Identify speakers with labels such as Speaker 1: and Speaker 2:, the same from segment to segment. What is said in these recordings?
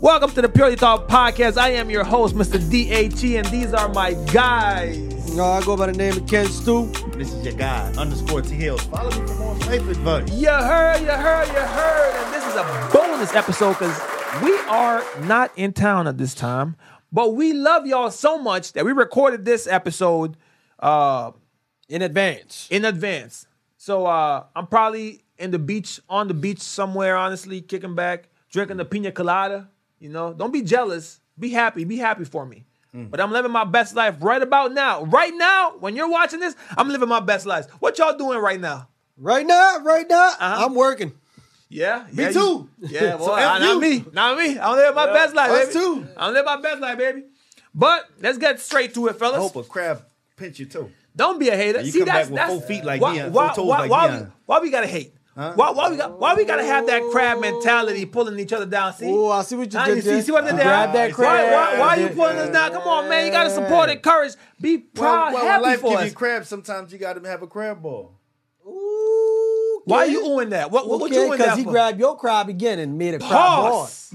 Speaker 1: Welcome to the Purely Thought Podcast. I am your host, Mr. DAT, and these are my guys.
Speaker 2: No, I go by the name of Ken Stu.
Speaker 3: This is your guy, underscore T Hills. Follow me for more flavor advice.
Speaker 1: You heard, you heard, you heard. And this is a bonus episode because we are not in town at this time, but we love y'all so much that we recorded this episode uh,
Speaker 2: In advance.
Speaker 1: in advance. So uh, I'm probably in the beach, on the beach somewhere, honestly, kicking back, drinking the pina colada. You know, don't be jealous. Be happy. Be happy for me. But I'm living my best life right about now. Right now, when you're watching this, I'm living my best life. What y'all doing right now?
Speaker 2: Right now, right now,
Speaker 1: Uh-huh.
Speaker 2: I'm working.
Speaker 1: Yeah, me
Speaker 3: too.
Speaker 1: yeah, well,
Speaker 2: So
Speaker 1: I,
Speaker 2: F
Speaker 1: not
Speaker 2: you.
Speaker 1: me, not me. I don't live my best life. baby.
Speaker 2: us too.
Speaker 1: I don't live my best life, baby. But let's get straight to it, fellas.
Speaker 3: I hope a crab pinch you too.
Speaker 1: Don't be a hater.
Speaker 3: You
Speaker 1: See,
Speaker 3: come
Speaker 1: that's
Speaker 3: back with
Speaker 1: that's
Speaker 3: four feet like
Speaker 1: why,
Speaker 3: Deion,
Speaker 1: why,
Speaker 3: four toes
Speaker 1: why,
Speaker 3: like
Speaker 1: why,
Speaker 3: Deion.
Speaker 1: we, why we gotta hate? Why, why we got why we gotta have that crab mentality pulling each other down? See,
Speaker 2: Oh, I see what you
Speaker 1: Ah,
Speaker 2: did
Speaker 1: you see,
Speaker 2: there.
Speaker 1: see what I did there?
Speaker 2: Grab that
Speaker 1: Why,
Speaker 2: crab.
Speaker 1: why, why you pulling us down? Come on, man, you gotta support and courage. Be proud,
Speaker 3: when
Speaker 1: happy
Speaker 3: life
Speaker 1: for
Speaker 3: give
Speaker 1: us.
Speaker 3: you crabs, sometimes you got to have a crab ball.
Speaker 2: Ooh,
Speaker 1: why
Speaker 2: okay.
Speaker 1: you oohing that? What what, what you
Speaker 2: Okay,
Speaker 1: oohing that
Speaker 2: he
Speaker 1: for?
Speaker 2: grabbed your crab again and made a crab hard.
Speaker 1: Pause.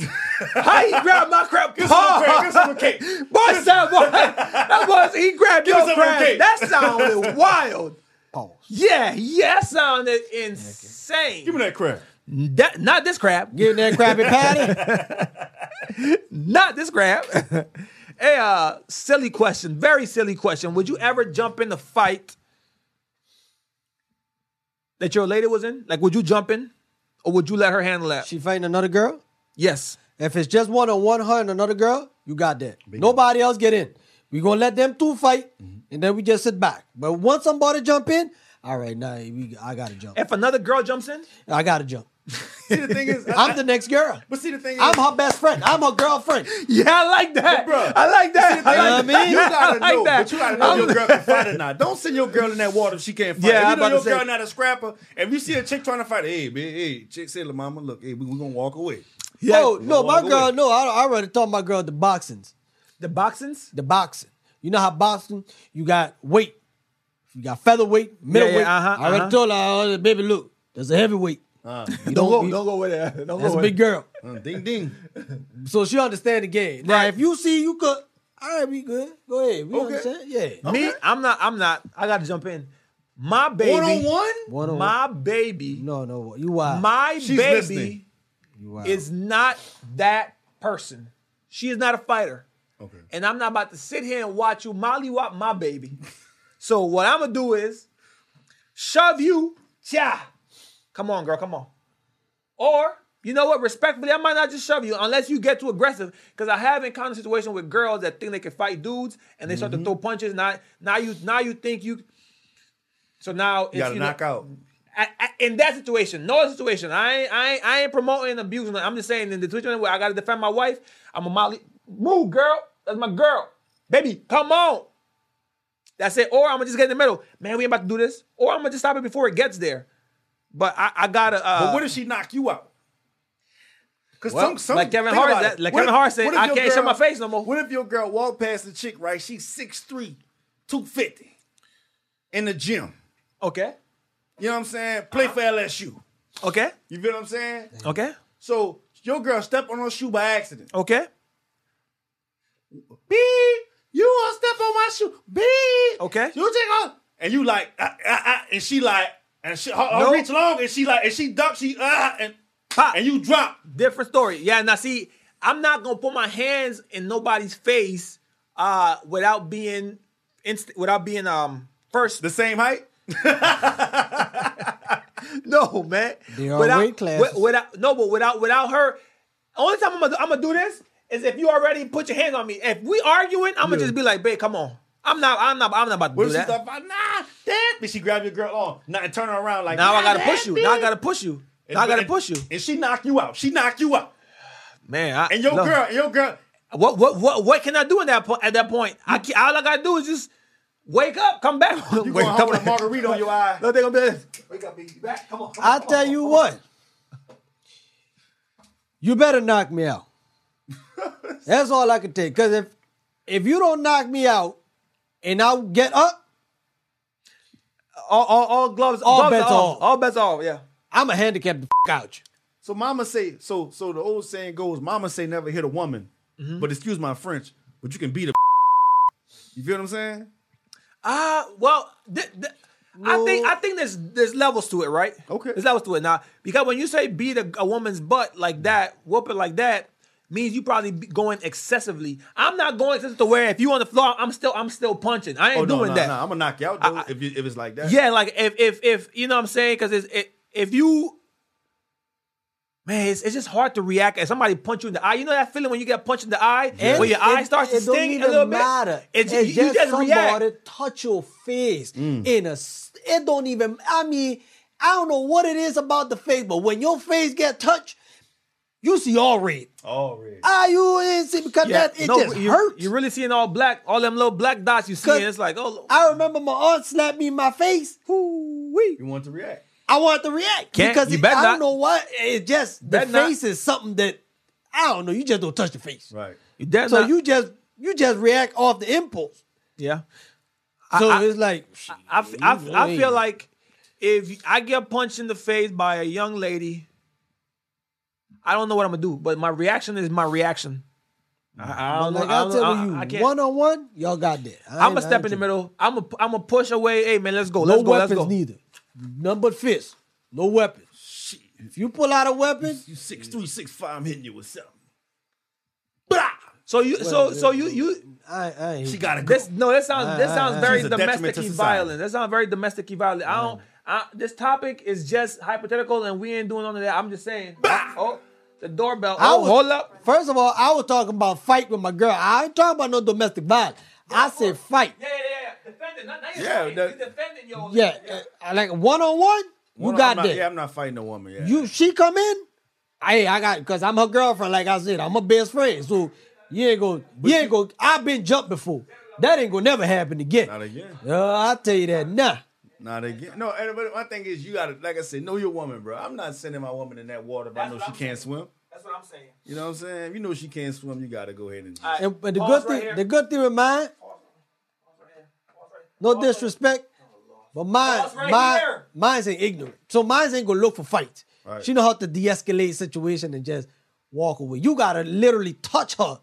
Speaker 1: How you grab my crab? Pause.
Speaker 3: Give some cake. Give
Speaker 1: Boy, son, boy, that boy, he grabbed your
Speaker 3: us some
Speaker 1: crab.
Speaker 3: cake.
Speaker 1: That sounded wild.
Speaker 2: Pause.
Speaker 1: Yeah, yeah, that sounded insane.
Speaker 3: me that crab.
Speaker 1: That- not this crab.
Speaker 2: Give that crabby patty.
Speaker 1: Not this crab. hey, uh, silly question. Very silly question. Would you ever jump in the fight that your lady was in? Like, would you jump in, or would you let her handle that?
Speaker 2: she fighting another girl.
Speaker 1: yes.
Speaker 2: If it's just one on one, her and another girl, you got that. Nobody else get in. We gonna let them two fight,
Speaker 3: Mm-hmm.
Speaker 2: and then we just sit back. But once somebody jump in, all right, now we, I gotta jump.
Speaker 1: If another girl jumps in,
Speaker 2: I gotta jump.
Speaker 3: See the thing is, I-
Speaker 2: I'm the next girl.
Speaker 3: but see the thing is,
Speaker 2: I'm her best friend. I'm her girlfriend.
Speaker 1: yeah, I like that.
Speaker 3: Bruh.
Speaker 1: I like that.
Speaker 2: You know
Speaker 1: I
Speaker 2: what I
Speaker 1: like
Speaker 2: mean?
Speaker 1: that.
Speaker 3: you gotta
Speaker 1: I like
Speaker 3: know,
Speaker 1: that.
Speaker 3: but you gotta know your girl can fight or not. Don't send your girl in that water if she can't fight.
Speaker 1: Yeah, I'm
Speaker 3: if you know
Speaker 1: about
Speaker 3: your
Speaker 1: to say-
Speaker 3: girl not a scrapper, if you see a chick trying to fight, hey, man, hey, chick, say, "Look, mama, look, hey, we, we gonna walk away.
Speaker 1: Yeah.
Speaker 2: oh no, my
Speaker 3: walk
Speaker 2: girl.
Speaker 3: away.
Speaker 2: No, I, I already told my girl the boxings,
Speaker 1: The boxings?
Speaker 2: the boxing. You know how boxing, you got weight, you got featherweight, middleweight.
Speaker 1: uh-huh,
Speaker 2: I already
Speaker 1: uh-huh.
Speaker 2: told her, oh, baby, look, there's a heavyweight. You
Speaker 1: Don't
Speaker 2: don't,
Speaker 1: go,
Speaker 2: you-
Speaker 1: don't go with that. Don't
Speaker 2: that's
Speaker 1: go
Speaker 2: a
Speaker 1: with
Speaker 2: big girl,
Speaker 3: Uh, ding ding.
Speaker 2: so she understand the game. Now,
Speaker 1: Right.
Speaker 2: if you see you could, all right, we good. Go ahead, we
Speaker 3: Okay.
Speaker 2: understand. Yeah,
Speaker 1: Me, I'm not. I'm not. I got to jump in. My baby.
Speaker 3: One on one.
Speaker 2: one on one.
Speaker 1: My baby.
Speaker 2: No, no, you wild.
Speaker 1: My
Speaker 3: She's
Speaker 1: baby
Speaker 3: listening.
Speaker 2: you wild.
Speaker 1: is not that person. She is not a fighter.
Speaker 3: Okay.
Speaker 1: And I'm not about to sit here and watch you mollywop my baby. so what I'm gonna do is shove you. Cha. Come on, girl. Come on. Or you know what? Respectfully, I might not just shove you unless you get too aggressive. Because I have encountered situations with girls that think they can fight dudes, and they
Speaker 3: Mm-hmm.
Speaker 1: start to throw punches. Now, now you, now you think you. So now it's,
Speaker 3: You gotta
Speaker 1: know-
Speaker 3: knock out.
Speaker 1: I, I, in that situation, no other situation. I ain't, I ain't, I ain't promoting abusing. I'm just saying in the situation where I gotta defend my wife, I'm a molly. Move, girl. That's my girl. Baby, come on. That's it. Or I'm gonna just get in the middle. Man, we ain't about to do this. Or I'm gonna just stop it before it gets there. But I, I gotta. Uh,
Speaker 3: But what if she knock you out? Because
Speaker 1: Well, like Kevin Hart said- like Kevin Hart said, "I can't show my face no more."
Speaker 3: What if your girl walk past the chick, right? She's 6'3", 250, in the gym.
Speaker 1: Okay.
Speaker 3: You know what I'm saying? Play for LSU.
Speaker 1: Okay.
Speaker 3: You feel what I'm saying?
Speaker 1: Okay.
Speaker 3: So your girl step on her shoe by accident.
Speaker 1: Okay.
Speaker 3: Beep! You gonna step on my shoe? Beep!
Speaker 1: Okay.
Speaker 3: You take on, and you like, ah, ah, ah, and she like, and she her, her
Speaker 1: No.
Speaker 3: reach long, and she like, and she ducks, she ah, and
Speaker 1: Pop.
Speaker 3: and you drop.
Speaker 1: Different story. Yeah, now see, I'm not gonna put my hands in nobody's face uh without being inst- without being um first
Speaker 3: The same height.
Speaker 1: No, man.
Speaker 2: There are
Speaker 1: without,
Speaker 2: weight classes.
Speaker 1: wi- without no, but without without her, only time I'm gonna, I'm gonna do this is if you already put your hands on me. If we arguing, I'm gonna just be like, babe, come on. I'm not. I'm not. I'm not about to
Speaker 3: What
Speaker 1: do
Speaker 3: if she
Speaker 1: that.
Speaker 3: thought about nah, that? But she grabbed your girl on, now and turn her around like
Speaker 1: now I
Speaker 3: nah,
Speaker 1: gotta
Speaker 3: that
Speaker 1: push you.
Speaker 3: bitch.
Speaker 1: Now I gotta push you.
Speaker 3: And-
Speaker 1: Now I gotta
Speaker 3: and-
Speaker 1: push you.
Speaker 3: And she knocked you out. She knocked you out.
Speaker 1: Man, I,
Speaker 3: And your
Speaker 1: look,
Speaker 3: girl, and your girl.
Speaker 1: What what what what can I do at that point? At that point, I can, all I gotta do is just wake up, come back.
Speaker 3: You
Speaker 1: wake
Speaker 3: going home
Speaker 1: up
Speaker 3: with a margarita on your eye.
Speaker 1: No, they gonna be. like,
Speaker 3: Wake up, baby. Back. Come on.
Speaker 2: I tell you what, you better knock me out. That's all I can take. Cause if if you don't knock me out, and I get up,
Speaker 1: All, all, all gloves.
Speaker 2: All
Speaker 1: gloves
Speaker 2: bets
Speaker 1: are off.
Speaker 2: off.
Speaker 1: All bets are off. Yeah.
Speaker 2: I'm a handicap the f- out you.
Speaker 3: So mama say, so so the old saying goes, mama say never hit a woman.
Speaker 1: Mm-hmm.
Speaker 3: But excuse my French, but you can beat a You feel what I'm saying?
Speaker 1: Ah, well, th- th- I think I think there's there's levels to it, right?
Speaker 3: Okay.
Speaker 1: there's levels to it now because when you say beat a, a woman's butt like that, whoop it like that, means you probably be going excessively. I'm not going excessive to where if you on the floor, I'm still I'm still punching. I ain't
Speaker 3: Oh, no,
Speaker 1: doing
Speaker 3: no,
Speaker 1: that.
Speaker 3: no, I'm gonna knock you out though if, you, if it's like that.
Speaker 1: Yeah, like if if if you know what I'm saying because it's it, if you. Man, it's, it's just hard to react if somebody punch you in the eye. You know that feeling when you get punched in the eye,
Speaker 2: And
Speaker 1: when your
Speaker 2: it-
Speaker 1: eye starts to
Speaker 2: it don't
Speaker 1: sting
Speaker 2: even
Speaker 1: a little
Speaker 2: matter.
Speaker 1: bit. It's,
Speaker 2: It's
Speaker 1: you, you just react. Mm.
Speaker 2: somebody touch your face in a. s- It don't even. I mean, I don't know what it is about the face, but when your face get touched, you see all red.
Speaker 3: All right.
Speaker 2: Ah, you ain't see because that it just
Speaker 1: you,
Speaker 2: hurts.
Speaker 1: You really seeing all black, all them little black dots you see,
Speaker 2: Cause-
Speaker 1: and it's like, oh,
Speaker 2: I remember my aunt slapped me in my face. Hoo-wee.
Speaker 3: You want to react.
Speaker 2: I wanted to react
Speaker 1: Can't-
Speaker 2: because
Speaker 1: you
Speaker 2: it-
Speaker 1: better
Speaker 2: I
Speaker 1: not.
Speaker 2: don't know what it just the
Speaker 1: Better not.
Speaker 2: face is something that I don't know. You just don't touch the face,
Speaker 3: Right.
Speaker 1: you dead
Speaker 2: so
Speaker 1: not-
Speaker 2: you just you just react off the impulse.
Speaker 1: yeah.
Speaker 2: So
Speaker 1: I-
Speaker 2: it's like
Speaker 1: I, f- I f- I feel like if I get punched in the face by a young lady, I don't know what I'm gonna do, but my reaction is my reaction. I, I don't know.
Speaker 2: like
Speaker 1: I
Speaker 2: I
Speaker 1: don't,
Speaker 2: tell
Speaker 1: I- I
Speaker 2: you,
Speaker 1: can't.
Speaker 2: one on one, y'all got that. I
Speaker 1: I'm
Speaker 2: ain't-
Speaker 1: gonna
Speaker 2: I
Speaker 1: step
Speaker 2: ain't
Speaker 1: in the
Speaker 2: tripping.
Speaker 1: middle. I'm gonna I'm gonna push away. Hey man, let's go.
Speaker 2: No
Speaker 1: Let's go. Let's
Speaker 2: weapons
Speaker 1: go.
Speaker 2: neither. None but fists. No weapons.
Speaker 3: Shit.
Speaker 2: If you pull out a weapon,
Speaker 3: You six three, six five, I'm hitting you with something.
Speaker 1: So you so so you you
Speaker 2: I, I ain't.
Speaker 3: She gotta go.
Speaker 1: this no that sounds
Speaker 2: Ah,
Speaker 1: this sounds very
Speaker 3: She's a detriment to
Speaker 1: domestically
Speaker 3: society. Mm.
Speaker 1: violent. That sounds very domestically violent. I don't. I, this topic is just hypothetical, and we ain't doing none of that. I'm just saying. Oh, the doorbell.
Speaker 2: I
Speaker 1: Oh,
Speaker 2: was-
Speaker 1: hold up.
Speaker 2: First of all, I was talking about fight with my girl. I ain't talking about no domestic violence. I said fight.
Speaker 1: Oh, Yeah, yeah, yeah. Defending. Not, not
Speaker 3: Yeah,
Speaker 1: yeah,
Speaker 3: that-
Speaker 1: you defending your.
Speaker 2: Yeah, uh, like one on one, you
Speaker 3: Well,
Speaker 2: got
Speaker 3: I'm not,
Speaker 2: that.
Speaker 3: Yeah, I'm not fighting a woman. Yeah.
Speaker 2: You she come in, hey, I got because I'm her girlfriend. Like I said, I'm her best friend. So you ain't gonna, you ain't gonna. I've been jumped before. That ain't gonna never happen again.
Speaker 3: Not again.
Speaker 2: Uh, I tell you that now.
Speaker 3: Not again. No, and- but my thing is, you gotta, like I said, know your woman, bro. I'm not sending my woman in that water if I
Speaker 1: That's
Speaker 3: know
Speaker 1: what
Speaker 3: she
Speaker 1: I'm
Speaker 3: can't swim.
Speaker 1: That's what I'm saying.
Speaker 3: You know what I'm saying? If you know she can't swim, you gotta go ahead and.
Speaker 1: All right,
Speaker 2: And, but the
Speaker 1: pause
Speaker 2: good
Speaker 1: right
Speaker 2: thing,
Speaker 1: here.
Speaker 2: the good thing with mine, no disrespect, but mine,
Speaker 1: Pause right
Speaker 2: mine,
Speaker 1: here.
Speaker 2: mine's ain't ignorant. So mine's ain't gonna look for fights.
Speaker 3: Right.
Speaker 2: She know how to de-escalate situation and just walk away. You gotta literally touch her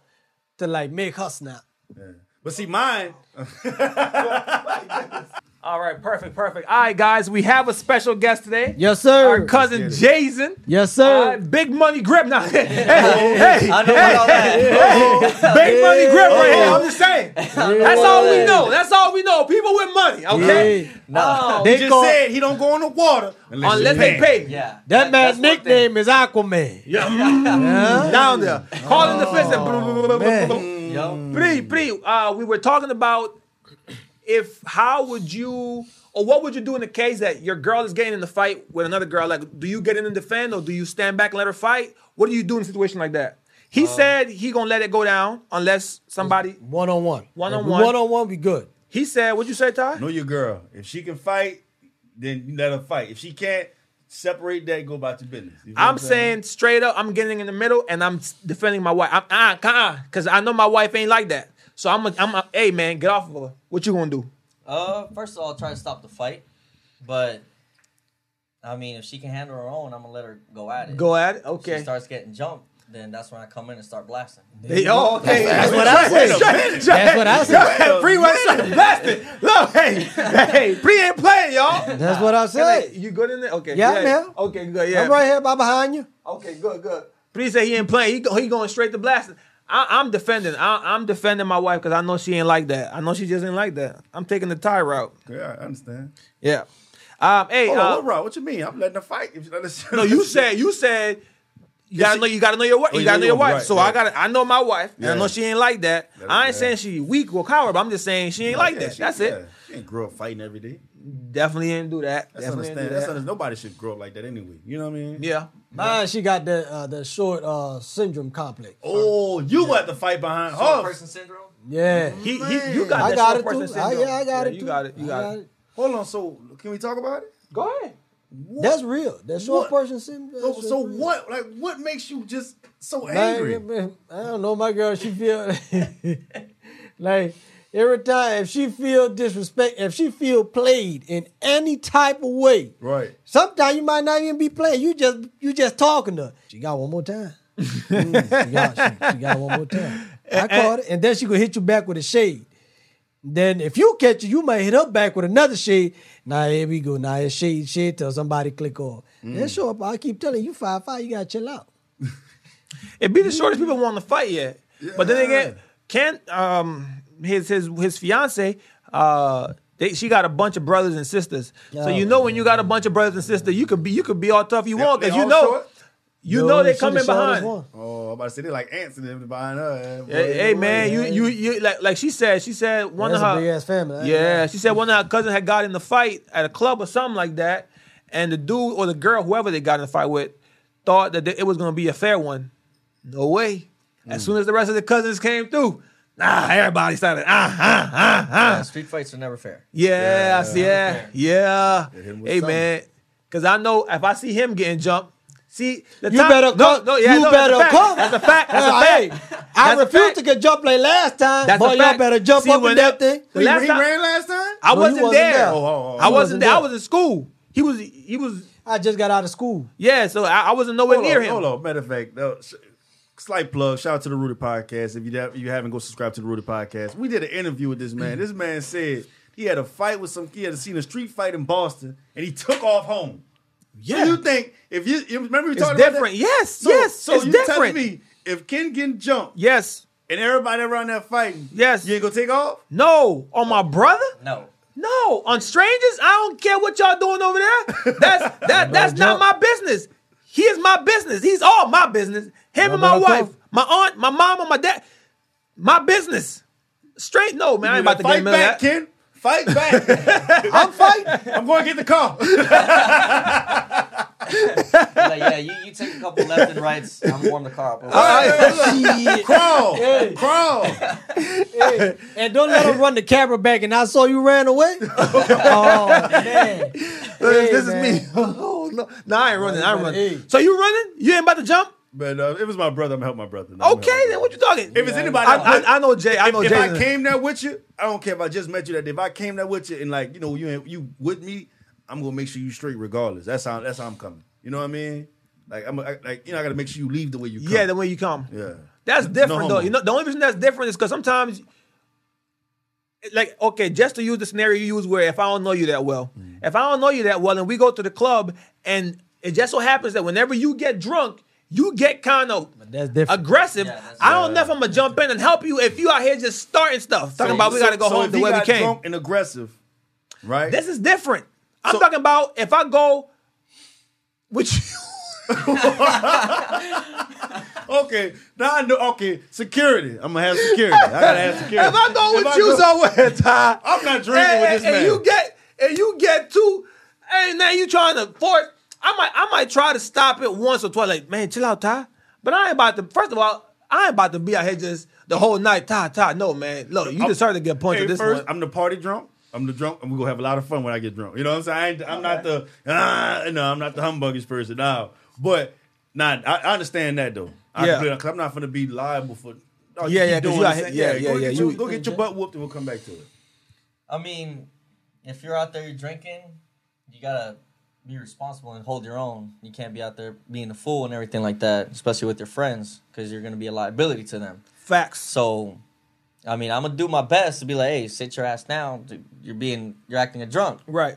Speaker 2: to like make her snap.
Speaker 3: Yeah. But see, mine.
Speaker 1: All right, perfect, perfect. All right, guys, we have a special guest today.
Speaker 2: Yes, sir.
Speaker 1: Our cousin
Speaker 3: Let's get
Speaker 1: Jason.
Speaker 2: Yes, sir.
Speaker 1: All right, big money grip now. hey, hey,
Speaker 4: I know about that.
Speaker 1: big money grip right here. I'm just saying. That's all we
Speaker 2: Yeah.
Speaker 1: know. That's all we know. People with money, okay?
Speaker 2: Yeah.
Speaker 1: Oh,
Speaker 2: They
Speaker 3: He just
Speaker 2: call-
Speaker 3: said he don't go in the water unless,
Speaker 1: unless
Speaker 3: you
Speaker 1: they pay.
Speaker 4: Yeah.
Speaker 2: That
Speaker 4: that's
Speaker 2: man's
Speaker 4: one
Speaker 2: nickname is Aquaman.
Speaker 1: Down there. Calling the fence. and-
Speaker 4: thing. Yo.
Speaker 1: Bree, Bree, uh, we were talking about if how would you or what would you do in the case that your girl is getting in the fight with another girl? Like, do you get in and defend or do you stand back and let her fight? What do you do in a situation like that? He said he gonna let it go down unless somebody.
Speaker 2: One on one.
Speaker 1: One-on-one.
Speaker 2: One on one, we good.
Speaker 1: He said, "What'd you say, Ty?"
Speaker 3: Know your girl. If she can fight, then you let her fight. If she can't, separate that. Go about your business. You feel what
Speaker 1: I'm saying straight up, I'm getting in the middle and I'm s- defending my wife. I'm uh, uh, cause I know my wife ain't like that. So I'm, a, I'm, a, hey man, get off of her. What you gonna do?
Speaker 4: Uh, first of all, try to stop the fight, but I mean, if she can handle her own, I'm gonna let her go at it.
Speaker 1: Go at it,
Speaker 4: If
Speaker 1: okay?
Speaker 4: She starts getting jumped, then that's when I come in and start blasting.
Speaker 1: Hey, oh, okay.
Speaker 2: That's what I said. That's what I said.
Speaker 1: Free West Side blasted. Look, hey, hey, Free ain't playing, y'all.
Speaker 2: That's what I
Speaker 1: Hey,
Speaker 2: said.
Speaker 1: you good in there? Okay.
Speaker 2: Yeah, man.
Speaker 1: Okay, good. Yeah.
Speaker 2: I'm right here by behind you.
Speaker 1: Okay, good, good. Free said he ain't playing. He, go, he going straight to blasting. I, I'm defending. I, I'm defending my wife because I know she ain't like that. I know she just ain't like that. I'm taking the tie route.
Speaker 3: I'm saying? Yeah, I understand.
Speaker 1: Yeah. Um. Hey.
Speaker 3: Hold
Speaker 1: uh,
Speaker 3: on, what, wrong? what you mean? I'm letting her fight. If she
Speaker 1: No, you said you said you gotta
Speaker 3: she-
Speaker 1: know you gotta know your wife.
Speaker 3: Oh,
Speaker 1: You gotta know your wife.
Speaker 3: right,
Speaker 1: So I
Speaker 3: right.
Speaker 1: gotta I know my wife, and I
Speaker 3: Yeah.
Speaker 1: know she ain't like that.
Speaker 3: That-
Speaker 1: I ain't
Speaker 3: yeah.
Speaker 1: saying she weak or coward, but I'm just saying she ain't like
Speaker 3: Oh, Yeah,
Speaker 1: that.
Speaker 3: she-
Speaker 1: That's it.
Speaker 3: yeah. She ain't grow up fighting every day.
Speaker 1: Definitely didn't do that.
Speaker 3: That's
Speaker 1: Definitely didn't
Speaker 3: understand.
Speaker 1: do
Speaker 3: That's
Speaker 1: that.
Speaker 3: under- nobody should grow up like that anyway. You know what I mean?
Speaker 1: Yeah.
Speaker 2: Man, she got the uh, the short uh, syndrome complex.
Speaker 3: Oh, you had to fight behind
Speaker 4: Short
Speaker 3: her.
Speaker 4: person syndrome.
Speaker 2: Yeah,
Speaker 1: He, he, you got
Speaker 2: I
Speaker 1: that
Speaker 2: got
Speaker 1: short
Speaker 2: it
Speaker 1: person
Speaker 2: too. I,
Speaker 1: syndrome.
Speaker 2: yeah, I got it
Speaker 1: You
Speaker 2: too.
Speaker 1: got it. You
Speaker 2: I
Speaker 1: got, it.
Speaker 3: Hold on. So can we talk about it?
Speaker 1: Go ahead.
Speaker 3: What-
Speaker 2: That's real. That short
Speaker 3: What?
Speaker 2: person syndrome.
Speaker 3: So,
Speaker 2: that's
Speaker 3: so
Speaker 2: real.
Speaker 3: what? Like, what makes you just so
Speaker 2: Man,
Speaker 3: angry?
Speaker 2: man, I don't know. My girl, she feel like every time if she feel disrespect, if she feel played in any type of way,
Speaker 3: Right.
Speaker 2: Sometimes you might not even be playing. You just you just talking to her. She got one more time. Mm, she, got, she- she got one more time. I caught it. And then she could hit you back with a shade. Then if you catch it, you might hit her back with another shade. Now here we go. Now it's shade shade till somebody click off.
Speaker 1: Mm.
Speaker 2: Then show up. I keep telling you, five five, you gotta chill out.
Speaker 1: It be the shortest people want to fight yet. But then again, Ken, um, his his his fiance, uh, they, she got a bunch of brothers and sisters. so
Speaker 2: Oh,
Speaker 1: you know when you got a bunch of brothers and sisters, you could be you could be all tough you want
Speaker 3: They
Speaker 1: because you
Speaker 3: all
Speaker 1: know
Speaker 3: short?
Speaker 1: you
Speaker 2: No,
Speaker 1: know they
Speaker 2: she
Speaker 1: coming
Speaker 2: the shortest
Speaker 1: behind.
Speaker 2: one.
Speaker 3: Oh, I'm about to say they like ants and them behind her. Boy,
Speaker 1: Hey, hey,
Speaker 3: boy,
Speaker 1: man, you
Speaker 3: yeah.
Speaker 1: you you like like she said, she said one
Speaker 2: That's
Speaker 1: of
Speaker 2: a
Speaker 1: her
Speaker 2: big ass family. I ain't
Speaker 1: Yeah,
Speaker 2: lying.
Speaker 1: she said one of her cousins had got in the fight at a club or something like that, and the dude or the girl, whoever they got in the fight with, thought that it was gonna be a fair one. No way. As
Speaker 2: Hmm.
Speaker 1: soon as the rest of the cousins came through, nah, everybody started ah ah ah ah.
Speaker 4: Yeah, street fights are never fair.
Speaker 1: Yeah, I see, yeah, yeah.
Speaker 3: hit him with
Speaker 1: Hey
Speaker 3: something.
Speaker 1: man, because I know if I see him getting jumped, see the
Speaker 2: You
Speaker 1: time-
Speaker 2: better
Speaker 1: no,
Speaker 2: come.
Speaker 1: no, yeah,
Speaker 2: you
Speaker 1: no,
Speaker 2: better
Speaker 1: that's a fact.
Speaker 2: come.
Speaker 1: That's a fact. That's a
Speaker 2: Hey,
Speaker 1: fact.
Speaker 2: I
Speaker 1: That's a
Speaker 2: refuse
Speaker 1: fact.
Speaker 2: to get jumped like last time.
Speaker 1: That's
Speaker 2: Boy,
Speaker 1: a
Speaker 2: y'all
Speaker 1: fact.
Speaker 2: better jump
Speaker 1: See,
Speaker 2: up
Speaker 1: when
Speaker 2: in that
Speaker 1: that-
Speaker 2: thing.
Speaker 1: the
Speaker 3: He,
Speaker 1: last
Speaker 3: he
Speaker 1: time-
Speaker 3: ran last time.
Speaker 1: I
Speaker 2: No, he
Speaker 1: wasn't,
Speaker 2: wasn't
Speaker 1: there.
Speaker 2: there.
Speaker 3: Oh, oh, oh.
Speaker 1: I
Speaker 3: He
Speaker 1: wasn't
Speaker 2: wasn't
Speaker 1: there. I
Speaker 2: there.
Speaker 1: was in school. He was. He was.
Speaker 2: I just got out of school.
Speaker 1: Yeah. So I, I wasn't nowhere
Speaker 3: hold
Speaker 1: near
Speaker 3: on,
Speaker 1: him.
Speaker 3: Hold on. Matter of fact, though, sh- slight plug. Shout out to the Rooted Podcast. If you da- you haven't, go subscribe to the Rooted Podcast. We did an interview with this man. this man said he had a fight with some. He had seen a street fight in Boston, and he took off home.
Speaker 1: Yeah.
Speaker 3: So you think if you you remember we
Speaker 1: It's
Speaker 3: talking about
Speaker 1: different.
Speaker 3: that?
Speaker 1: Yes.
Speaker 3: So,
Speaker 1: yes.
Speaker 3: So
Speaker 1: it's
Speaker 3: you
Speaker 1: different.
Speaker 3: telling me if Ken getting jumped
Speaker 1: Yes.
Speaker 3: and everybody around there fighting,
Speaker 1: Yes.
Speaker 3: you ain't gonna take off?
Speaker 1: No. On my brother.
Speaker 4: No.
Speaker 1: No. On strangers. I don't care what y'all doing over there. That's that. that's not
Speaker 2: jump.
Speaker 1: my business. He is my business. He's all my business. Him and my
Speaker 2: better
Speaker 1: wife,
Speaker 2: come.
Speaker 1: my aunt, my mom, and my dad. My business. Straight. No, man. I ain't about to get
Speaker 3: fight
Speaker 1: in the middle
Speaker 3: back,
Speaker 1: of that.
Speaker 3: Ken. Fight back.
Speaker 2: I'm fighting.
Speaker 3: I'm going to get the car.
Speaker 4: You're like, yeah, you, you take a couple left and rights. I'm warm the car up.
Speaker 3: Crawl.
Speaker 2: Hey.
Speaker 3: Crawl.
Speaker 2: and don't let him run the camera back. And I saw you ran away. oh man, Hey,
Speaker 1: this is me.
Speaker 2: man.
Speaker 1: oh no. No, I ain't running. I ain't
Speaker 2: Hey,
Speaker 1: running.
Speaker 2: hey.
Speaker 1: So you running? You ain't about to jump?
Speaker 3: But uh, if it was my brother, I'm gonna help my brother. No, I'm gonna
Speaker 1: Okay,
Speaker 3: help my
Speaker 1: then what
Speaker 3: brother.
Speaker 1: you oh, talking?
Speaker 3: If it's anybody,
Speaker 1: I,
Speaker 3: that-
Speaker 1: I, I know Jay. I know
Speaker 3: if
Speaker 1: Jay.
Speaker 3: I came there with you, I don't care if I just met you that day. If I came there with you and like you know you ain't, you with me, I'm gonna make sure you straight regardless. That's how that's how I'm coming. You know what I mean? Like I'm I, like you know I gotta make sure you leave the way you come.
Speaker 1: yeah, the way you come.
Speaker 3: yeah.
Speaker 1: That's different
Speaker 3: homo.
Speaker 1: though. You know, the only reason that's different is because sometimes, like, okay, just to use the scenario you use where if I don't know you that well,
Speaker 3: Mm.
Speaker 1: if I don't know you that well, and we go to the club, and it just so happens that whenever you get drunk, you get kind of
Speaker 2: that's different.
Speaker 1: aggressive.
Speaker 4: Yeah, that's-
Speaker 1: I don't know if I'm gonna jump in and help you if you out here just starting stuff, talking about we gotta go
Speaker 3: So
Speaker 1: home
Speaker 3: if
Speaker 1: the
Speaker 3: he
Speaker 1: way we
Speaker 3: got
Speaker 1: came.
Speaker 3: Drunk and aggressive, right?
Speaker 1: This is different. I'm
Speaker 3: So-
Speaker 1: talking about if I go with you.
Speaker 3: okay. Now I know. Okay, security. I'm gonna have security. I gotta have security.
Speaker 1: if I go with you
Speaker 3: go-
Speaker 1: somewhere, Ty,
Speaker 3: I'm not drinking
Speaker 1: and,
Speaker 3: with this
Speaker 1: and- and
Speaker 3: man.
Speaker 1: you get and you get two, and now you trying to force. I might I might try to stop it once or twice. Like man, chill out, Ty. But I ain't about to. First of all, I ain't about to be out here just the whole night, Ty. Ty, no man. Look, you
Speaker 3: I'm-
Speaker 1: deserve to get punched
Speaker 3: Hey,
Speaker 1: at this
Speaker 3: first,
Speaker 1: one.
Speaker 3: I'm the party drunk. I'm the drunk. I'm gonna have a lot of fun when I get drunk. You know what I'm saying? I ain't, I'm not the ah, no, I'm not the humbuggish person. No, but not. I, I understand that though. I
Speaker 1: Yeah.
Speaker 3: completely- 'cause I'm not gonna be liable for. Oh,
Speaker 1: Yeah, yeah,
Speaker 3: keep
Speaker 1: 'cause
Speaker 3: doing
Speaker 1: you out
Speaker 3: this
Speaker 1: here-
Speaker 3: and-
Speaker 1: yeah, yeah,
Speaker 3: Go,
Speaker 1: yeah,
Speaker 3: Get
Speaker 1: you-
Speaker 3: your, go get your butt whooped and we'll come back to it.
Speaker 4: I mean, if you're out there drinking, you gotta be responsible and hold your own. You can't be out there being a fool and everything like that, especially with your friends, because you're gonna be a liability to them.
Speaker 1: Facts.
Speaker 4: So, I mean, I'm gonna do my best to be like, hey, sit your ass down. Dude, You're being, you're acting a drunk.
Speaker 1: Right.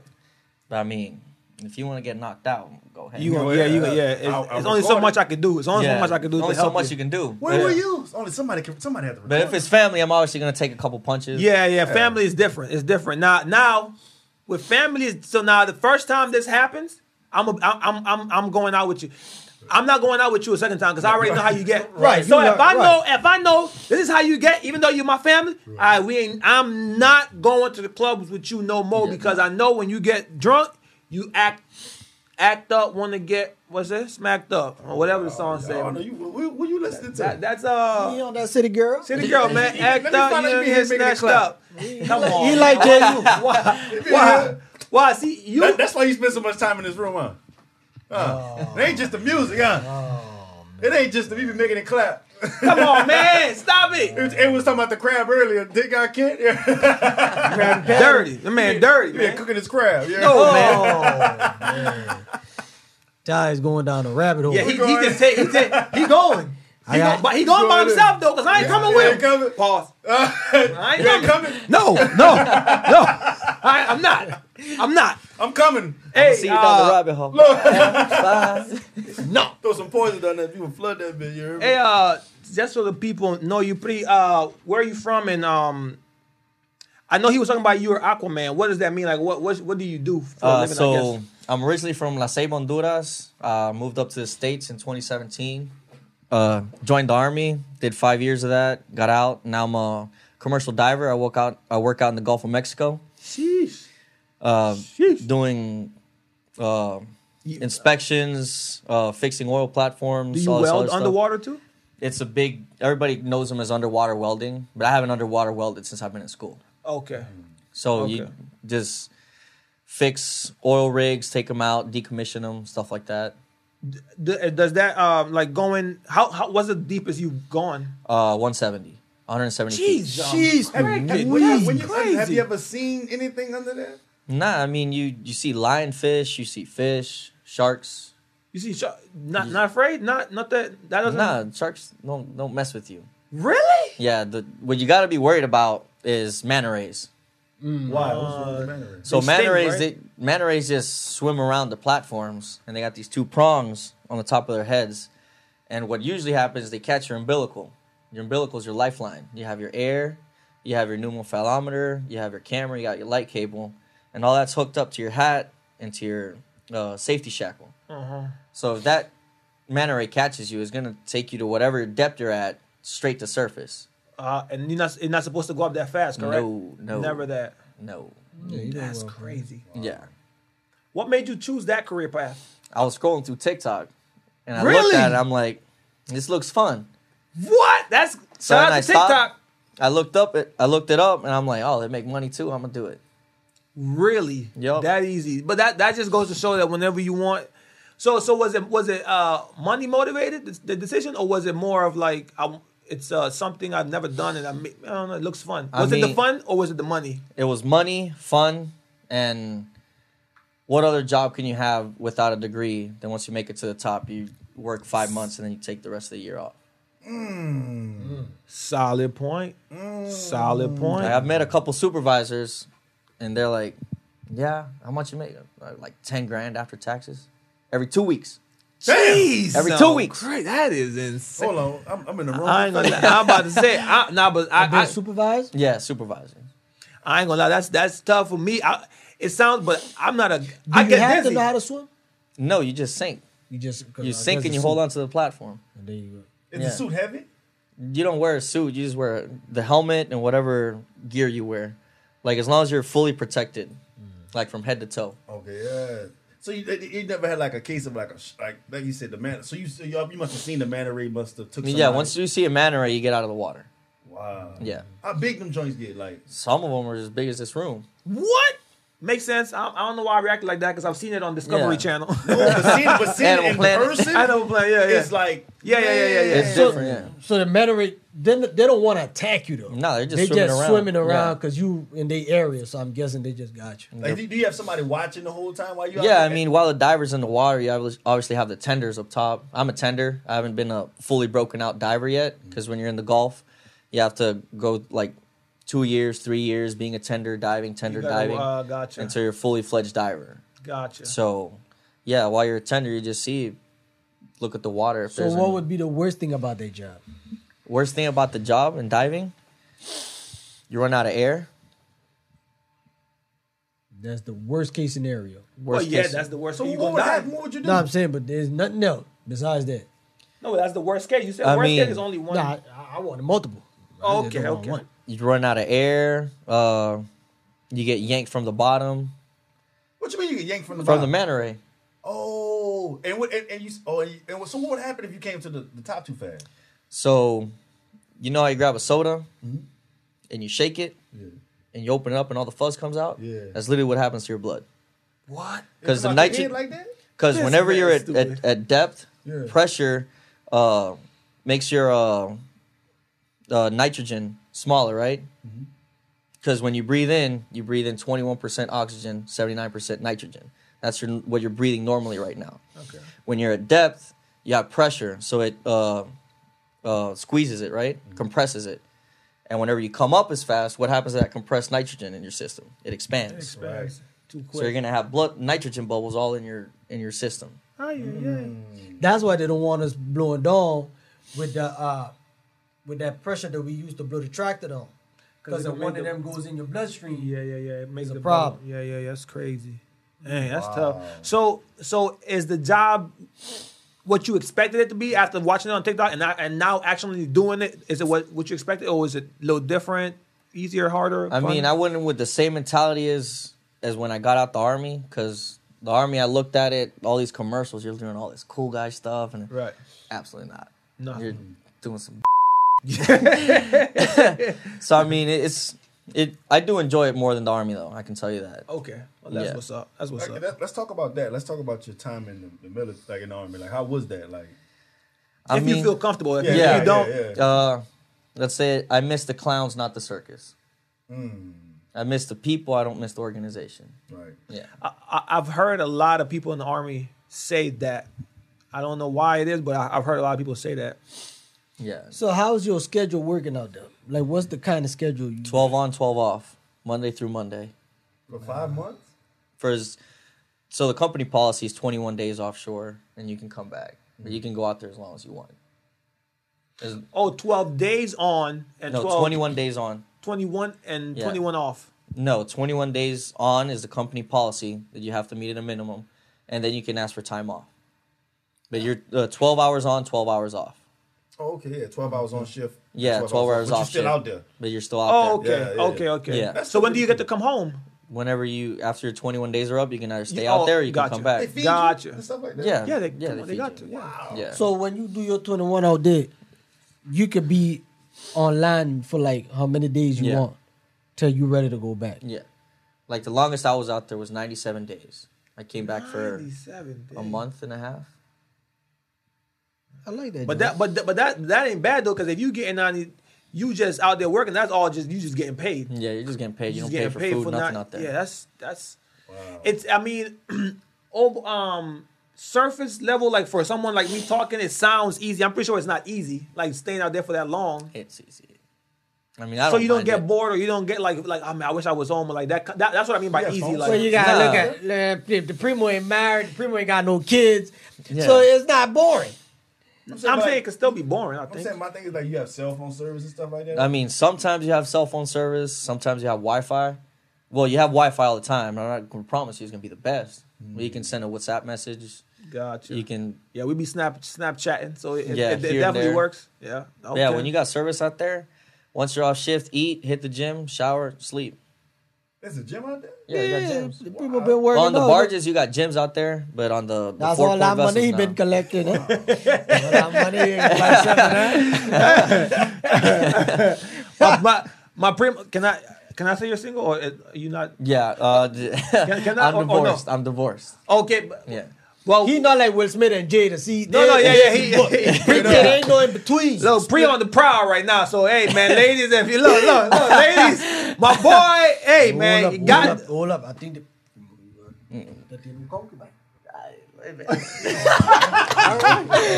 Speaker 4: But I mean, if you want to get knocked out, go ahead.
Speaker 1: You
Speaker 3: know,
Speaker 1: gonna- yeah,
Speaker 3: yeah,
Speaker 1: you
Speaker 3: uh,
Speaker 1: yeah. It's,
Speaker 3: I'll- I'll
Speaker 1: it's only so
Speaker 3: record
Speaker 1: much
Speaker 3: it.
Speaker 1: I can do. It's only
Speaker 4: Yeah.
Speaker 1: so much I can do.
Speaker 4: Only
Speaker 1: to
Speaker 4: so
Speaker 1: help
Speaker 4: much
Speaker 1: you
Speaker 4: you can do.
Speaker 3: Where
Speaker 4: But-
Speaker 3: were you? Only somebody. Can, somebody had to.
Speaker 4: But if
Speaker 3: record.
Speaker 4: it's family, I'm obviously gonna take a couple punches.
Speaker 1: Yeah, yeah. Family is different. It's different now. Now, with family, is- so now the first time this happens, I'm a, I'm I'm I'm going out with you. I'm not going out with you a second time because I already know how you get.
Speaker 2: Right,
Speaker 1: So
Speaker 2: you
Speaker 1: if
Speaker 2: know-
Speaker 1: I
Speaker 2: right.
Speaker 1: know if I know this is how you get, even though you're my family, I we ain't. I'm not going to the clubs with you no more because I know when you get drunk, you act act up, want to get what's it, smacked up or whatever the song says.
Speaker 3: oh, no, you, who, who you listening to?
Speaker 1: That- that's uh.
Speaker 2: you know that city girl.
Speaker 1: City girl, man, act
Speaker 3: Let me
Speaker 1: up,
Speaker 3: find
Speaker 1: you
Speaker 3: out
Speaker 1: know,
Speaker 3: if he
Speaker 1: get
Speaker 3: is making the
Speaker 1: snatched
Speaker 3: clap.
Speaker 1: up. Come on,
Speaker 2: He like JU.
Speaker 1: why? Why? Why? See you.
Speaker 3: That- that's why you spend so much time in this room, huh? Huh.
Speaker 1: Oh.
Speaker 3: It ain't just the music, huh? it ain't just the, we be making it clap.
Speaker 1: come on, man. Stop it. shit.
Speaker 3: It, it was talking about the crab earlier. Dick got kid. Yeah.
Speaker 1: Dirty. The man dirty,
Speaker 3: yeah,
Speaker 1: man.
Speaker 3: cooking his crab. Yeah.
Speaker 1: No, man.
Speaker 2: Oh, man. Ty is going down a rabbit hole.
Speaker 1: Yeah, he, he
Speaker 3: going.
Speaker 1: just take, he take, he going. He
Speaker 2: I got-
Speaker 1: go- but he going by
Speaker 3: going in.
Speaker 1: himself though, cause I ain't coming
Speaker 3: yeah,
Speaker 1: with
Speaker 3: you
Speaker 1: him.
Speaker 3: coming.
Speaker 1: Pause. I ain't
Speaker 3: You ain't
Speaker 1: coming.
Speaker 3: coming.
Speaker 2: no, no.
Speaker 1: No, I, I'm not. I'm not.
Speaker 3: I'm coming.
Speaker 1: Hey,
Speaker 4: See you down the
Speaker 1: uh,
Speaker 4: rabbit hole.
Speaker 1: no.
Speaker 3: Throw some poison down there. if You would flood that bitch. You heard me?
Speaker 1: Hey, uh, just so the people know you, pretty. Uh, where are you from? And um, I know he was talking about you or Aquaman. What does that mean? Like, what what what do you do for a
Speaker 4: Uh,
Speaker 1: living? I
Speaker 4: so
Speaker 1: guess?
Speaker 4: I'm originally from La Ceiba, Honduras. Uh, moved up to the states in 2017. Uh, joined the army. Did five years of that. Got out. Now I'm a commercial diver. I work out. I work out in the Gulf of Mexico,
Speaker 1: Sheesh.
Speaker 4: uh,
Speaker 1: Sheesh.
Speaker 4: doing uh, inspections, uh, fixing oil platforms.
Speaker 1: Do you
Speaker 4: all this other
Speaker 1: weld
Speaker 4: stuff.
Speaker 1: underwater too?
Speaker 4: It's a big. Everybody knows them as underwater welding, but I haven't underwater welded since I've been in school.
Speaker 1: Okay.
Speaker 4: So you
Speaker 1: Okay.
Speaker 4: just fix oil rigs, take them out, decommission them, stuff like that.
Speaker 1: D- does that um like going? How how what's the deepest you've gone?
Speaker 4: Uh, 170, 170 feet.
Speaker 2: Jeez,
Speaker 3: Have,
Speaker 2: Louise.
Speaker 3: when you- when you- have
Speaker 1: crazy.
Speaker 3: you ever seen anything under there?
Speaker 4: Nah, I mean you you see lionfish, you see fish, sharks.
Speaker 1: You see, sh- not not afraid, not not that that doesn't.
Speaker 4: Nah, sharks don't don't mess with you.
Speaker 1: Really?
Speaker 4: Yeah, the what you got to be worried about is manta rays.
Speaker 3: Why? What's wrong with manta rays?
Speaker 4: So
Speaker 1: Uh, They
Speaker 4: manta
Speaker 1: sting,
Speaker 4: rays,
Speaker 1: right?
Speaker 4: they, manta rays just swim around the platforms, and they got these two prongs on the top of their heads. And what usually happens, they catch your umbilical. Your umbilical is your lifeline. You have your air, you have your pneumophalometer, you have your camera, you got your light cable, and all that's hooked up to your hat and to your uh, safety shackle.
Speaker 1: Mm-hmm.
Speaker 4: So if that manta ray catches you, it's gonna take you to whatever depth you're at, straight to surface.
Speaker 1: Uh, and you're not you're not supposed to go up that fast, correct?
Speaker 4: No, no,
Speaker 1: never that.
Speaker 4: no.
Speaker 1: That's crazy.
Speaker 4: Yeah.
Speaker 1: What made you choose that career path?
Speaker 4: I was scrolling through TikTok and I
Speaker 1: Really?
Speaker 4: looked at it. I'm like, this looks fun.
Speaker 1: What? That's
Speaker 4: So
Speaker 1: shout out
Speaker 4: then I
Speaker 1: to TikTok.
Speaker 4: stopped. I looked up it. I looked it up and I'm like, oh, they make money too. I'm gonna do it.
Speaker 1: Really?
Speaker 4: Yup.
Speaker 1: That easy. But that that just goes to show that whenever you want. So so was it was it uh money motivated the, the decision or was it more of like I, it's uh something I've never done and I, ma- I don't know it looks fun.
Speaker 4: I
Speaker 1: Was it the
Speaker 4: mean-
Speaker 1: fun or was it the money?
Speaker 4: It was money, fun, and what other job can you have without a degree? Then once you make it to the top, you work five months and then you take the rest of the year off.
Speaker 1: Solid point. Mm. Solid point.
Speaker 4: Like, I've met a couple supervisors, and they're like, "Yeah, how much you make? Uh, Like ten grand after taxes, every two weeks."
Speaker 1: Jeez,
Speaker 4: Every two
Speaker 1: son,
Speaker 4: weeks.
Speaker 1: cra- that is insane.
Speaker 3: Hold on, I'm, I'm in the wrong.
Speaker 1: I ain't gonna. Lie. I'm about to say. I, nah, but I,
Speaker 2: Being
Speaker 1: I,
Speaker 2: supervised?
Speaker 4: Yeah, supervisor.
Speaker 1: I ain't gonna lie. That's that's tough for me. I, it sounds, but I'm not a.
Speaker 2: Do
Speaker 1: I
Speaker 2: you
Speaker 1: get
Speaker 2: have to
Speaker 1: dizzy.
Speaker 2: know how to swim?
Speaker 4: No, you just sink.
Speaker 2: You just 'cause
Speaker 4: You
Speaker 2: I
Speaker 4: sink
Speaker 2: guess
Speaker 4: and you
Speaker 2: it's
Speaker 4: hold
Speaker 2: suit.
Speaker 4: on to the platform.
Speaker 2: And there you go.
Speaker 3: Is
Speaker 4: Yeah.
Speaker 3: the suit heavy?
Speaker 4: you don't wear a suit. You just wear the helmet and whatever gear you wear. Like as long as you're fully protected,
Speaker 1: Mm-hmm.
Speaker 4: like from head to toe.
Speaker 3: Okay, yeah. So you, you you never had like a case of like a sh- like like you said the man. So you so y'all you must have seen the manta ray must have took.
Speaker 4: I mean,
Speaker 3: Somebody.
Speaker 4: yeah, once you see a manta ray, you get out of the water.
Speaker 3: wow.
Speaker 4: Yeah,
Speaker 3: How big them joints get? Like
Speaker 4: some of them are as big as this room.
Speaker 1: What makes sense? I, I don't know why I reacted like that because I've seen it on Discovery
Speaker 4: Yeah.
Speaker 1: Channel.
Speaker 3: but seeing, but seeing it
Speaker 4: Animal
Speaker 3: in
Speaker 4: Planet.
Speaker 3: person,
Speaker 1: I don't play. Yeah, yeah.
Speaker 3: it's like
Speaker 1: Yeah, yeah, yeah, yeah, yeah.
Speaker 4: It's
Speaker 2: So-
Speaker 4: different. Yeah.
Speaker 2: So the manta ray, they, they don't want to attack you though.
Speaker 4: No, they're just
Speaker 2: they
Speaker 4: swimming
Speaker 2: just
Speaker 4: around.
Speaker 2: swimming around
Speaker 4: Yeah.
Speaker 2: because you in the area. So I'm guessing they just got you.
Speaker 3: Like, do, do you have somebody watching the whole time while you? out
Speaker 4: Yeah, I
Speaker 3: there?
Speaker 4: mean, while the diver's in the water, you obvi- obviously have the tenders up top. I'm a tender. I haven't been a fully broken out diver yet
Speaker 1: Mm.
Speaker 4: because when you're in the Gulf, you have to go like two years, three years being a tender, diving, tender,
Speaker 1: gotta,
Speaker 4: diving
Speaker 1: uh, gotcha.
Speaker 4: until you're a fully fledged diver.
Speaker 1: gotcha.
Speaker 4: So, yeah, while you're a tender, you just see, look at the water. If
Speaker 2: So
Speaker 4: there's
Speaker 2: what
Speaker 4: any-
Speaker 2: would be the worst thing about their job?
Speaker 4: worst thing about the job and diving? You run out of air.
Speaker 2: That's the worst case scenario.
Speaker 1: well,
Speaker 4: Worst
Speaker 1: Oh, yeah,
Speaker 4: case-
Speaker 1: that's the worst.
Speaker 3: so
Speaker 1: thing. You
Speaker 3: what
Speaker 1: gonna
Speaker 3: would
Speaker 1: die?
Speaker 3: happen? What would you do?
Speaker 2: No, I'm saying, but there's nothing else besides that.
Speaker 1: No, that's the worst case. You said
Speaker 4: I
Speaker 1: worst
Speaker 4: mean-
Speaker 1: case is only one.
Speaker 2: No, I, I wanted multiple. I just
Speaker 1: okay,
Speaker 2: don't want
Speaker 1: okay.
Speaker 2: one.
Speaker 4: you run out of air. Uh, you get yanked from the bottom
Speaker 3: what you mean you get yanked from the
Speaker 4: from the
Speaker 3: bottom?
Speaker 4: manta ray.
Speaker 3: Oh, and what and, and you oh and, you, and what, so what would happen if you came to the, the top too fast?
Speaker 4: So, you know how you grab a soda and you shake it and you open it up and all the fuzz comes out.
Speaker 3: Yeah.
Speaker 4: that's literally what happens to your blood.
Speaker 1: What?
Speaker 4: Because the
Speaker 3: Come out your
Speaker 4: nitrogen,
Speaker 3: head like that.
Speaker 4: Because
Speaker 1: This
Speaker 4: whenever
Speaker 1: man
Speaker 4: you're
Speaker 1: is
Speaker 4: at, at,
Speaker 1: stupid.
Speaker 4: at depth,
Speaker 3: Yeah.
Speaker 4: pressure uh, makes your uh, uh, nitrogen smaller, right? Because when you breathe in, you breathe in 21% oxygen, 79% nitrogen. That's your, what you're breathing normally right now.
Speaker 1: Okay.
Speaker 4: When you're at depth, you have pressure, so it uh, uh, squeezes it, right? Compresses it. And whenever you come up as fast, what happens to that compressed nitrogen in your system? It expands.
Speaker 1: Spags. Too quick.
Speaker 4: So you're gonna have blood nitrogen bubbles all in your in your system.
Speaker 1: oh, yeah, yeah.
Speaker 2: That's why they don't want us blowing down with the uh, with that pressure that we used to blow the tractor on. Because
Speaker 1: it
Speaker 2: if
Speaker 1: can
Speaker 2: one
Speaker 1: make
Speaker 2: of
Speaker 1: the-
Speaker 2: them goes in your bloodstream,
Speaker 1: Yeah, yeah, yeah. It makes
Speaker 2: a
Speaker 1: the
Speaker 2: problem.
Speaker 1: bubble. Yeah, yeah, yeah. That's crazy. Dang, that's tough. So, so is the job what you expected it to be after watching it on TikTok and now, and now actually doing it? Is it what, what you expected, or is it a little different, easier, harder?
Speaker 4: I mean, I
Speaker 1: fun?
Speaker 4: went in with the same mentality as as when I got out the army, because the army I looked at it, all these commercials, you're doing all this cool guy stuff, and
Speaker 1: right.
Speaker 4: absolutely not.
Speaker 1: No.
Speaker 4: You're doing some. so I mean, it's it. I do enjoy it more than the army, though. I can tell you that.
Speaker 1: Okay. Well, that's
Speaker 4: Yeah.
Speaker 1: what's up. That's what's
Speaker 3: Like,
Speaker 1: up.
Speaker 3: that- let's talk about that. Let's talk about your time in the, the military, like in the army. Like, how was that? Like,
Speaker 4: I
Speaker 1: if you
Speaker 4: mean-
Speaker 1: feel comfortable, if
Speaker 3: Yeah,
Speaker 1: you-
Speaker 4: yeah,
Speaker 1: if you don't,
Speaker 3: yeah, yeah.
Speaker 4: Uh, let's say it, I miss the clowns, not the circus.
Speaker 3: Hmm.
Speaker 4: I miss the people. I don't miss the organization.
Speaker 3: right?
Speaker 4: Yeah.
Speaker 1: I, I've heard a lot of people in the army say that. I don't know why it is, but I, I've heard a lot of people say that.
Speaker 4: Yeah.
Speaker 2: So how's your schedule working out there? Like, what's the kind of schedule you?
Speaker 4: 12 on, 12 off, Monday through Monday.
Speaker 3: For five months.
Speaker 4: For his, so the company policy is 21 days offshore and you can come back. But you can go out there as long as you want. As-
Speaker 1: Oh, 12 days on and
Speaker 4: no,
Speaker 1: 12,
Speaker 4: 21 days on.
Speaker 1: 21 and
Speaker 4: Yeah.
Speaker 1: 21 off.
Speaker 4: No, 21 days on is the company policy that you have to meet at a minimum and then you can ask for time off. But you're uh, 12 hours on, 12 hours off.
Speaker 3: Oh, okay, yeah, twelve hours on shift.
Speaker 4: Yeah, 12, hours
Speaker 3: but
Speaker 4: off.
Speaker 3: you still
Speaker 4: shift,
Speaker 3: out there.
Speaker 4: But you're still out
Speaker 1: Oh, okay,
Speaker 4: there.
Speaker 3: Yeah, yeah, yeah.
Speaker 1: okay, okay.
Speaker 4: Yeah. That's
Speaker 1: So when do you get to come home?
Speaker 4: Whenever you, after your 21 days are up, you can either stay
Speaker 1: You-
Speaker 4: out
Speaker 1: oh,
Speaker 4: there or you
Speaker 1: gotcha.
Speaker 4: can come
Speaker 3: They
Speaker 4: back.
Speaker 3: feed
Speaker 1: Gotcha.
Speaker 3: you and stuff like that.
Speaker 4: Yeah.
Speaker 1: Yeah, they,
Speaker 4: Yeah,
Speaker 1: come
Speaker 4: they
Speaker 1: on, they
Speaker 4: feed
Speaker 1: got to.
Speaker 4: you.
Speaker 1: Yeah.
Speaker 4: Yeah.
Speaker 2: So when you do your twenty one out there, you could be online for like how many days you
Speaker 4: Yeah.
Speaker 2: want till you ready to go back.
Speaker 4: Yeah. Like the longest I was out there was 97 days. I came back for
Speaker 1: 97
Speaker 4: a
Speaker 1: days.
Speaker 4: month and a half.
Speaker 2: I like that.
Speaker 1: But
Speaker 2: Joe.
Speaker 1: that, but that, but that, that ain't bad though, because if you getting on, you just out there working. That's all just you just getting paid. You
Speaker 4: Yeah, you're just getting paid. You
Speaker 1: just
Speaker 4: don't pay
Speaker 1: getting
Speaker 4: for food, nothing out there.
Speaker 1: Yeah, that's that's.
Speaker 3: Wow.
Speaker 1: It's I mean, ob- um, surface level like for someone like me talking, it sounds easy. I'm pretty sure it's not easy, like staying out there for that long.
Speaker 4: It's easy. I mean, I don't
Speaker 1: So you don't
Speaker 4: mind
Speaker 1: get
Speaker 4: it.
Speaker 1: bored or you don't get like like I mean I wish I was home or like that. that that's what I mean by
Speaker 3: Yeah,
Speaker 1: easy.
Speaker 3: phone-
Speaker 1: Like
Speaker 2: Well, you gotta
Speaker 4: Nah.
Speaker 2: look at look, if the primo ain't married, the primo ain't got no kids,
Speaker 4: Yeah.
Speaker 2: so it's not boring.
Speaker 3: I'm
Speaker 1: I'm
Speaker 3: like-
Speaker 1: saying it could still be boring. I
Speaker 3: I'm
Speaker 1: think.
Speaker 3: saying my thing is like you have cell phone service and stuff like that.
Speaker 4: I mean, sometimes you have cell phone service, sometimes you have Wi Fi. Well, you have Wi Fi all the time. I'm not going to promise you it's going to be the best. But you can send a WhatsApp message.
Speaker 1: Gotcha.
Speaker 4: You can,
Speaker 1: Yeah, we be snap Snapchatting, so it, it-
Speaker 4: Yeah,
Speaker 1: it, it
Speaker 4: here and
Speaker 1: definitely
Speaker 4: there.
Speaker 1: works. Yeah. Okay.
Speaker 4: yeah, when you got service out there, once you're off shift, eat, hit the gym, shower, sleep.
Speaker 3: there's a gym out there.
Speaker 4: Yeah, you got gyms.
Speaker 2: the primo been working
Speaker 4: Well, on the
Speaker 2: hard.
Speaker 4: barges, you got gyms out there, but on the, the
Speaker 2: That's
Speaker 4: four
Speaker 2: all
Speaker 4: port
Speaker 2: that
Speaker 4: vessels
Speaker 2: money he
Speaker 4: now.
Speaker 2: been collecting. Huh? all that money he been collecting,
Speaker 1: my,
Speaker 2: huh?
Speaker 1: Uh, my my prim, can I can I say you're single or are you not?
Speaker 4: Yeah, uh, d-
Speaker 1: can I-
Speaker 4: I'm
Speaker 1: or- or no?
Speaker 4: divorced. I'm divorced.
Speaker 1: Okay. but-
Speaker 4: Yeah,
Speaker 1: Well,
Speaker 2: He not like Will Smith and Jada. See,
Speaker 1: no, no, yeah, yeah. He,
Speaker 2: There ain't no in between.
Speaker 1: look, pre on the prowl right now. So hey, man, ladies, if you look, look, look, ladies, my boy, hey, man,
Speaker 2: hold
Speaker 1: you
Speaker 2: up,
Speaker 1: got
Speaker 2: hold up, hold up. I think the, that didn't concubine.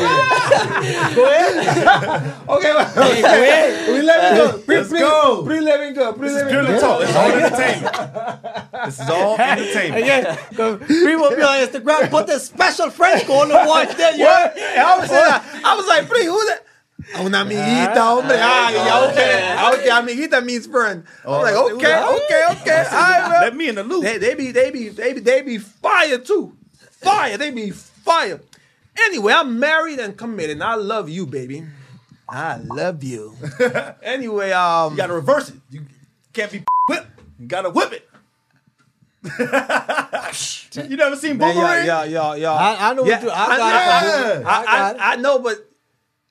Speaker 2: Go ahead.
Speaker 1: okay. well,
Speaker 2: Go ahead.
Speaker 1: Pre let me go. Pre,
Speaker 3: Let's
Speaker 1: pre,
Speaker 3: go.
Speaker 1: Pre let me go. Pre let me
Speaker 3: Purely
Speaker 1: go.
Speaker 3: talk. It's all entertainment. this is all entertainment.
Speaker 2: Yeah, we will be on Instagram. Put the special French on the watch there. You heard?
Speaker 1: What? I was saying, I was like, pre, who's that? Oh, una amiguita, hombre. Ah, yeah, okay. Okay, amiguita means friend. I was like, okay, okay, okay. All right, man.
Speaker 3: Let me in the loop.
Speaker 1: They, they be they be they be they be fire too. Fire. They be fire. Anyway, I'm married and committed. And I love you, baby. I love you. anyway, um
Speaker 3: You gotta reverse it. You can't be whip. You gotta whip it. you never seen
Speaker 1: man, yeah,
Speaker 3: Boomerang?
Speaker 1: yeah, yeah, yeah.
Speaker 2: I- I know what
Speaker 1: yeah,
Speaker 2: you- I got
Speaker 1: I,
Speaker 3: it from
Speaker 1: know-
Speaker 3: Boomerang.
Speaker 1: I,
Speaker 2: I got it.
Speaker 1: I, I know, but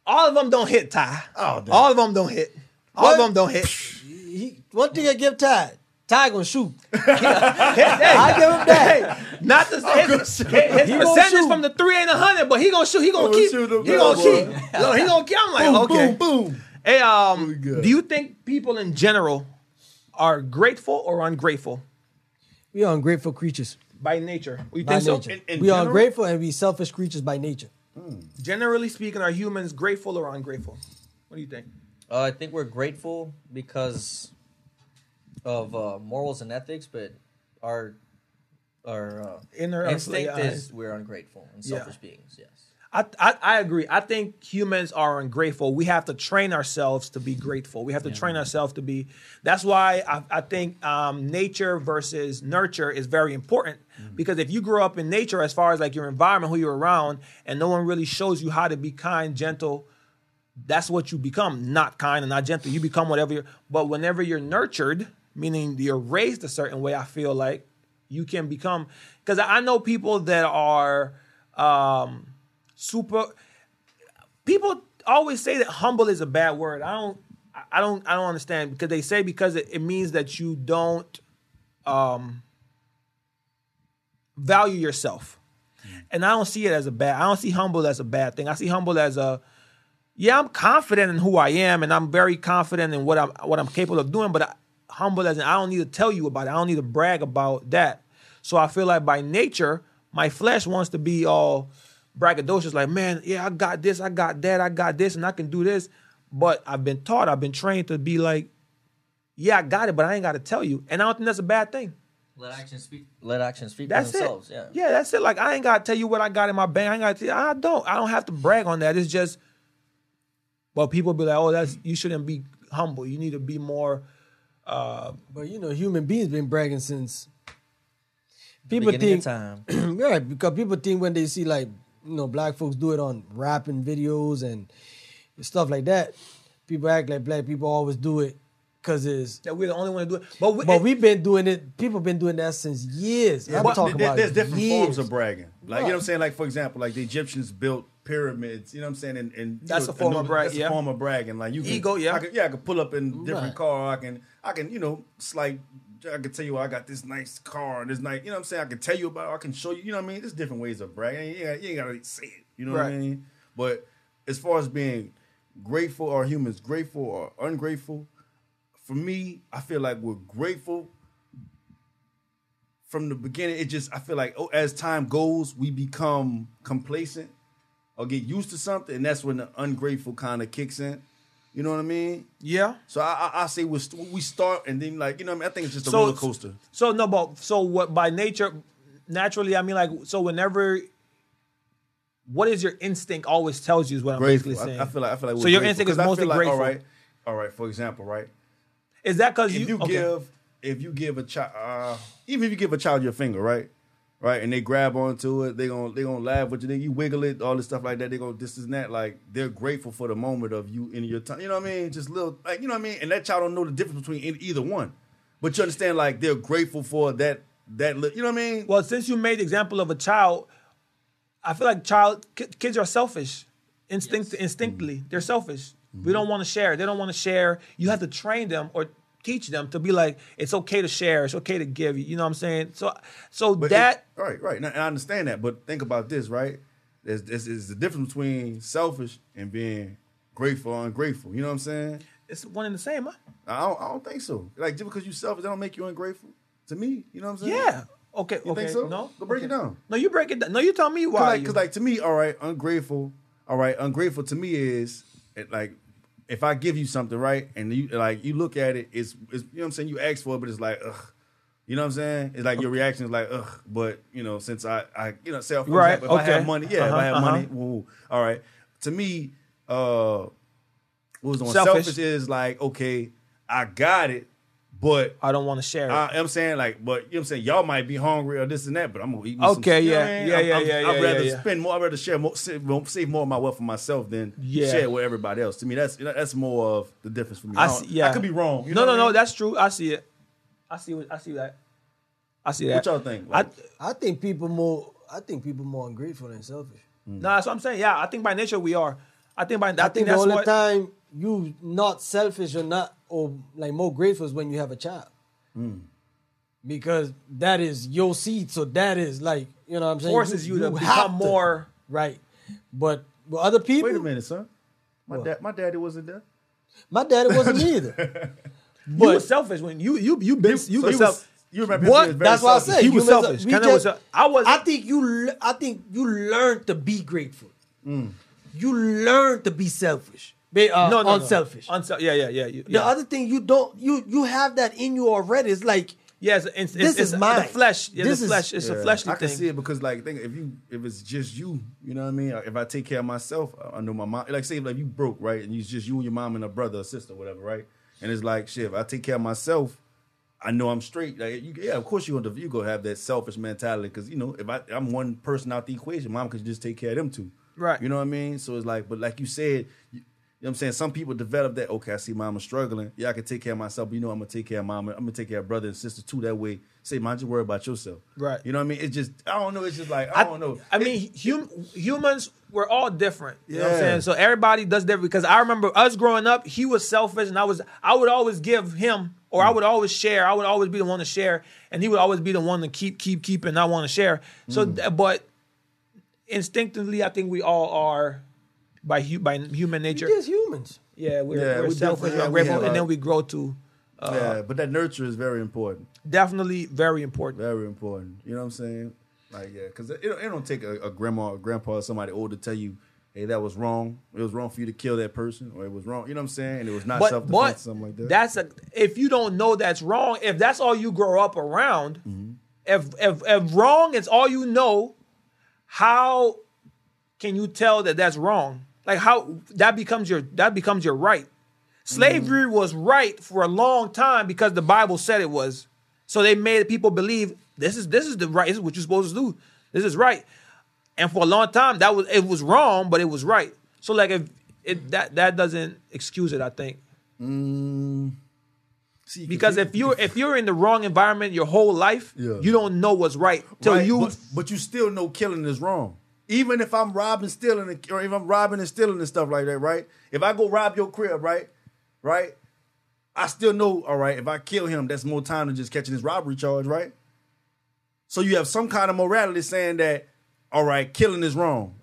Speaker 1: all of them don't hit, Ty.
Speaker 3: Oh, damn.
Speaker 1: all of them don't hit. All of
Speaker 2: What?
Speaker 1: them don't hit.
Speaker 2: He, one thing I give Ty, Ty gonna shoot.
Speaker 1: I
Speaker 2: I give him that.
Speaker 1: Not the
Speaker 3: Oh,
Speaker 1: his, his, his
Speaker 2: He gonna
Speaker 1: percentage
Speaker 2: shoot.
Speaker 1: from the three ain't a hundred, but he gonna shoot. He gonna
Speaker 3: Gonna
Speaker 1: keep.
Speaker 3: Oh, shoot him
Speaker 1: he gonna
Speaker 3: down,
Speaker 1: keep. Look, he gonna keep. I'm like, okay,
Speaker 3: boom, boom.
Speaker 1: Hey, um,
Speaker 3: Really good.
Speaker 1: do you think people in general are grateful or ungrateful
Speaker 2: We are ungrateful creatures
Speaker 1: by nature? You
Speaker 2: by
Speaker 1: think so?
Speaker 2: nature.
Speaker 3: In- in
Speaker 2: we are
Speaker 3: general?
Speaker 2: ungrateful and we selfish creatures by nature.
Speaker 1: Generally speaking, are humans grateful or ungrateful? What do you think?
Speaker 4: Uh, I think we're grateful because of uh, morals and ethics, but our our uh,
Speaker 1: Inner-
Speaker 4: instinct
Speaker 1: yeah,
Speaker 4: is we're ungrateful and
Speaker 1: Yeah.
Speaker 4: selfish beings. Yes.
Speaker 1: I, I, I agree. I think humans are ungrateful. We have to train ourselves to be grateful. We have to train ourselves to be. That's why I, I think um, nature versus nurture is very important. Because if you grow up in nature, as far as like your environment, who you're around, and no one really shows you how to be kind, gentle, that's what you become. Not kind and not gentle. You become whatever you're. But whenever you're nurtured, meaning you're raised a certain way, I feel like you can become. Because I I know people that are. Um, super people always say that humble is a bad word i don't I- i don't i don't understand because they say because it, it means that you don't um value yourself and i don't see it as a bad i don't see humble as a bad thing i see humble as a yeah i'm confident in who i am and i'm very confident in what i'm what i'm capable of doing but I, humble as in i don't need to tell you about it i don't need to brag about that so i feel like by nature my flesh wants to be all braggadocious like man yeah i got this i got that i got this and i can do this but i've been taught i've been trained to be like yeah i got it but i ain't got to tell you and i don't think that's a bad thing
Speaker 4: Let actions speak. Let actions speak
Speaker 1: that's
Speaker 4: for themselves.
Speaker 1: it.
Speaker 4: Yeah.
Speaker 1: that's it. Like I ain't gotta tell you what I got in my bank. I ain't gotta tell you. I don't. I don't have to brag on that. It's just well, people be like, oh, that's you shouldn't be humble. You need to be more uh
Speaker 2: But you know, human beings been bragging since people
Speaker 4: Beginning
Speaker 2: think
Speaker 4: of time.
Speaker 2: right because people think when they see like you know black folks do it on rapping videos and stuff like that, people act like black people always do it because it's.
Speaker 1: that we're the only one to do it. But we,
Speaker 2: But we've been doing it. People been doing that since years. I'm
Speaker 3: But
Speaker 2: talking
Speaker 3: there-
Speaker 2: about
Speaker 3: there's different
Speaker 2: years.
Speaker 3: forms of bragging. Like you know what I'm
Speaker 2: Right.
Speaker 3: saying? Like for example, like the Egyptians built pyramids, you know what I'm saying? And, and you
Speaker 1: That's
Speaker 3: know,
Speaker 1: a form of
Speaker 3: Anubis-
Speaker 1: brag,
Speaker 3: That's
Speaker 1: yeah.
Speaker 3: a form of bragging. Like you can,
Speaker 1: Ego, yeah.
Speaker 3: I could, yeah, I could pull up in different
Speaker 2: Right.
Speaker 3: car. I can I can, you know, slight I can tell you I got this nice car and this nice you know what I'm saying? I can tell you about it, I can show you, you know what I mean? There's different ways of bragging. You ain't, you ain't gotta say it. You know what I
Speaker 1: Right.
Speaker 3: mean? But as far as being grateful are humans grateful or ungrateful, for me, I feel like we're grateful from the beginning. It just I feel like oh, as time goes, we become complacent or get used to something, and that's when the ungrateful kind of kicks in. You know what I mean?
Speaker 1: yeah.
Speaker 3: So I I, I say we st- we start and then like you know what I mean. I think it's just a
Speaker 1: So-
Speaker 3: roller coaster.
Speaker 1: So no, but so what by nature naturally I mean like so whenever what is your instinct always tells you is what I'm
Speaker 3: Grateful.
Speaker 1: basically saying.
Speaker 3: I, I feel like I feel like we're
Speaker 1: So your
Speaker 3: grateful,
Speaker 1: instinct is
Speaker 3: 'cause I feel
Speaker 1: mostly
Speaker 3: like,
Speaker 1: grateful.
Speaker 3: All right, all right. For example, right.
Speaker 1: is that because you,
Speaker 3: if you
Speaker 1: okay.
Speaker 3: give if you give a child uh, even if you give a child your finger right right and they grab onto it they gonna they gonna laugh with you then you wiggle it all this stuff like that they go this is that like they're grateful for the moment of you in your time you know what i mean just little like you know what i mean and that child don't know the difference between in either one but you understand like they're grateful for that that li- you know what i mean
Speaker 1: Well, since you made the example of a child, I feel like child ki- kids are selfish, instinct instinctively. They're selfish. We don't want to share. They don't want to share. You have to train them or teach them to be like it's okay to share. It's okay to give. You know what I'm saying? So, so
Speaker 3: But
Speaker 1: that
Speaker 3: it- right, right. Now, and I understand that, but think about this, right? There's, there's, there's the difference between selfish and being grateful or ungrateful. You know what I'm saying?
Speaker 1: it's one and the same. Huh?
Speaker 3: I don't, I don't think so. Like just because you selfish, that don't make you ungrateful. To me, you know what I'm saying?
Speaker 1: Yeah. Okay.
Speaker 3: You
Speaker 1: okay.
Speaker 3: think so?
Speaker 1: No.
Speaker 3: Go break it
Speaker 1: Okay.
Speaker 3: down.
Speaker 1: No, you break it down. No, you tell me why.
Speaker 3: Because like,
Speaker 1: you-
Speaker 3: 'cause like to me, all right, ungrateful. All right, ungrateful to me is it, like if I give you something, right, and you like you look at it, it's, it's you know what I'm saying. You ask for it, but it's like ugh. You know what I'm saying? It's like your reaction is like, ugh, but you know, since I, I you know, say, for
Speaker 1: Right,
Speaker 3: example, if I
Speaker 1: okay.
Speaker 3: have money, yeah, if
Speaker 1: Uh-huh,
Speaker 3: I have
Speaker 1: uh-huh.
Speaker 3: money, woo, all right. To me, uh, what was the one?
Speaker 1: Selfish.
Speaker 3: selfish is like, okay, I got it, but
Speaker 1: I don't want to share. it.
Speaker 3: I, I'm saying like, but you know what I'm saying y'all might be hungry or this and that, but I'm gonna eat. Me
Speaker 1: Okay,
Speaker 3: some, you know
Speaker 1: yeah,
Speaker 3: what I mean?
Speaker 1: yeah,
Speaker 3: I'm-
Speaker 1: yeah,
Speaker 3: I'm-
Speaker 1: yeah,
Speaker 3: I'd
Speaker 1: yeah,
Speaker 3: rather
Speaker 1: yeah.
Speaker 3: spend more. I'd rather share more, save, more- save more of my wealth for myself than
Speaker 1: Yeah.
Speaker 3: share it with everybody else. To me, that's that's more of the difference for me.
Speaker 1: I
Speaker 3: don't-
Speaker 1: see, yeah.
Speaker 3: I could be wrong. You
Speaker 1: no,
Speaker 3: know
Speaker 1: no,
Speaker 3: what I
Speaker 1: no.
Speaker 3: mean?
Speaker 1: That's true. I see it. I see. what- I see that. I see that.
Speaker 3: what y'all think. Like,
Speaker 1: I,
Speaker 2: I think people more. I think people more ungrateful than selfish.
Speaker 1: No, that's what I'm saying. Yeah, I think by nature we are. I think by I,
Speaker 2: I,
Speaker 1: think,
Speaker 2: think, the
Speaker 1: that's
Speaker 2: only
Speaker 1: what.
Speaker 2: time you not selfish or not or like more grateful is when you have a child,
Speaker 1: Hmm.
Speaker 2: because that is your seed. So that is like you know what I'm saying
Speaker 1: Forces you to
Speaker 2: have
Speaker 1: become more-
Speaker 2: right. But with other people,
Speaker 3: wait a minute, son. My dad, my daddy wasn't there.
Speaker 2: My daddy wasn't either.
Speaker 1: You were
Speaker 2: But
Speaker 1: selfish when you you you been you
Speaker 3: so
Speaker 1: were
Speaker 3: you
Speaker 1: self-
Speaker 3: was- you remember him being
Speaker 2: what?
Speaker 3: very
Speaker 2: That's what I
Speaker 3: selfish.
Speaker 2: said.
Speaker 1: He was
Speaker 2: You mess up-
Speaker 1: selfish.
Speaker 2: we
Speaker 1: Kendall was
Speaker 2: just-
Speaker 1: sel- I was-
Speaker 2: I think you. l- I think you learn to be grateful. You learn to be selfish. Be uh,
Speaker 1: Hmm. no, no,
Speaker 2: unselfish.
Speaker 1: No. Unsel- yeah, yeah, yeah. you-
Speaker 2: The
Speaker 1: yeah.
Speaker 2: other thing you don't you you have that in you already. It's like
Speaker 1: yes, it's, it's,
Speaker 2: this
Speaker 1: it's
Speaker 2: is mine.
Speaker 1: The flesh. Yeah,
Speaker 2: This
Speaker 1: the
Speaker 2: is-
Speaker 1: flesh. It's
Speaker 3: Yeah.
Speaker 1: a fleshly
Speaker 3: I can
Speaker 1: thing.
Speaker 3: see it because like think if you if it's just you, you know what I mean. If I take care of myself, I- I know my mom. Like say like you broke right, and it's just you and your mom and a brother or sister, whatever, right? And it's like shit. If I take care of myself, I know I'm straight. Like you, yeah, of course you gonna you gonna have that selfish mentality because you know if I I'm one person out the equation, mom could just take care of them two,
Speaker 1: Right.
Speaker 3: You know what I mean. So it's like, but like you said. You, you know what I'm saying? Some people develop that, okay, I see mama struggling. Yeah, I can take care of myself, but you know I'm gonna take care of mama. I'm gonna take care of brother and sister too. That way, say, mind you worry about yourself.
Speaker 1: Right.
Speaker 3: You know what I mean? It's just I don't know. It's just like I,
Speaker 1: I
Speaker 3: don't know.
Speaker 1: I
Speaker 3: It-
Speaker 1: mean, hum, humans we're all different. You know what I'm
Speaker 3: Yeah.
Speaker 1: saying? So everybody does different. Because I remember us growing up, he was selfish, and I was I would always give him, or
Speaker 3: Mm.
Speaker 1: I would always share. I would always be the one to share, and he would always be the one to keep, keep, keep, and not want to share. So,
Speaker 3: Mm.
Speaker 1: th- but instinctively, I think we all are by hu- by human nature.
Speaker 2: you're just humans.
Speaker 1: Yeah, we're,
Speaker 3: Yeah,
Speaker 1: we're
Speaker 3: we
Speaker 1: selfish,
Speaker 3: definitely-
Speaker 1: we're
Speaker 3: yeah, we
Speaker 1: ungrateful,
Speaker 3: have
Speaker 1: and
Speaker 3: our-
Speaker 1: then we grow to
Speaker 3: yeah, but that nurture is very important.
Speaker 1: definitely very important.
Speaker 3: Very important. You know what I'm saying? Like yeah, because it, it don't take a, a grandma, or grandpa, or somebody old to tell you, hey, that was wrong. It was wrong for you to kill that person, or it was wrong. You know what I'm saying? And it was not
Speaker 1: But
Speaker 3: self
Speaker 1: but
Speaker 3: defense, something like that.
Speaker 1: that's a if you don't know that's wrong. If that's all you grow up around,
Speaker 3: Mm-hmm.
Speaker 1: if if if wrong is all you know, how can you tell that that's wrong? Like how that becomes your that becomes your right. Slavery
Speaker 3: Mm-hmm.
Speaker 1: was right for a long time because the Bible said it was. So they made people believe this is this is the right. This is what you're supposed to do. This is right. And for a long time, that was it was wrong, but it was right. So like if it that that doesn't excuse it, I think
Speaker 3: See,
Speaker 1: because if you're if you're in the wrong environment your whole life,
Speaker 3: Yeah.
Speaker 1: you don't know what's right till
Speaker 3: Right,
Speaker 1: you.
Speaker 3: but, but you still know killing is wrong. Even if I'm robbing, stealing, and- or if I'm robbing and stealing and stuff like that, right? If I go rob your crib, right, right, I still know. All right, if I kill him, that's more time than just catching this robbery charge, right? So you have some kind of morality saying that, all right, killing is wrong.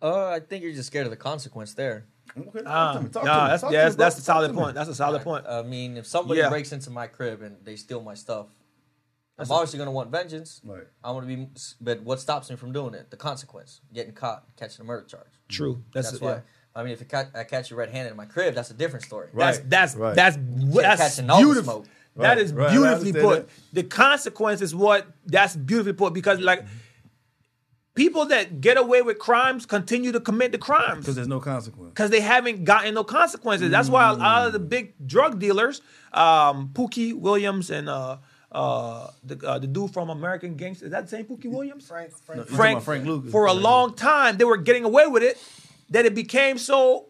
Speaker 4: Uh, I think you're just scared of the consequence there.
Speaker 3: Okay,
Speaker 1: Ah,
Speaker 3: talk to me, talk to
Speaker 1: nah,
Speaker 3: me,
Speaker 1: that's
Speaker 3: talk to
Speaker 1: yeah,
Speaker 3: me,
Speaker 1: that's,
Speaker 3: bro,
Speaker 1: that's a
Speaker 3: talk to
Speaker 1: solid
Speaker 3: me.
Speaker 1: point. That's a solid point. Uh,
Speaker 4: I mean, if somebody
Speaker 1: Yeah.
Speaker 4: breaks into my crib and they steal my stuff, I'm obviously gonna want vengeance.
Speaker 3: Right.
Speaker 4: I want to be, but what stops me from doing it? The consequence: getting caught, catching a murder charge.
Speaker 1: True.
Speaker 4: That's,
Speaker 1: That's,
Speaker 4: why.
Speaker 1: yeah.
Speaker 4: I mean, if it ca- I catch you red-handed in my crib, that's a different story.
Speaker 1: That's
Speaker 3: Right,
Speaker 1: that's
Speaker 3: right.
Speaker 1: that's
Speaker 4: Can't
Speaker 1: that's
Speaker 4: catch in all the
Speaker 1: beautiful.
Speaker 4: smoke.
Speaker 1: That
Speaker 3: Right,
Speaker 1: is
Speaker 3: right, I
Speaker 1: beautifully
Speaker 3: understand
Speaker 1: put. The consequence is what that's beautifully put because like people that get away with crimes continue to commit the crimes
Speaker 3: Because there's no consequence.
Speaker 1: because they haven't gotten no consequences. That's why a lot of the
Speaker 3: Mm.
Speaker 1: big drug dealers, um, Pookie Williams and uh, uh, the uh, the dude from American Gangster, is that the same Pookie Williams?
Speaker 2: Frank, Frank.
Speaker 3: You talking
Speaker 1: Frank,
Speaker 3: about Frank Lucas.
Speaker 1: for a long time they were getting away with it that it became so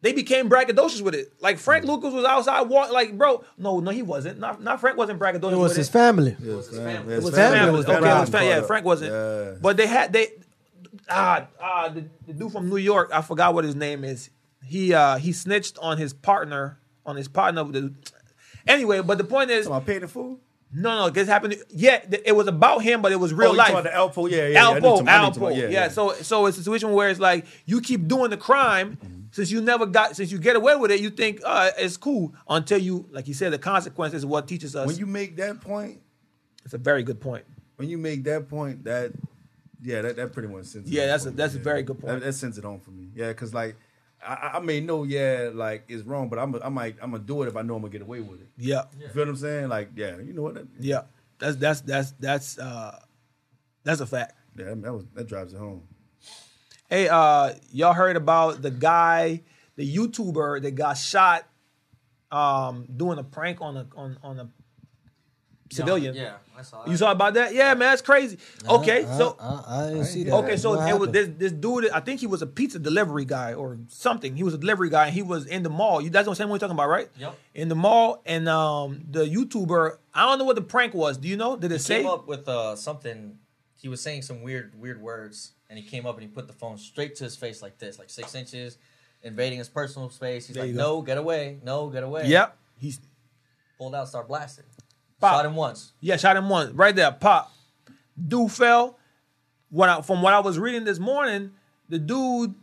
Speaker 1: they became braggadocious with it. Like Frank
Speaker 3: Mm.
Speaker 1: Lucas was outside walk like bro, no, no, he wasn't. Not, not Frank wasn't braggadocious.
Speaker 2: It was
Speaker 1: with
Speaker 2: his
Speaker 1: it.
Speaker 2: family.
Speaker 3: Family.
Speaker 1: It was
Speaker 2: family.
Speaker 1: family.
Speaker 2: It was
Speaker 1: okay, it was
Speaker 3: family.
Speaker 1: family. Yeah, Frank wasn't.
Speaker 3: Yeah.
Speaker 1: But they had they ah ah the, the dude from New York. I forgot what his name is. He uh he snitched on his partner on his partner. With the, anyway, but the point is
Speaker 3: Am I paid in full?
Speaker 1: no no this happened. Yeah, th- it was about him, but it was real
Speaker 3: Oh, you
Speaker 1: life.
Speaker 3: talking about The Alpo, yeah, yeah, yeah. I need
Speaker 1: Alpo,
Speaker 3: to- I need to-
Speaker 1: Alpo. Yeah, So so it's a situation where it's like you keep doing the crime
Speaker 3: Mm-hmm.
Speaker 1: since you never got since you get away with it, you think uh, it's cool until you like you said the consequences is what teaches us.
Speaker 3: when you make that point,
Speaker 1: it's a very good point.
Speaker 3: when you make that point, that yeah, that, that pretty much sends. it
Speaker 1: Yeah,
Speaker 3: home
Speaker 1: that's
Speaker 3: for
Speaker 1: a-
Speaker 3: me,
Speaker 1: that's a
Speaker 3: yeah.
Speaker 1: very good point.
Speaker 3: That, that sends it on for me. Yeah, because like I- I, I may know, yeah, like it's wrong, but I'm I might I'm gonna do it if I know I'm gonna get away with it.
Speaker 1: Yeah.
Speaker 3: You feel what I'm saying? Like yeah, you know what? That, yeah,
Speaker 1: Yeah. That's that's that's that's uh that's a fact.
Speaker 3: that, was that drives it home.
Speaker 1: Hey, uh, y'all heard about the guy, the YouTuber that got shot um doing a prank on a on, on a civilian.
Speaker 4: Yeah, Uh-huh, I saw.
Speaker 1: You saw about that? Yeah, man, that's crazy. Okay, so
Speaker 2: I, I, I didn't see that.
Speaker 1: Okay, so
Speaker 2: What
Speaker 1: it was
Speaker 2: happened?
Speaker 1: this this dude. I think he was a pizza delivery guy or something. He was a delivery guy. and He was in the mall. You guys know the same one you're talking about, right?
Speaker 4: Yep.
Speaker 1: In the mall, and um, the YouTuber. I don't know what the prank was. Do you know? Did it say?
Speaker 4: came up with uh, something. He was saying some weird, weird words, and he came up and he put the phone straight to his face like this, like six inches, invading his personal space. He's
Speaker 1: There
Speaker 4: like,
Speaker 1: you go.
Speaker 4: "No, get away! No, get away!"
Speaker 1: Yep. He's
Speaker 4: Pulled out, start blasting.
Speaker 1: Pop.
Speaker 4: Shot him once.
Speaker 1: yeah. Shot him once right there. Pop. Dude fell. What I, from what I was reading this morning, the dude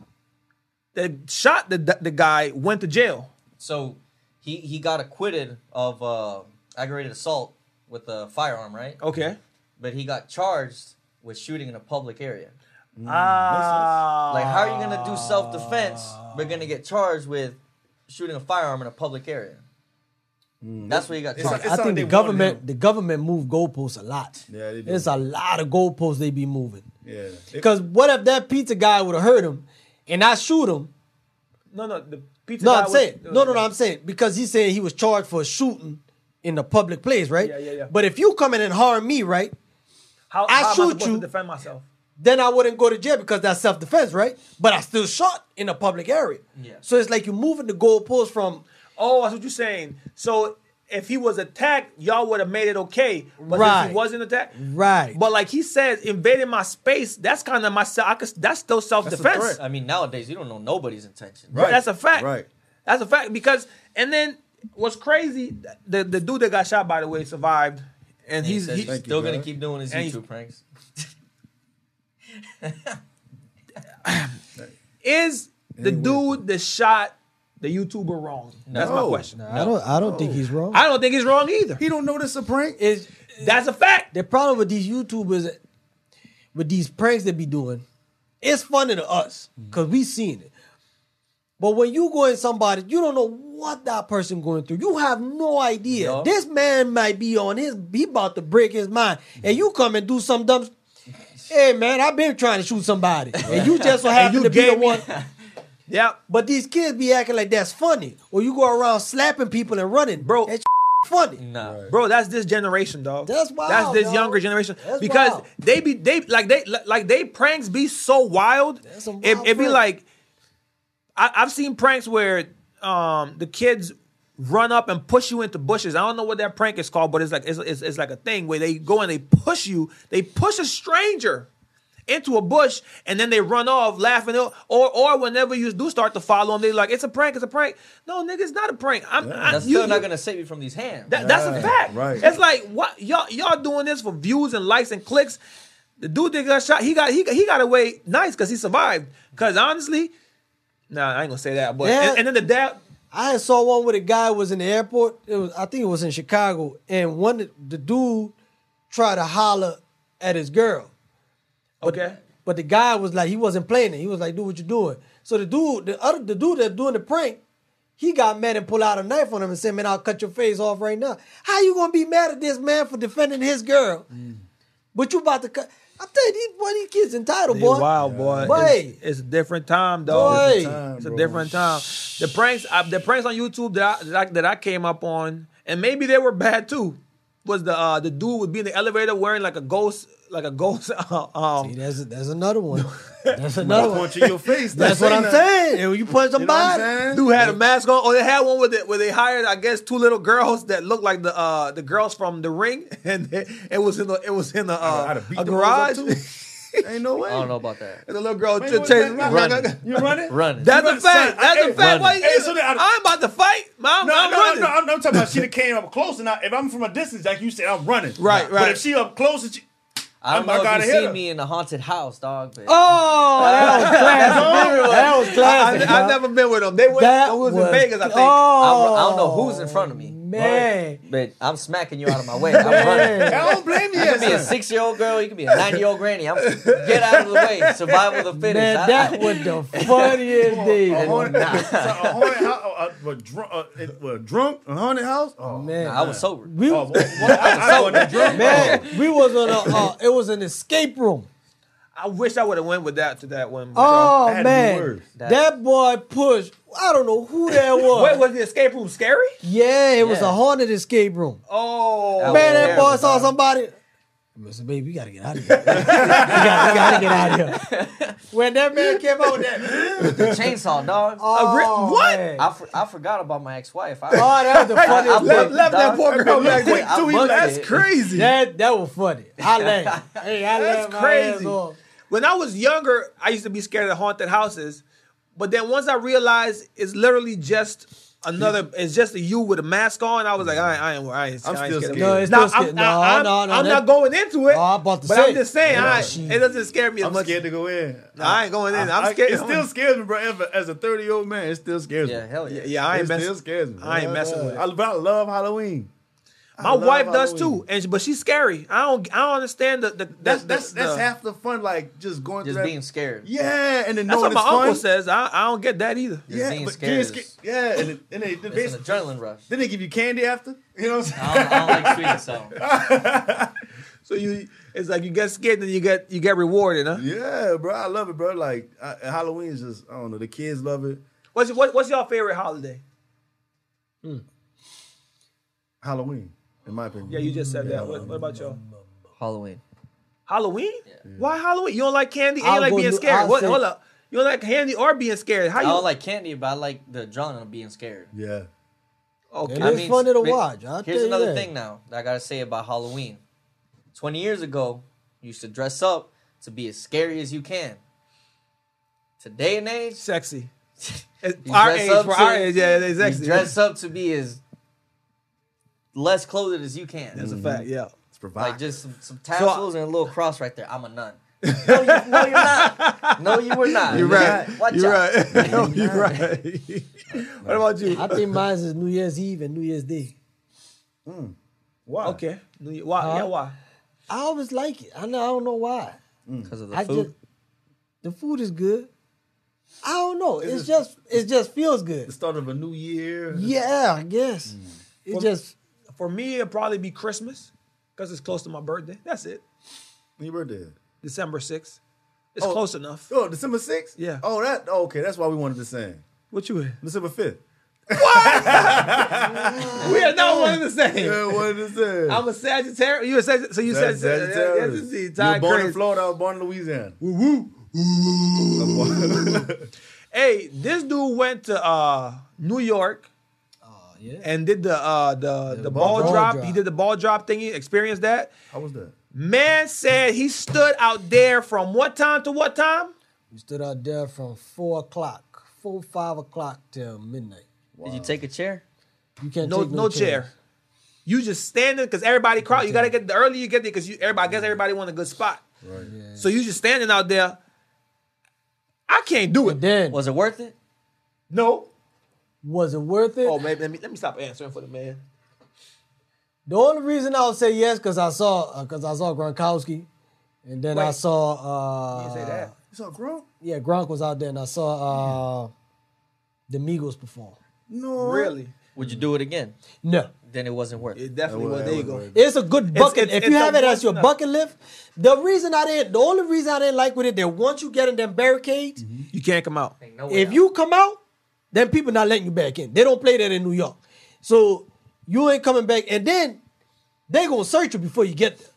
Speaker 1: that shot the the guy went to jail.
Speaker 4: so he he got acquitted of uh, aggravated assault with a firearm, right?
Speaker 1: Okay.
Speaker 4: But he got charged with shooting in a public area.
Speaker 1: Ah.
Speaker 4: Like, how are you gonna do self defense? We're gonna get charged with shooting a firearm in a public area.
Speaker 3: Hmm.
Speaker 4: That's what he got
Speaker 3: It's
Speaker 4: charged.
Speaker 3: like-
Speaker 2: I
Speaker 3: how
Speaker 2: think
Speaker 3: they
Speaker 2: the
Speaker 3: want
Speaker 2: government
Speaker 3: him.
Speaker 2: the government move goalposts a lot.
Speaker 3: Yeah, they do.
Speaker 2: There's a lot of goalposts they be moving.
Speaker 3: Yeah. They-
Speaker 2: Because what if that pizza guy would have hurt him and I shoot him?
Speaker 1: No, no. The pizza
Speaker 2: No,
Speaker 1: guy
Speaker 2: I'm
Speaker 1: was-
Speaker 2: saying no, no, no. I'm saying because he said he was charged for shooting in the public place, right?
Speaker 1: Yeah, yeah, yeah.
Speaker 2: But if you come in and harm me, right,
Speaker 1: How,
Speaker 2: I
Speaker 1: how am I
Speaker 2: shoot
Speaker 1: supposed
Speaker 2: you.
Speaker 1: to defend myself?
Speaker 2: then I wouldn't go to jail because that's self defense, right? But I still shot in a public area.
Speaker 4: Yeah.
Speaker 2: So it's like you're moving the goalposts from
Speaker 1: Oh, that's what you're saying. So if he was attacked, y'all would have made it okay. But if
Speaker 2: Right.
Speaker 1: he wasn't attacked,
Speaker 2: right.
Speaker 1: But like he says, invading my space, that's kind of my se- I could, that's still self defense.
Speaker 3: threat.
Speaker 4: I mean, nowadays you don't know nobody's intention.
Speaker 3: Right.
Speaker 1: That's a fact.
Speaker 3: Right.
Speaker 1: That's a fact because and then what's crazy, the the dude that got shot by the way survived, and
Speaker 4: He
Speaker 1: he's
Speaker 4: says
Speaker 1: he,
Speaker 4: he's
Speaker 3: Thank you,
Speaker 4: still gonna
Speaker 3: brother.
Speaker 4: keep doing his
Speaker 1: And he's-
Speaker 4: YouTube pranks.
Speaker 1: is the
Speaker 3: Ain't
Speaker 1: dude that shot the YouTuber wrong. That's my
Speaker 3: No.
Speaker 1: question.
Speaker 2: I don't I don't think he's wrong.
Speaker 1: I don't think he's wrong either.
Speaker 3: He don't know this a prank.
Speaker 2: It's-
Speaker 1: That's a fact.
Speaker 2: the problem with these YouTubers with these pranks they be doing, it's funny to us because we seen it. But when you go in somebody, you don't know what that person going through. You have no idea.
Speaker 4: Yeah.
Speaker 2: This man might be on his, he about to break his mind, and you come and do some dumb. s- Hey man, I've been trying to shoot somebody, and you just so happen
Speaker 1: you
Speaker 2: to be the
Speaker 1: gave me-
Speaker 2: one.
Speaker 1: Yep.
Speaker 2: But these kids be acting like that's funny, or you go around slapping people and running,
Speaker 1: Bro.
Speaker 2: That's funny.
Speaker 4: Nah.
Speaker 1: Bro, that's this generation, dog.
Speaker 2: That's
Speaker 1: why.
Speaker 2: wild,
Speaker 1: That's this
Speaker 2: dog.
Speaker 1: younger generation
Speaker 2: That's
Speaker 1: because
Speaker 2: wild.
Speaker 1: they be they like they like they pranks be so wild.
Speaker 2: That's a wild
Speaker 1: it, it be
Speaker 2: prank.
Speaker 1: like I, I've seen pranks where um the kids run up and push you into bushes. I don't know what that prank is called, but it's like it's it's, it's like a thing where they go and they push you. They push a stranger. Into a bush and then they run off laughing, or or whenever you do start to follow them, they like it's a prank, it's a prank. No, nigga, it's not a prank. I'm I,
Speaker 4: That's
Speaker 1: you,
Speaker 4: still not
Speaker 1: you-
Speaker 4: gonna save you from these hands.
Speaker 1: that- that's a
Speaker 3: Right,
Speaker 1: fact.
Speaker 3: right.
Speaker 1: It's like what y'all y'all doing this for views and likes and clicks. The dude that got shot, he got he got, he got away nice because he survived. Because honestly, nah, I ain't gonna say that. But
Speaker 2: Yeah.
Speaker 1: and, and then the dad,
Speaker 2: I had saw one where the guy was in the airport. It was I think it was in Chicago, and one the dude tried to holler at his girl,
Speaker 1: okay,
Speaker 2: but the guy was like he wasn't playing it. He was like, "Do what you doing." So the dude, the other, the dude that's doing the prank, he got mad and pulled out a knife on him and said, "Man, I'll cut your face off right now." How you gonna be mad at this man for defending his girl?
Speaker 1: Mm.
Speaker 2: But you about to cut? I'm telling you, these boy, these kids entitled,
Speaker 1: They
Speaker 2: boy.
Speaker 1: wild boy.
Speaker 2: Boy.
Speaker 1: It's, it's a different time, though.
Speaker 2: Boy.
Speaker 1: It's a
Speaker 3: Time,
Speaker 1: different time. The pranks, uh, the pranks on YouTube that I, that I that I came up on, and maybe they were bad too. Was the uh, the dude would be in the elevator wearing like a ghost, like a ghost? Uh, um,
Speaker 2: That's that's another one. That's
Speaker 3: I
Speaker 2: another one.
Speaker 3: punch in your face.
Speaker 2: That's what I'm saying. When you punch
Speaker 3: You know what I'm
Speaker 2: somebody.
Speaker 3: saying?
Speaker 1: Dude had a mask on. Oh, they had one with it where they hired, I guess, two little girls that looked like the uh the girls from The Ring, and it, it was in the it was in the uh,
Speaker 3: I'd have beat
Speaker 1: a
Speaker 3: the garage.
Speaker 1: garage.
Speaker 3: Too. Ain't no way.
Speaker 4: I don't know about that.
Speaker 1: And the little girl
Speaker 3: Ain't
Speaker 1: t-
Speaker 3: no way
Speaker 1: chased-
Speaker 3: back-
Speaker 4: Running.
Speaker 3: You running?
Speaker 4: Running.
Speaker 1: That's
Speaker 3: You
Speaker 1: a
Speaker 3: better say,
Speaker 1: fact. That's
Speaker 3: hey,
Speaker 1: a fact. Why you?
Speaker 3: hey, so then I-
Speaker 1: I'm about to fight. I'm,
Speaker 3: No,
Speaker 1: I'm
Speaker 3: no,
Speaker 1: running.
Speaker 3: no, I'm, I'm talking about she that came up close, and I, if I'm from a distance, like you said, I'm running.
Speaker 1: Right,
Speaker 3: But
Speaker 1: right.
Speaker 3: if she up close, and she,
Speaker 4: I don't
Speaker 3: I'm- I
Speaker 4: know
Speaker 3: gotta
Speaker 4: if you
Speaker 3: hit
Speaker 4: see
Speaker 3: her.
Speaker 4: me in a haunted house, dog. But
Speaker 2: Oh, that was classic. that was
Speaker 1: I,
Speaker 2: classic.
Speaker 1: I, have
Speaker 2: dog.
Speaker 1: never been with them. They went.
Speaker 2: that
Speaker 1: it was, in Vegas, I think.
Speaker 2: Oh,
Speaker 4: I, I don't know who's in front of me,
Speaker 2: man.
Speaker 4: but I'm smacking you out of my way. I'm running.
Speaker 3: I don't blame you.
Speaker 4: You can be a
Speaker 3: yes, sir.
Speaker 4: six-year-old girl. You can be a nine-year-old granny. I'm get out of the way. Survival of the fittest.
Speaker 2: Man,
Speaker 4: I- I-
Speaker 2: that was the funniest
Speaker 3: A
Speaker 2: day.
Speaker 3: haunted, so a haunted house, a, a, a, drunk, a, a drunk, a haunted house. Oh,
Speaker 2: Man,
Speaker 4: I was sober.
Speaker 2: we,
Speaker 3: Oh, what, what, I, I wasn't drunk.
Speaker 2: Mm. man, we was on a. Uh, it was an escape room.
Speaker 1: I wish I would have went with that to that one. uh,
Speaker 2: Oh
Speaker 3: That'd be
Speaker 2: man,
Speaker 3: worse.
Speaker 2: that boy pushed. I don't know who that was.
Speaker 1: Wait, was the escape room scary?
Speaker 2: yeah, it was
Speaker 4: Yeah.
Speaker 2: a haunted escape room.
Speaker 1: Oh,
Speaker 2: Man,
Speaker 4: was
Speaker 2: that boy
Speaker 4: terrible,
Speaker 2: saw somebody. Mr. Baby, we gotta get out of here. we, gotta, we gotta get out of here. When that man came out, with that oh,
Speaker 4: The chainsaw, dog.
Speaker 1: A re- what?
Speaker 2: man.
Speaker 4: I, for, I forgot about my ex-wife. I,
Speaker 2: oh, that was the
Speaker 4: I- I
Speaker 2: funniest.
Speaker 1: left,
Speaker 4: Left-
Speaker 2: thing.
Speaker 1: left that
Speaker 4: dog.
Speaker 1: poor girl
Speaker 3: That
Speaker 1: back
Speaker 3: boy
Speaker 1: quick
Speaker 4: quick
Speaker 1: too.
Speaker 4: too, he
Speaker 1: That's
Speaker 4: left.
Speaker 1: crazy.
Speaker 2: That that was funny. I laughed. Hey, I
Speaker 1: That's
Speaker 2: laughed my ass
Speaker 1: crazy.
Speaker 2: off.
Speaker 1: When I was younger, I used to be scared of haunted houses, but then once I realized it's literally just another. It's just a you with a mask on. I was like, I, I ain't. I ain't.
Speaker 3: I'm
Speaker 1: I ain't scared. of
Speaker 3: still scared.
Speaker 1: that.
Speaker 3: No,
Speaker 2: it's
Speaker 1: Now,
Speaker 2: still
Speaker 1: I'm,
Speaker 2: sca-
Speaker 1: no, I'm,
Speaker 2: no, no,
Speaker 1: I'm
Speaker 2: that-
Speaker 1: not going into it.
Speaker 2: No, I'm about to
Speaker 1: but
Speaker 2: say.
Speaker 1: I'm just saying,
Speaker 2: Yeah,
Speaker 1: I,
Speaker 2: shit.
Speaker 1: it doesn't scare me as
Speaker 3: I'm
Speaker 1: much.
Speaker 3: scared to go in.
Speaker 1: No, I ain't going in. I'm
Speaker 3: I-
Speaker 1: scared.
Speaker 3: It still scares me, bro. As a- As a 30 year old man, it still scares
Speaker 4: Yeah,
Speaker 3: me.
Speaker 4: hell yeah.
Speaker 1: yeah, yeah, I
Speaker 3: it
Speaker 1: ain't
Speaker 3: still
Speaker 1: messing.
Speaker 3: scares me.
Speaker 1: I ain't
Speaker 3: bro.
Speaker 1: messing with it.
Speaker 3: I, but I love Halloween. I
Speaker 1: My
Speaker 3: love
Speaker 1: wife does
Speaker 3: Halloween.
Speaker 1: too, and she- but she's scary. I don't. I don't understand the. the
Speaker 3: That's
Speaker 1: the-
Speaker 3: that's that's
Speaker 1: the-
Speaker 3: half the fun. Like just going
Speaker 4: Just
Speaker 3: through
Speaker 4: being
Speaker 3: that.
Speaker 4: scared.
Speaker 3: Yeah, and then
Speaker 1: That's what
Speaker 3: knowing
Speaker 1: my
Speaker 3: it's fun.
Speaker 1: uncle says. I, I don't get that either.
Speaker 4: Just being
Speaker 3: but
Speaker 4: scared
Speaker 3: sca-
Speaker 4: is-
Speaker 3: yeah, and, it, and they, they
Speaker 4: It's an
Speaker 3: basically-
Speaker 4: adrenaline rush.
Speaker 3: then they give you candy after. You know what I'm
Speaker 4: I
Speaker 3: saying?
Speaker 4: don't, I don't like sweets,
Speaker 1: So
Speaker 4: so
Speaker 1: you, it's like you get scared and you get you get rewarded, huh?
Speaker 3: yeah, bro, I love it, bro. Like I, Halloween is just I don't know. The kids love it.
Speaker 1: What's what, what's your favorite holiday?
Speaker 3: Halloween, in my opinion.
Speaker 1: Yeah, you just said that. What, what about y'all?
Speaker 4: Halloween.
Speaker 1: Halloween? Why Halloween? You don't like candy and
Speaker 2: I'll
Speaker 1: you like
Speaker 2: go
Speaker 1: being
Speaker 2: do-
Speaker 1: scared.
Speaker 2: I'll
Speaker 1: What,
Speaker 2: say-
Speaker 1: hold up. You don't like candy or being scared. How
Speaker 4: I
Speaker 1: you
Speaker 4: don't like candy, but I like the adrenaline of being scared.
Speaker 3: Yeah.
Speaker 1: Okay.
Speaker 2: It's fun to
Speaker 4: sp-
Speaker 2: watch, I'll
Speaker 4: here's
Speaker 2: tell you
Speaker 4: another
Speaker 2: that.
Speaker 4: thing now that I gotta say about Halloween. Twenty years ago, you used to dress up to be as scary as you can. Today and age,
Speaker 1: Sexy. It's
Speaker 4: You
Speaker 1: our
Speaker 4: dress
Speaker 1: age,
Speaker 4: up
Speaker 1: for our
Speaker 4: to-
Speaker 1: age, yeah, it's
Speaker 4: you
Speaker 1: sexy.
Speaker 4: dress up to be as less clothed as you can.
Speaker 1: That's a fact, yeah.
Speaker 3: It's provocative.
Speaker 4: Like just some, some tassels and a little cross right there. I'm a nun. no, you, are not. No, you were not.
Speaker 3: You're right.
Speaker 4: Watch out.
Speaker 1: right. No, you're right. what about you?
Speaker 2: I think mine is New Year's Eve and New Year's Day.
Speaker 3: Why?
Speaker 1: Okay. New Year- Why? Yeah, why?
Speaker 2: I always like it. I know. I don't know why.
Speaker 4: Because of the
Speaker 2: I
Speaker 4: food.
Speaker 2: just the food is good. I don't know. It's, just it just feels
Speaker 3: The
Speaker 2: good.
Speaker 3: start of a new year.
Speaker 2: Yeah, I guess it just
Speaker 1: For me, it'd probably be Christmas because it's close to my birthday. That's it.
Speaker 3: When your birthday?
Speaker 1: December 6th. It's
Speaker 3: Oh.
Speaker 1: close enough.
Speaker 3: Oh, December 6th?
Speaker 1: Yeah.
Speaker 3: Oh, that oh, okay. That's why we wanted the same.
Speaker 1: What you in?
Speaker 3: December 5th.
Speaker 1: We are not one of the same.
Speaker 3: Yeah, what is it?
Speaker 1: I'm a Sagittarius. You a Sagittarius? So you said Sagittarius. Yes,
Speaker 3: You
Speaker 1: indeed.
Speaker 3: were
Speaker 1: Ty
Speaker 3: born in
Speaker 1: Craig.
Speaker 3: Florida. I was born in Louisiana.
Speaker 1: Hey, this dude went to uh, New York
Speaker 2: Oh, yeah.
Speaker 1: and did the uh, the, the,
Speaker 3: ball
Speaker 1: ball,
Speaker 2: drop.
Speaker 1: drop. He did the ball drop thingy. Experienced that.
Speaker 3: How was that?
Speaker 1: Man said he stood out there from what time to what time?
Speaker 2: We stood out there from four o'clock, four five o'clock till midnight.
Speaker 4: Did you take a chair?
Speaker 2: You can't
Speaker 1: No,
Speaker 2: take
Speaker 1: no chair. You just standing because everybody crowd. You gotta get the earlier you get there because you everybody. I guess everybody want a good spot.
Speaker 3: Right.
Speaker 1: So you just standing out there. I can't do
Speaker 2: And
Speaker 1: it.
Speaker 2: then was,
Speaker 4: Was it worth it?
Speaker 1: No.
Speaker 2: it worth it?
Speaker 1: Oh, maybe let me let me stop answering for the man.
Speaker 2: The only reason I would say yes because I saw because I saw Gronkowski, and then I
Speaker 1: Wait.
Speaker 2: saw uh,
Speaker 1: Can't say that.
Speaker 3: You saw Gronk?
Speaker 2: yeah Gronk was out there, and I saw uh, the Migos perform.
Speaker 3: No.
Speaker 1: Really?
Speaker 4: Would you do it again?
Speaker 2: No,
Speaker 4: Then it wasn't worth it.
Speaker 1: It definitely was. There you go.
Speaker 2: It's a good bucket.
Speaker 1: it's-
Speaker 2: if
Speaker 1: it's
Speaker 2: you
Speaker 1: a uh,
Speaker 2: have it as
Speaker 1: once
Speaker 2: your
Speaker 1: in a-
Speaker 2: bucket lift, the reason I didn't, the only reason I didn't like with it, that once you get in them barricades,
Speaker 1: You can't come out.
Speaker 4: Ain't no way
Speaker 2: if
Speaker 4: out.
Speaker 2: you come out, then people not letting you back in. They don't play that in New York, so you ain't coming back. And then they gonna search you before you get there.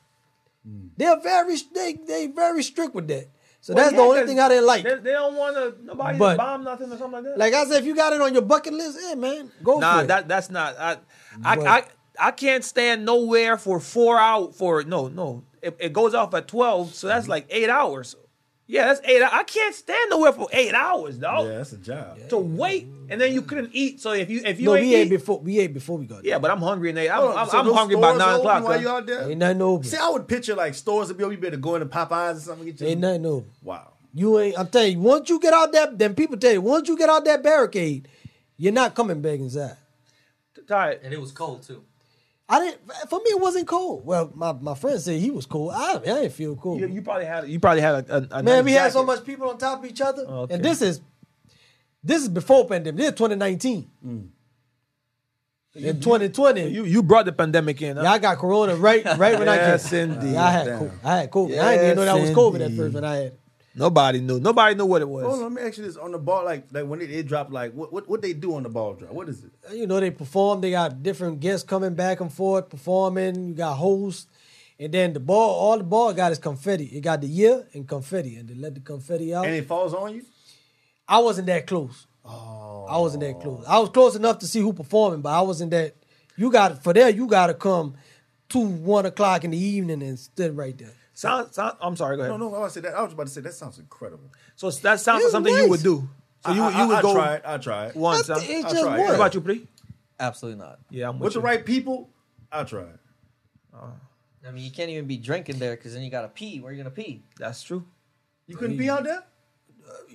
Speaker 1: Hmm.
Speaker 2: They're very they they very strict with that. So that's the
Speaker 1: Yeah,
Speaker 2: only
Speaker 1: 'cause
Speaker 2: thing I didn't like.
Speaker 1: They, they don't want to nobody to
Speaker 2: But-
Speaker 1: bomb nothing or something like that.
Speaker 2: Like I said, if you got it on your bucket list, hey man, go for
Speaker 1: nah,
Speaker 2: it.
Speaker 1: that that's not. I I,
Speaker 2: But-
Speaker 1: I I can't stand nowhere for four out for no no. It, it goes off at twelve, so that's like eight hours. Yeah, that's eight. hou- I can't stand nowhere for eight hours, dog.
Speaker 3: Yeah, that's a job.
Speaker 1: To wait and then you couldn't eat. So if you if you
Speaker 2: no,
Speaker 1: ain't
Speaker 2: we ate
Speaker 1: eat-
Speaker 2: before we ate before we got there.
Speaker 1: yeah, but I'm hungry and eight. I'm,
Speaker 3: Hold on,
Speaker 1: I'm,
Speaker 3: so
Speaker 1: I'm
Speaker 3: those
Speaker 1: hungry about
Speaker 3: stores
Speaker 1: nine
Speaker 3: open
Speaker 1: o'clock.
Speaker 3: While
Speaker 1: huh?
Speaker 3: you out there?
Speaker 2: ain't nothing open.
Speaker 3: See, I would picture like stores would be you better go into Popeyes or something. Get your,
Speaker 2: Ain't nothing open.
Speaker 3: Wow.
Speaker 2: You ain't. I'm telling you. Once you get out that, then people tell you. Once you get out that barricade, you're not coming back inside.
Speaker 1: Tired.
Speaker 4: and it was cold too.
Speaker 2: I didn't. For me, it wasn't cold. Well, my, my friend said he was cold. I, I didn't feel cold.
Speaker 1: You, you probably had you probably had a, a, a
Speaker 2: Man, we
Speaker 1: nice
Speaker 2: had so
Speaker 1: jacket.
Speaker 2: much people on top of each other,
Speaker 1: Okay.
Speaker 2: and this is this is before pandemic. This is 2019. In 2020,
Speaker 1: Mm. You you brought the pandemic in. huh?
Speaker 2: yeah, I got corona right right when
Speaker 1: Yes,
Speaker 2: I came.
Speaker 1: indeed.
Speaker 2: Yeah, I had
Speaker 3: Damn.
Speaker 2: COVID. I had COVID. I didn't even know that
Speaker 1: Yes,
Speaker 2: was COVID at
Speaker 1: indeed.
Speaker 2: first when I had. it.
Speaker 1: Nobody knew. Nobody knew what it was.
Speaker 3: Hold on, let me ask you this: on the ball, like, like when it, it dropped, like, what, what, what they do on the ball drop? What is it?
Speaker 2: you know they perform they got different guests coming back and forth performing you got hosts and then the ball all the ball got is confetti it got the year and confetti and they let the confetti out
Speaker 3: And it falls on you?
Speaker 2: i wasn't that close oh i wasn't that close i was close enough to see who performing but i wasn't that you got for there you got to come to one o'clock in the evening and stand right there
Speaker 1: Sound, sound, I'm sorry. Go ahead.
Speaker 3: No, no, I was about to say that. I was about to say that sounds incredible.
Speaker 1: So that sounds
Speaker 2: It
Speaker 1: like
Speaker 2: was
Speaker 1: something you would
Speaker 2: nice.
Speaker 1: do. So you,
Speaker 3: I,
Speaker 1: you would
Speaker 3: I,
Speaker 1: go
Speaker 3: I tried. I tried.
Speaker 1: one
Speaker 2: That's-
Speaker 1: time.
Speaker 2: It
Speaker 3: I'll
Speaker 2: just
Speaker 3: try it.
Speaker 1: What
Speaker 2: work.
Speaker 1: about you, Pre?
Speaker 4: Absolutely not.
Speaker 1: Yeah, I'm
Speaker 3: With the right people, I tried.
Speaker 4: I mean, you can't even be drinking there because then you gotta pee. Where you gonna pee?
Speaker 1: That's true.
Speaker 3: You couldn't be out there.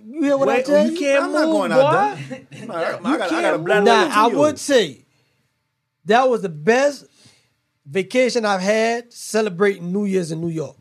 Speaker 2: You hear what I
Speaker 1: Wait, oh,
Speaker 2: tell
Speaker 1: you can't
Speaker 3: I'm
Speaker 1: move,
Speaker 3: not going
Speaker 1: boy.
Speaker 3: out there. No, I, I got, I got a
Speaker 1: can't
Speaker 3: bladder.
Speaker 2: Now,
Speaker 3: over
Speaker 2: I
Speaker 3: two
Speaker 2: would
Speaker 3: years.
Speaker 2: say that was the best vacation I've had celebrating New Year's in New York.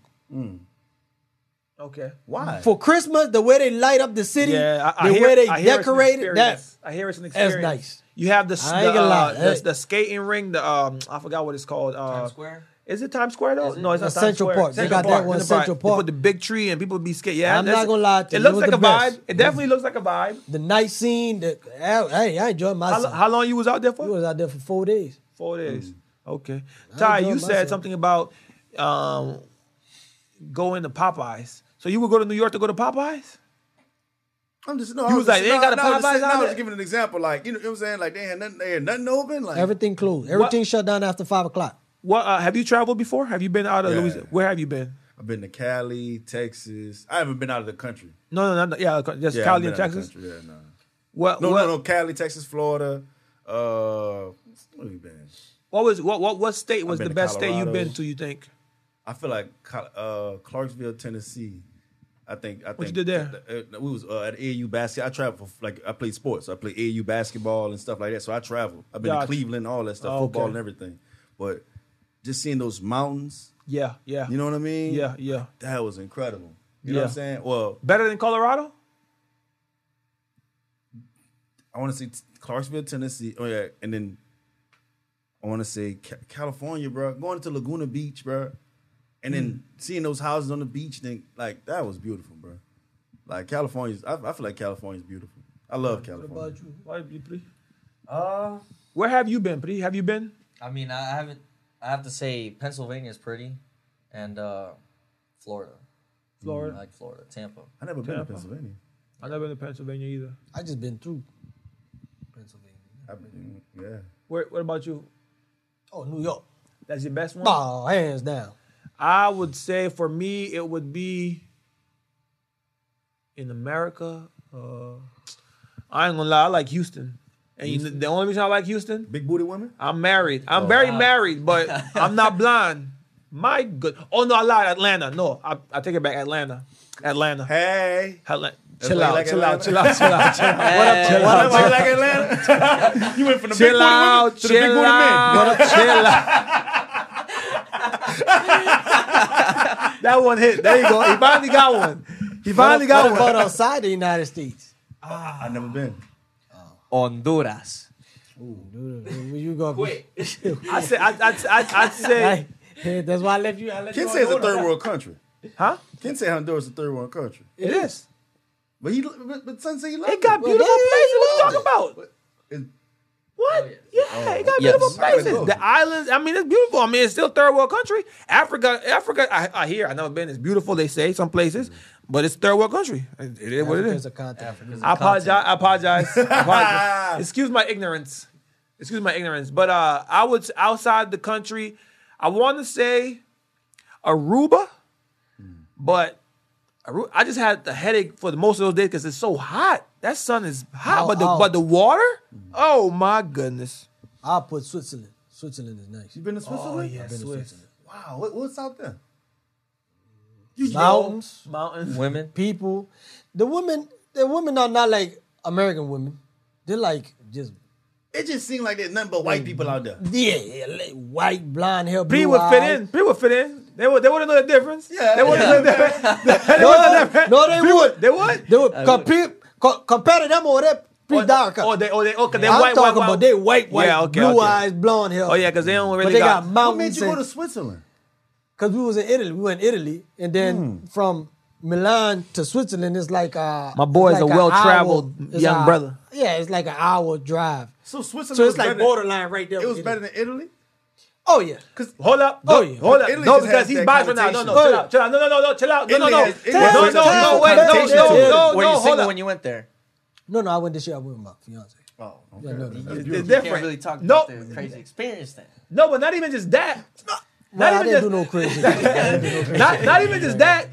Speaker 1: Okay.
Speaker 3: Why?
Speaker 2: For Christmas, the way they light up the city,
Speaker 1: Yeah, I, I
Speaker 2: the
Speaker 1: hear,
Speaker 2: way they
Speaker 1: I hear it's an
Speaker 2: decorate it, that
Speaker 1: experience. I hear it's an experience.
Speaker 2: nice.
Speaker 1: You have the s- the,
Speaker 2: I ain't gonna lie,
Speaker 1: uh, the,
Speaker 2: that-
Speaker 1: the skating ring. The um, I forgot what it's called. Uh,
Speaker 4: Times Square.
Speaker 1: Is it Times Square though?
Speaker 4: Is it?
Speaker 1: No, it's not
Speaker 2: No,
Speaker 1: Times
Speaker 2: Central
Speaker 1: Square.
Speaker 2: Park. They got that one, Central
Speaker 1: They
Speaker 2: Park.
Speaker 1: put the big tree and people be scared. Yeah,
Speaker 2: I'm
Speaker 1: that's-
Speaker 2: not gonna lie to
Speaker 1: It
Speaker 2: you,
Speaker 1: looks
Speaker 2: it was
Speaker 1: like
Speaker 2: the
Speaker 1: a
Speaker 2: best.
Speaker 1: vibe. It definitely looks like a vibe.
Speaker 2: the night scene. The, hey, I enjoyed
Speaker 1: How,
Speaker 2: myself.
Speaker 1: how long you was out there for?
Speaker 2: we was out there for four days.
Speaker 1: Four days.
Speaker 3: Mm.
Speaker 1: Okay. Ty,
Speaker 2: enjoyed
Speaker 1: you said
Speaker 2: myself.
Speaker 1: something about um, going to Popeyes. So you would go to New York to go to Popeyes?
Speaker 3: I'm just no.
Speaker 1: You
Speaker 3: I
Speaker 1: was like,
Speaker 3: just-
Speaker 1: they ain't
Speaker 3: no,
Speaker 1: got a
Speaker 3: no, I was just
Speaker 1: Popeyes
Speaker 3: saying-
Speaker 1: out
Speaker 3: no, I was
Speaker 1: there?
Speaker 3: giving an example, like you know, what I'm saying, like they had nothing, they had nothing open, like
Speaker 2: Everything closed. Everything shut down after five o'clock.
Speaker 1: What uh, have you traveled before? Have you been out of
Speaker 3: Yeah.
Speaker 1: Louisiana? Where have you been?
Speaker 3: I've been to Cali, Texas. I haven't been out of the country.
Speaker 1: No, no, no. Yeah, just
Speaker 3: Yeah,
Speaker 1: Cali
Speaker 3: I've
Speaker 1: and
Speaker 3: been out of the
Speaker 1: Texas.
Speaker 3: country, Yeah, no.
Speaker 1: What,
Speaker 3: No,
Speaker 1: what,
Speaker 3: no, no. Cali, Texas, Florida. Uh, where we been?
Speaker 1: what was what what what state was
Speaker 3: been
Speaker 1: the
Speaker 3: to
Speaker 1: best state you've
Speaker 3: Colorado.
Speaker 1: been to? You think?
Speaker 3: I feel like Col- uh, Clarksville, Tennessee. I think I think
Speaker 1: What you did there?
Speaker 3: th- th- uh, we was uh, at AAU basket. I traveled for like I played sports. I played AAU basketball and stuff like that. So I traveled. I've been
Speaker 1: Gotcha.
Speaker 3: to Cleveland, all that stuff,
Speaker 1: Oh,
Speaker 3: football
Speaker 1: okay.
Speaker 3: and everything. But just seeing those mountains,
Speaker 1: Yeah, yeah.
Speaker 3: you know what I mean?
Speaker 1: Yeah, yeah.
Speaker 3: that was incredible. You know what
Speaker 1: Yeah.
Speaker 3: I'm saying? Well,
Speaker 1: Better than Colorado?
Speaker 3: I want to say t- Clarksville, Tennessee. Oh yeah, and then I want to say Ca- California, bro. Going to Laguna Beach, bro, and then
Speaker 1: Mm.
Speaker 3: seeing those houses on the beach, then like that was beautiful, bro. Like California's, I, I feel like California's beautiful. I love California.
Speaker 2: you?
Speaker 1: Why you, Pri?
Speaker 4: Uh,
Speaker 1: Where have you been, Pri? Have you been?
Speaker 4: I mean, I haven't. I have to say, Pennsylvania is pretty, and uh, Florida. I
Speaker 1: Florida.
Speaker 4: like Florida, Tampa.
Speaker 3: I never been to
Speaker 1: Tampa.
Speaker 3: Pennsylvania.
Speaker 1: I've never been to Pennsylvania either.
Speaker 2: I just been through.
Speaker 4: Pennsylvania.
Speaker 3: I've been, yeah,
Speaker 1: Where, what about you?
Speaker 2: Oh, New York.
Speaker 1: That's your best one?
Speaker 2: Oh, hands down.
Speaker 1: I would say for me, it would be in America. Uh, I ain't gonna lie, I like Houston. And you the only reason I like Houston,
Speaker 3: big booty women.
Speaker 1: I'm married.
Speaker 3: Oh,
Speaker 1: I'm very
Speaker 4: wow.
Speaker 1: married, but I'm not blind. My good. Oh no, I lied. Atlanta. No, I, I take it back. Atlanta. Atlanta.
Speaker 3: Hey,
Speaker 1: Atla-
Speaker 3: That's
Speaker 1: Chill
Speaker 3: why you
Speaker 1: out,
Speaker 3: like
Speaker 1: chill out,
Speaker 3: Atlanta?
Speaker 1: chill out, chill out, chill out.
Speaker 4: Hey.
Speaker 1: What
Speaker 3: Why
Speaker 1: up,
Speaker 3: do I like Atlanta? you went from the big
Speaker 1: chill
Speaker 3: booty women
Speaker 1: out,
Speaker 3: to the big
Speaker 1: chill
Speaker 3: booty men.
Speaker 1: out, chill out. that one hit. There you go. He finally got one. He finally
Speaker 2: What
Speaker 1: got
Speaker 2: about
Speaker 1: one.
Speaker 2: outside the United States?
Speaker 3: I never been.
Speaker 4: Honduras.
Speaker 2: Dude, where you going?
Speaker 1: I said, I, I, I, I said,
Speaker 2: Hey, hey, that's why I left you. I left
Speaker 3: Ken
Speaker 2: you
Speaker 3: says
Speaker 2: on
Speaker 3: a
Speaker 2: the
Speaker 3: third world country.
Speaker 1: huh?
Speaker 3: Ken said Honduras is a third world country,
Speaker 1: It is.
Speaker 3: but he, but, but son said he loved
Speaker 1: It got
Speaker 2: Well,
Speaker 1: beautiful places.
Speaker 2: yeah,
Speaker 1: What you
Speaker 2: yeah,
Speaker 1: talking about?
Speaker 3: It-
Speaker 1: What? Yeah, it got
Speaker 4: Yes.
Speaker 1: beautiful
Speaker 4: I
Speaker 3: gotta
Speaker 1: places.
Speaker 3: go.
Speaker 1: The islands. I mean, it's beautiful. I mean, it's still third world country. Africa, Africa. I, I hear. I never been. It's beautiful. They say some places, but it's third world country. It- it is what it
Speaker 2: border.
Speaker 1: is.
Speaker 2: Africa's a continent.
Speaker 4: Africa's a
Speaker 1: I apologize.
Speaker 4: continent.
Speaker 1: I apologize. I apologize. Excuse my ignorance. Excuse my ignorance. But uh, I was outside the country. I want to say Aruba, but Aru- I just had a headache for the most of those days because it's so hot. That sun is hot,
Speaker 2: Oh,
Speaker 1: but the
Speaker 2: oh.
Speaker 1: but the water. Oh my goodness.
Speaker 2: I'll put Switzerland. Switzerland is nice.
Speaker 3: You been to Switzerland?
Speaker 1: yeah,
Speaker 2: been to
Speaker 1: Swiss.
Speaker 2: Switzerland.
Speaker 3: Wow, what, what's out there?
Speaker 2: Mountains,
Speaker 1: Mountains.
Speaker 4: Women.
Speaker 2: people. The women, the women are not like American women. They're like just
Speaker 3: It just seemed like there's nothing but white people out there.
Speaker 2: yeah, yeah, like white, blonde hair, blue
Speaker 1: Bree would fit
Speaker 2: eyes.
Speaker 1: in. Bree would fit in. They would. They wouldn't know the difference.
Speaker 3: Yeah,
Speaker 1: They wouldn't
Speaker 3: yeah.
Speaker 1: know the difference. They
Speaker 2: No,
Speaker 1: wouldn't know the
Speaker 2: no, they
Speaker 1: difference.
Speaker 2: would.
Speaker 1: They would.
Speaker 2: They would compare co- compare to them or that
Speaker 1: Or-
Speaker 2: pretty dark.
Speaker 1: Or Uh, Oh, they. Or they. Okay. They
Speaker 2: I'm
Speaker 1: white.
Speaker 2: talking
Speaker 1: white,
Speaker 2: about
Speaker 1: white.
Speaker 2: they white, white,
Speaker 1: Yeah, okay,
Speaker 2: blue
Speaker 1: okay.
Speaker 2: eyes, blonde hair.
Speaker 1: Oh yeah, because they don't really
Speaker 2: but they
Speaker 1: got.
Speaker 2: got,
Speaker 3: What made
Speaker 2: mountains.
Speaker 3: you go to Switzerland?
Speaker 2: Because we was in Italy. We went in Italy, and then from Milan to Switzerland is like uh
Speaker 1: Hmm. My boy
Speaker 2: it's
Speaker 1: is a
Speaker 2: like an
Speaker 1: well-traveled
Speaker 2: hour- it's
Speaker 1: young
Speaker 2: a-
Speaker 1: brother.
Speaker 2: Yeah, it's like an hour drive.
Speaker 3: So Switzerland
Speaker 2: So
Speaker 3: was
Speaker 2: it's like
Speaker 3: better-
Speaker 2: borderline right there.
Speaker 3: It
Speaker 2: with
Speaker 3: was
Speaker 2: Italy.
Speaker 3: better than Italy.
Speaker 2: Oh yeah.
Speaker 1: Hold up.
Speaker 2: Oh,
Speaker 1: no,
Speaker 2: yeah.
Speaker 1: Hold up.
Speaker 3: Italy
Speaker 1: no,
Speaker 3: just
Speaker 1: because
Speaker 3: has
Speaker 1: he's
Speaker 3: that
Speaker 1: biased right now. No, no,
Speaker 3: connotation.
Speaker 1: chill out. Chill out. No, no, no, no, chill out. No, no,
Speaker 3: Italy
Speaker 1: no.
Speaker 3: has- Italy
Speaker 1: No, no,
Speaker 2: has that
Speaker 1: no, wait. No,
Speaker 2: connotation to it.
Speaker 1: no, no,
Speaker 4: Were you
Speaker 1: no. Hold
Speaker 4: single when
Speaker 1: up.
Speaker 4: you went there?
Speaker 2: No, no, I went this year. I went with my fiance.
Speaker 3: Oh, okay.
Speaker 2: Yeah, no, no, no.
Speaker 1: It's
Speaker 4: You
Speaker 1: different.
Speaker 4: can't really talk
Speaker 1: No.
Speaker 4: about the crazy experience then.
Speaker 1: No, but not even just that.
Speaker 2: Nah, I
Speaker 1: Not even
Speaker 2: didn't do
Speaker 1: just
Speaker 2: no crazy. shit.
Speaker 1: not not even just that.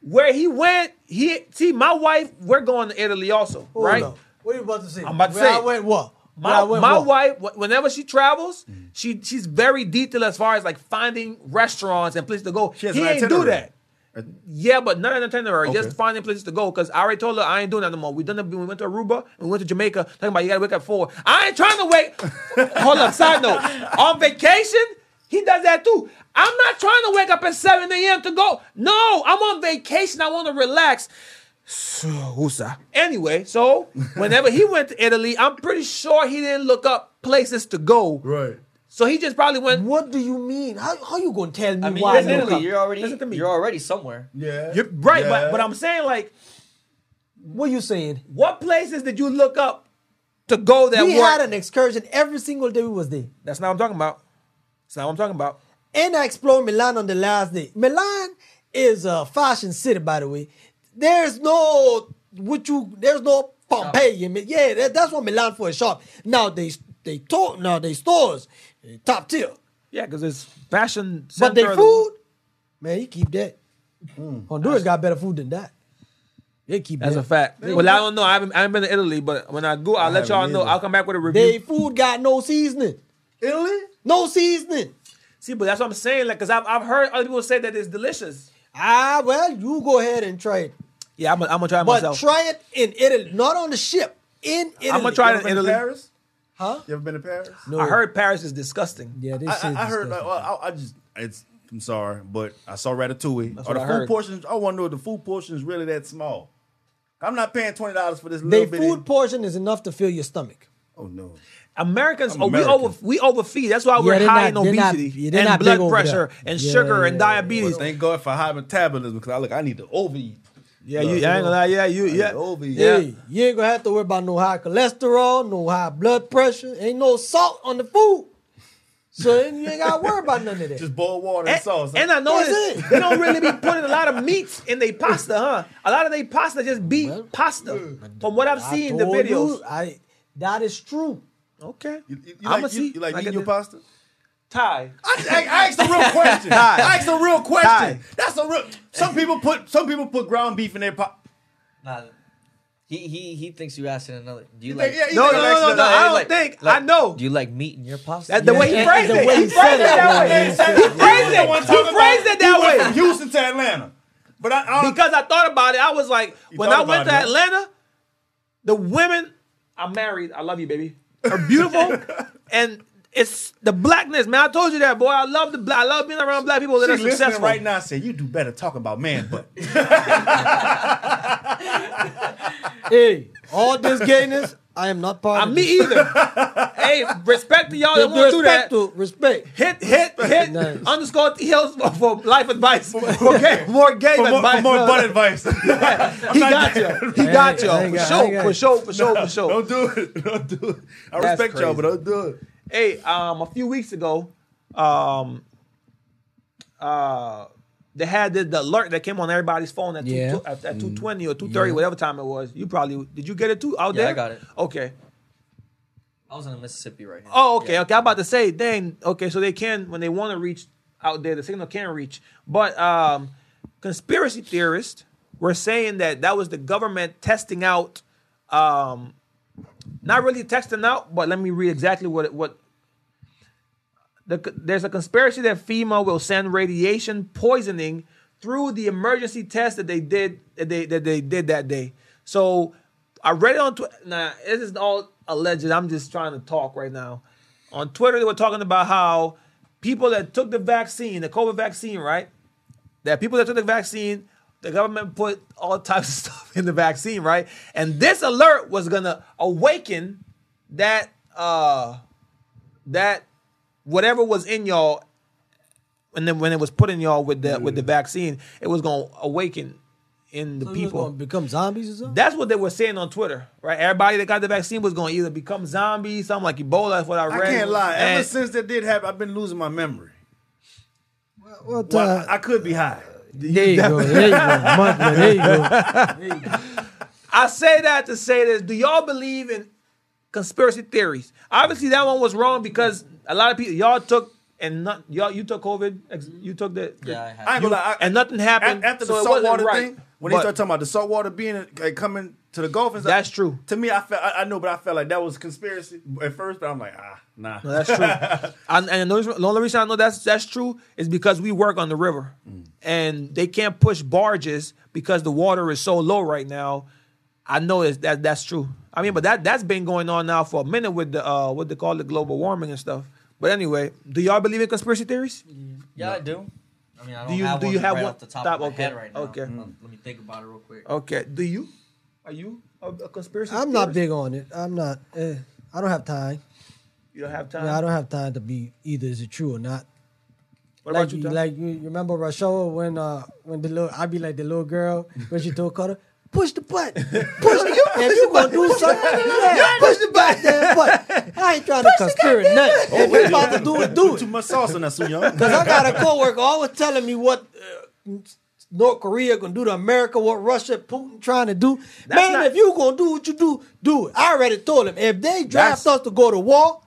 Speaker 1: Where he went, he see my wife. We're going to Italy also,
Speaker 2: Hold
Speaker 1: right?
Speaker 2: up. What are you about to say?
Speaker 1: I'm about to
Speaker 2: Where
Speaker 1: say
Speaker 2: I
Speaker 1: it.
Speaker 2: went what? Where
Speaker 1: My,
Speaker 2: Oh, I went
Speaker 1: my
Speaker 2: what?
Speaker 1: wife, wh- whenever she travels,
Speaker 3: Mm.
Speaker 1: she she's very detailed as far as like finding restaurants and places to go.
Speaker 3: She has
Speaker 1: he
Speaker 3: an
Speaker 1: ain't do
Speaker 3: itinerary.
Speaker 1: that. Yeah, but not an itinerary.
Speaker 3: Okay.
Speaker 1: Just finding places to go. Cause I already told her I ain't doing that no more. We done. We went to Aruba. and We went to Jamaica. Talking about you gotta wake up four. I ain't trying to wake. Hold up. Side note. On vacation, he does that too. I'm not trying to wake up at seven a.m. to go. No, I'm on vacation. I want to relax. So, Usa. Anyway, so whenever he went to Italy, I'm pretty sure he didn't look up places to go.
Speaker 3: Right.
Speaker 1: So he just probably went.
Speaker 2: What do you mean? How how you gonna tell me
Speaker 4: I mean,
Speaker 2: why?
Speaker 4: you're in
Speaker 2: I
Speaker 1: listen
Speaker 2: woke
Speaker 1: to
Speaker 4: Italy.
Speaker 2: up?
Speaker 4: You're already
Speaker 1: Listen to me.
Speaker 4: you're already somewhere.
Speaker 3: Yeah.
Speaker 1: You're right,
Speaker 3: Yeah.
Speaker 1: but but I'm saying like.
Speaker 2: What you saying?
Speaker 1: What places did you look up to go that
Speaker 2: we
Speaker 1: were?
Speaker 2: had an excursion every single day we was there.
Speaker 1: That's not what I'm talking about. That's not what I'm talking about.
Speaker 2: And I explored Milan on the last day. Milan is a fashion city, by the way. There's no what you there's no Pompeii in Mi- Yeah, that, that's what Milan for a shop. Now they they to, now they stores eh, top tier.
Speaker 1: Yeah, because it's fashion.
Speaker 2: But
Speaker 1: center
Speaker 2: they
Speaker 1: of the-
Speaker 2: food, man, you keep that. Honduras got better food than that. They keep
Speaker 1: Mm-hmm. That's
Speaker 2: that.
Speaker 1: a fact. Well, I don't know. I haven't, I haven't been to Italy, but when I go, I'll let
Speaker 3: haven't
Speaker 1: y'all know.
Speaker 3: either.
Speaker 1: I'll come back with a review.
Speaker 2: They food got no seasoning.
Speaker 3: Italy?
Speaker 2: No seasoning.
Speaker 1: See, but that's what I'm saying. Like, cause I've, I've heard other people say that it's delicious.
Speaker 2: Ah, well, you go ahead and try it.
Speaker 1: Yeah, I'm gonna, I'm gonna try it
Speaker 2: But
Speaker 1: myself.
Speaker 2: try it in Italy, not on the ship. In Italy.
Speaker 1: I'ma try
Speaker 3: You
Speaker 1: it.
Speaker 3: ever been to
Speaker 1: Italy.
Speaker 3: Paris?
Speaker 2: Huh?
Speaker 3: You ever been to Paris?
Speaker 2: No.
Speaker 1: I heard Paris is disgusting.
Speaker 2: Yeah, this
Speaker 3: I,
Speaker 2: shit
Speaker 3: I, I
Speaker 2: is
Speaker 3: heard. Like,
Speaker 2: disgusting.
Speaker 3: well, I, I just. It's. I'm sorry, but I saw Ratatouille. Are
Speaker 1: what
Speaker 3: the
Speaker 1: I
Speaker 3: food
Speaker 1: heard.
Speaker 3: portions? I want to know if the food portion is really that small. I'm not paying twenty dollars for this
Speaker 2: They
Speaker 3: little bit.
Speaker 2: food portion is enough to fill your stomach.
Speaker 3: oh no.
Speaker 1: Americans,
Speaker 3: I'm
Speaker 1: oh, we
Speaker 3: American.
Speaker 1: over we overfeed. That's why we're
Speaker 2: they're
Speaker 1: high
Speaker 2: not-
Speaker 1: in
Speaker 2: they're not-
Speaker 1: obesity
Speaker 2: yeah, they're not
Speaker 1: and
Speaker 2: big
Speaker 1: blood
Speaker 2: over there.
Speaker 1: pressure and
Speaker 2: Yeah,
Speaker 1: sugar
Speaker 2: yeah,
Speaker 1: and
Speaker 2: yeah.
Speaker 1: diabetes.
Speaker 3: But thank God for high metabolism because I look. I need to overeat.
Speaker 1: Yeah, you, I ain't gonna lie. Yeah, you, yeah.
Speaker 3: Over here.
Speaker 1: yeah.
Speaker 2: Hey, you ain't gonna have to worry about no high cholesterol, no high blood pressure, ain't no salt on the food. So then you ain't gotta worry about none of that.
Speaker 3: Just boil water and,
Speaker 1: And,
Speaker 3: sauce.
Speaker 1: and I
Speaker 2: That's
Speaker 1: noticed
Speaker 2: it.
Speaker 1: they don't really be putting a lot of meats in their pasta, huh? A lot of their pasta just be pasta. From what I've
Speaker 2: I
Speaker 1: seen in the
Speaker 2: told
Speaker 1: videos.
Speaker 2: you, I, that is true.
Speaker 1: okay.
Speaker 3: you, you, you
Speaker 1: I'ma
Speaker 3: like, you,
Speaker 1: see.
Speaker 3: you like
Speaker 1: I
Speaker 3: eating
Speaker 1: get
Speaker 3: your
Speaker 1: this.
Speaker 3: pasta?
Speaker 1: Thai.
Speaker 3: I, I, I asked a real question.
Speaker 1: Hi.
Speaker 3: I asked a real question.
Speaker 1: Hi.
Speaker 3: That's a real. Some people put some people put ground beef in their pot.
Speaker 4: Nah, he he he thinks you asking another. Do you
Speaker 3: You
Speaker 4: like?
Speaker 3: think- yeah, you
Speaker 1: No,
Speaker 3: think
Speaker 1: no,
Speaker 3: I'm
Speaker 1: no,
Speaker 3: asking
Speaker 1: no, no.
Speaker 3: another-
Speaker 1: I don't
Speaker 4: like-
Speaker 1: think.
Speaker 4: like,
Speaker 1: I know.
Speaker 4: Do you like meat in your pasta?
Speaker 1: That- the way he
Speaker 2: and-
Speaker 1: phrased
Speaker 2: and the
Speaker 1: it.
Speaker 2: way
Speaker 1: He
Speaker 2: he
Speaker 1: phrased it
Speaker 2: said it,
Speaker 1: that
Speaker 2: man,
Speaker 1: way.
Speaker 2: he
Speaker 1: He
Speaker 2: said
Speaker 1: phrased
Speaker 3: They want
Speaker 1: it.
Speaker 3: to
Speaker 1: He
Speaker 3: talk about-
Speaker 1: phrased it
Speaker 3: he went
Speaker 1: that
Speaker 3: from
Speaker 1: way.
Speaker 3: Houston to Atlanta, but I, I don't-
Speaker 1: Because I thought about it, I was like, when
Speaker 3: thought
Speaker 1: I went
Speaker 3: about
Speaker 1: to
Speaker 3: it, huh?
Speaker 1: Atlanta, the women, I'm married. I love you, baby. Are beautiful, and it's the blackness, man. I told you that, boy. I love the black. I love being around black people that
Speaker 3: she
Speaker 1: are
Speaker 3: listening
Speaker 1: successful.
Speaker 3: right now. Said you do better talking about man, but
Speaker 2: Hey, all this gayness, I am not part
Speaker 1: Uh,
Speaker 2: of
Speaker 1: me
Speaker 2: it.
Speaker 1: either. hey, respect to y'all that
Speaker 2: With
Speaker 1: want to do that.
Speaker 2: respect to respect.
Speaker 1: hit, hit, hit.
Speaker 2: Nice.
Speaker 1: Underscore TLs for, for life advice. Okay, more gay
Speaker 3: for more,
Speaker 1: advice.
Speaker 3: for more butt advice.
Speaker 1: he got you. He got you.
Speaker 2: I ain't
Speaker 1: For
Speaker 2: got- I
Speaker 1: sure,
Speaker 2: ain't got-
Speaker 1: for sure, for sure, for sure.
Speaker 3: don't do it. Don't do it. I
Speaker 1: That's
Speaker 3: respect y'all,
Speaker 1: crazy.
Speaker 3: but don't do it.
Speaker 1: Hey, um, a few weeks ago, um, uh, they had the, the alert that came on everybody's phone at
Speaker 2: Yeah.
Speaker 1: two, at, at two twenty or two thirty, whatever time it was. You probably did. You get it too out
Speaker 4: Yeah, I
Speaker 1: there?
Speaker 4: got it.
Speaker 1: Okay.
Speaker 4: I was in Mississippi right now.
Speaker 1: Oh, okay,
Speaker 4: Yeah.
Speaker 1: okay. I'm about to say, dang, okay, so they can when they want to reach out there, the signal can reach. But um conspiracy theorists were saying that that was the government testing out um not really testing out, but let me read exactly what it- what the, there's a conspiracy that FEMA will send radiation poisoning through the emergency test that they did that they that they did that day. So I read it on Twitter. Now this is all alleged. I'm just trying to talk right now. On Twitter, they were talking about how people that took the vaccine, the COVID vaccine, right? That people that took the vaccine, the government put all types of stuff in the vaccine, right? And this alert was gonna awaken that uh that whatever was in y'all and then when it was put in y'all with the
Speaker 3: Mm-hmm.
Speaker 1: with the vaccine it was going to awaken in the people
Speaker 2: gonna become zombies or something.
Speaker 1: that's what they were saying on twitter right everybody that got the vaccine was going to either become zombies something like ebola that's what i
Speaker 3: I
Speaker 1: read
Speaker 3: can't lie. Ever
Speaker 1: And-
Speaker 3: since that did happen, I've been losing my memory.
Speaker 2: What,
Speaker 3: Well,
Speaker 2: uh,
Speaker 3: I, I could be high.
Speaker 2: there you go. There you go. Muffler, There you go.
Speaker 1: I say that to say this. Do y'all believe in conspiracy theories? Obviously, that one was wrong because a lot of people y'all took and not y'all. You took COVID. ex- You took the, the-
Speaker 4: Yeah, I had.
Speaker 3: I ain't gonna lie. I-
Speaker 1: and nothing happened.
Speaker 3: A- after
Speaker 1: so
Speaker 3: the
Speaker 1: it wasn't
Speaker 3: saltwater
Speaker 1: right.
Speaker 3: thing, when
Speaker 1: But
Speaker 3: they started talking about the saltwater being like, coming to the Gulf, and stuff,
Speaker 1: That's true.
Speaker 3: To me, I felt I, I know, but I felt like that was conspiracy at first. But I'm like, ah, nah.
Speaker 1: No, that's true. and and the, only, the only reason I know that's that's true is because we work on the river, and they can't push barges because the water is so low right now. I know it's, that that's true. I mean, but that that's been going on now for a minute with the uh, what they call the global warming and stuff. But anyway, do y'all believe in conspiracy theories?
Speaker 4: Yeah, I do. I mean, I don't
Speaker 1: you-
Speaker 4: have
Speaker 1: do
Speaker 4: one
Speaker 1: you have
Speaker 4: right
Speaker 1: one?
Speaker 4: off the top,
Speaker 1: Top,
Speaker 4: of my
Speaker 1: okay,
Speaker 4: head right now.
Speaker 1: okay.
Speaker 4: Um, Let me think about it real quick.
Speaker 1: Okay, do you? Are you a, a conspiracy?
Speaker 2: I'm not
Speaker 1: theorist?
Speaker 2: big on it. I'm not. Eh, I don't have time.
Speaker 1: You don't have time.
Speaker 2: I don't have time to be either. Is it true or not?
Speaker 1: what
Speaker 2: like,
Speaker 1: about you? Tom?
Speaker 2: like you you remember Rashaw when uh when the little I be like the little girl when she told Carter push the button, push the button. If you gonna do something, yeah, push the goddamn button. I ain't trying to conspire nothing. If you about to do it, do
Speaker 3: Put
Speaker 2: it.
Speaker 3: too much sauce in that, Soo
Speaker 2: Cause I got a coworker always telling me what uh, North Korea gonna do to America, what Russia, Putin trying to do. Man,
Speaker 1: not-
Speaker 2: if you gonna do what you do, do it. I already told him if they draft
Speaker 1: That's-
Speaker 2: us to go to war,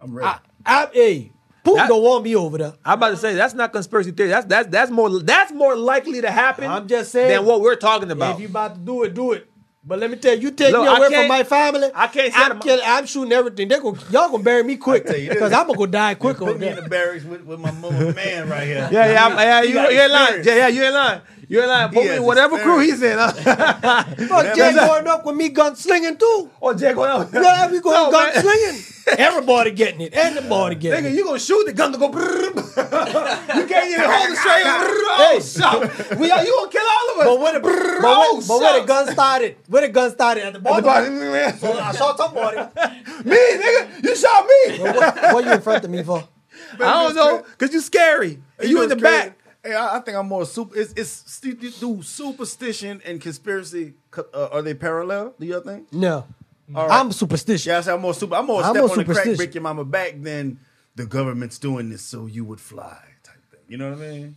Speaker 3: I'm ready.
Speaker 2: I, I hey, Putin
Speaker 1: That-
Speaker 2: gonna want me over there.
Speaker 1: I'm about to say that's not conspiracy theory. That's that's that's more that's more likely to happen.
Speaker 2: I'm just saying,
Speaker 1: than what we're talking about.
Speaker 2: If you about to do it, do it. But let me tell you, you take
Speaker 1: Look,
Speaker 2: me
Speaker 1: I
Speaker 2: away from
Speaker 1: can't-
Speaker 2: my family.
Speaker 1: I can't say
Speaker 2: I'm,
Speaker 1: that my-
Speaker 2: killing- I'm shooting everything. They gonna, y'all gonna bury me quick
Speaker 3: tell you this.
Speaker 2: because I'm gonna go die quick over
Speaker 3: Put me in the
Speaker 2: there.
Speaker 3: barracks with, with my mother man right here.
Speaker 1: Yeah, yeah, I'm, yeah. You,
Speaker 3: He got
Speaker 1: you ain't lying.
Speaker 3: experience.
Speaker 1: Yeah, yeah, you ain't lying. You ain't lying. Put
Speaker 3: He
Speaker 1: me in
Speaker 3: has
Speaker 1: whatever crew he's in.
Speaker 2: Fuck, Jay going up with me gunslinging too.
Speaker 1: oh, Jay, go out.
Speaker 2: Yeah, we going
Speaker 1: No, man.
Speaker 2: gunslinging. Everybody getting it. Everybody getting
Speaker 1: Nigga,
Speaker 2: it.
Speaker 1: you gonna shoot the gun to go? brrrr. you can't even hold the straight.
Speaker 2: Hey.
Speaker 1: oh, shit. We are. You gonna kill all of us?
Speaker 2: But where the, but where,
Speaker 1: oh,
Speaker 2: but where the
Speaker 1: shucks.
Speaker 2: gun started? Where the gun started at the
Speaker 1: At the
Speaker 2: bottom?
Speaker 1: bottom, man.
Speaker 2: So I shot somebody.
Speaker 1: me, nigga, you shot me.
Speaker 2: what, what you in front of me for?
Speaker 1: I don't know, cause you scary. And you in the
Speaker 3: know what's
Speaker 1: back.
Speaker 3: crazy? Hey, I, I think I'm more super. It's, it's stu- do superstition and conspiracy co- uh, are they parallel? Do you think?
Speaker 2: No,
Speaker 3: All
Speaker 2: I'm superstitious.
Speaker 3: Yeah, I say I'm more super. I'm more
Speaker 2: I'm
Speaker 3: step
Speaker 2: more
Speaker 3: on the crack,
Speaker 2: superstitious.
Speaker 3: break your mama back than the government's doing this so you would fly type thing. You know what I mean?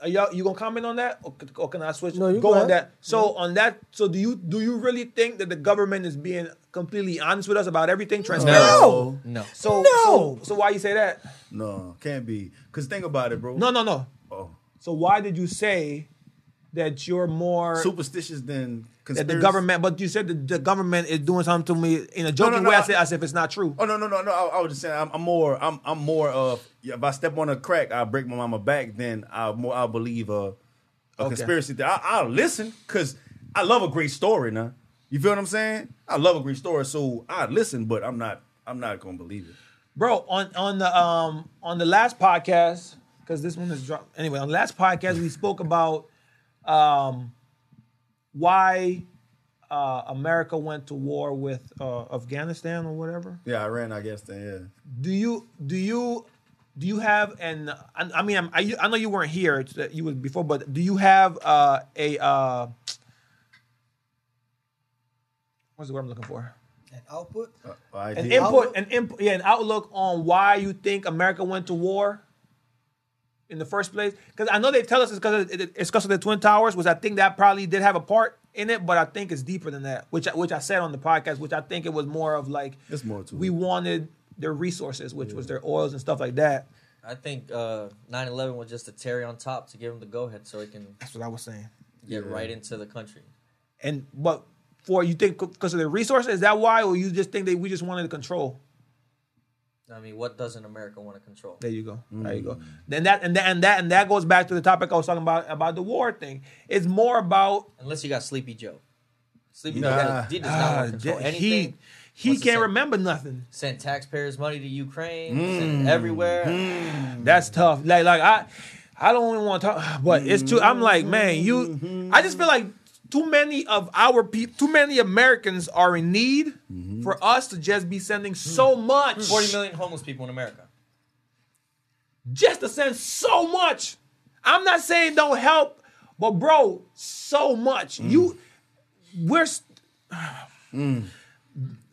Speaker 1: Are y'all you gonna comment on that, or, c- or can I switch?
Speaker 2: No, you
Speaker 1: go
Speaker 2: go
Speaker 1: on
Speaker 2: ahead.
Speaker 1: that. So on that, so do you do you really think that the government is being completely honest with us about everything? Transparent.
Speaker 2: No.
Speaker 4: No.
Speaker 1: So
Speaker 2: No.
Speaker 1: So, so why you say that?
Speaker 3: No, can't be. Cause think about it, bro.
Speaker 1: No, no, no.
Speaker 3: Oh.
Speaker 1: So why did you say that you're more
Speaker 3: superstitious than
Speaker 1: that
Speaker 3: conspiracy.
Speaker 1: the government? But you said that the government is doing something to me in a joking
Speaker 3: no,
Speaker 1: way. I,
Speaker 3: I-
Speaker 1: said as if it's not true.
Speaker 3: Oh no no no no! I, I was just saying I'm, I'm more I'm I'm more of if I step on a crack I break my mama back then I more I believe uh, a conspiracy theory. I, I'll listen because I love a great story now. You feel what I'm saying? I love a great story, so I listen, but I'm not I'm not gonna believe it.
Speaker 1: bro on on the um on the last podcast because this one is dropped anyway on the last podcast we spoke about um why uh america went to war with uh afghanistan or whatever
Speaker 3: Yeah, Iran, I guess. Then,
Speaker 1: do you do you do you have an i, I mean I'm, I, I know you weren't here it's, uh, you was before but do you have uh a uh what's the word i'm looking for
Speaker 2: Output.
Speaker 3: yeah. Uh, I
Speaker 1: an
Speaker 3: did-
Speaker 1: input,
Speaker 2: Outlook?
Speaker 1: an input, yeah, an outlook on why you think America went to war in the first place. Because I know they tell us it's because it, it's because of the twin towers, which I think that probably did have a part in it, but I think it's deeper than that. Which I, which I said on the podcast, which I think it was more of like
Speaker 3: It's more to
Speaker 1: we
Speaker 3: it.
Speaker 1: wanted their resources, which was their oils and stuff like that.
Speaker 4: I think uh, 9/11 was just a cherry on top to give them the go ahead so it can
Speaker 1: That's what I was saying.
Speaker 4: get right into the country.
Speaker 1: And but for you think because of their resources, is that why, or you just think that we just wanted to control?
Speaker 4: I mean, what doesn't America want to control?
Speaker 1: There you go. There you go.
Speaker 4: Mm.
Speaker 1: Then that and that and that and that goes back to the topic I was talking about about the war thing. It's more about
Speaker 4: Unless you got Sleepy Joe. Sleepy
Speaker 3: Nah.
Speaker 4: Joe, does- he does not want to control
Speaker 1: Ja-
Speaker 4: anything.
Speaker 1: ah, he he
Speaker 4: What's the
Speaker 1: can't
Speaker 4: same?
Speaker 1: remember nothing.
Speaker 4: Sent taxpayers' money to Ukraine, sent it everywhere.
Speaker 1: That's tough. Like like I I don't even want to talk, but it's too. I'm like man, you. I just feel like too many of our people, too many Americans are in need
Speaker 4: Mm-hmm.
Speaker 1: for us to just be sending so much,
Speaker 4: 40 million homeless people in America.
Speaker 1: just to send so much. I'm not saying don't help, but bro, so much. You,
Speaker 4: Mm.
Speaker 1: we're. s-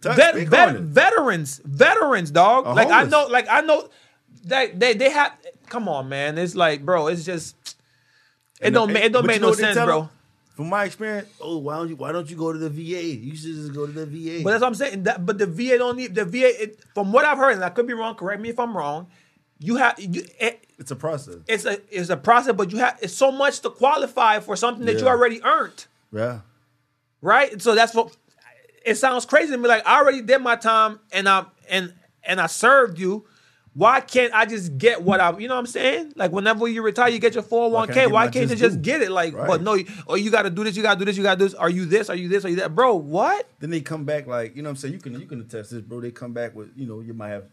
Speaker 3: Touch,
Speaker 1: Vet-
Speaker 3: speak
Speaker 1: vet-
Speaker 3: on it.
Speaker 1: veterans, veterans, dog.
Speaker 3: A
Speaker 1: like I
Speaker 3: homeless.
Speaker 1: know, like I know that they they have. Come on, man. It's like, bro. It's just it
Speaker 3: And
Speaker 1: don't
Speaker 3: the-
Speaker 1: make it don't
Speaker 3: but
Speaker 1: make
Speaker 3: you know
Speaker 1: no
Speaker 3: what they
Speaker 1: sense,
Speaker 3: tell
Speaker 1: bro.
Speaker 3: them? From my experience, oh why don't you why don't you go to the VA? You should just go to the VA.
Speaker 1: But that's what I'm saying. That, but the VA don't need the VA. It, from what I've heard, and I could be wrong. Correct me if I'm wrong. you have you, it,
Speaker 3: It's a process.
Speaker 1: it's a it's a process, but you have it's so much to qualify for something that you
Speaker 3: Yeah.
Speaker 1: already earned,
Speaker 3: Yeah.
Speaker 1: right? So that's what it sounds crazy to me. Like I already did my time, and I and and I served you. Why can't I just get what I? You know what I'm saying? Like whenever you retire, you get your 401k. Why
Speaker 3: can't I
Speaker 1: can't,
Speaker 3: get my
Speaker 1: you
Speaker 3: just
Speaker 1: just
Speaker 3: due?
Speaker 1: get it? Like,
Speaker 3: Right.
Speaker 1: but no, you- oh, you got to do this. You got to do this. You got to do this. Are you this? Are you this? Are you that, bro? What?
Speaker 3: Then they come back like, you know what I'm saying? You can you can attest this, bro. They come back with, you know, you might have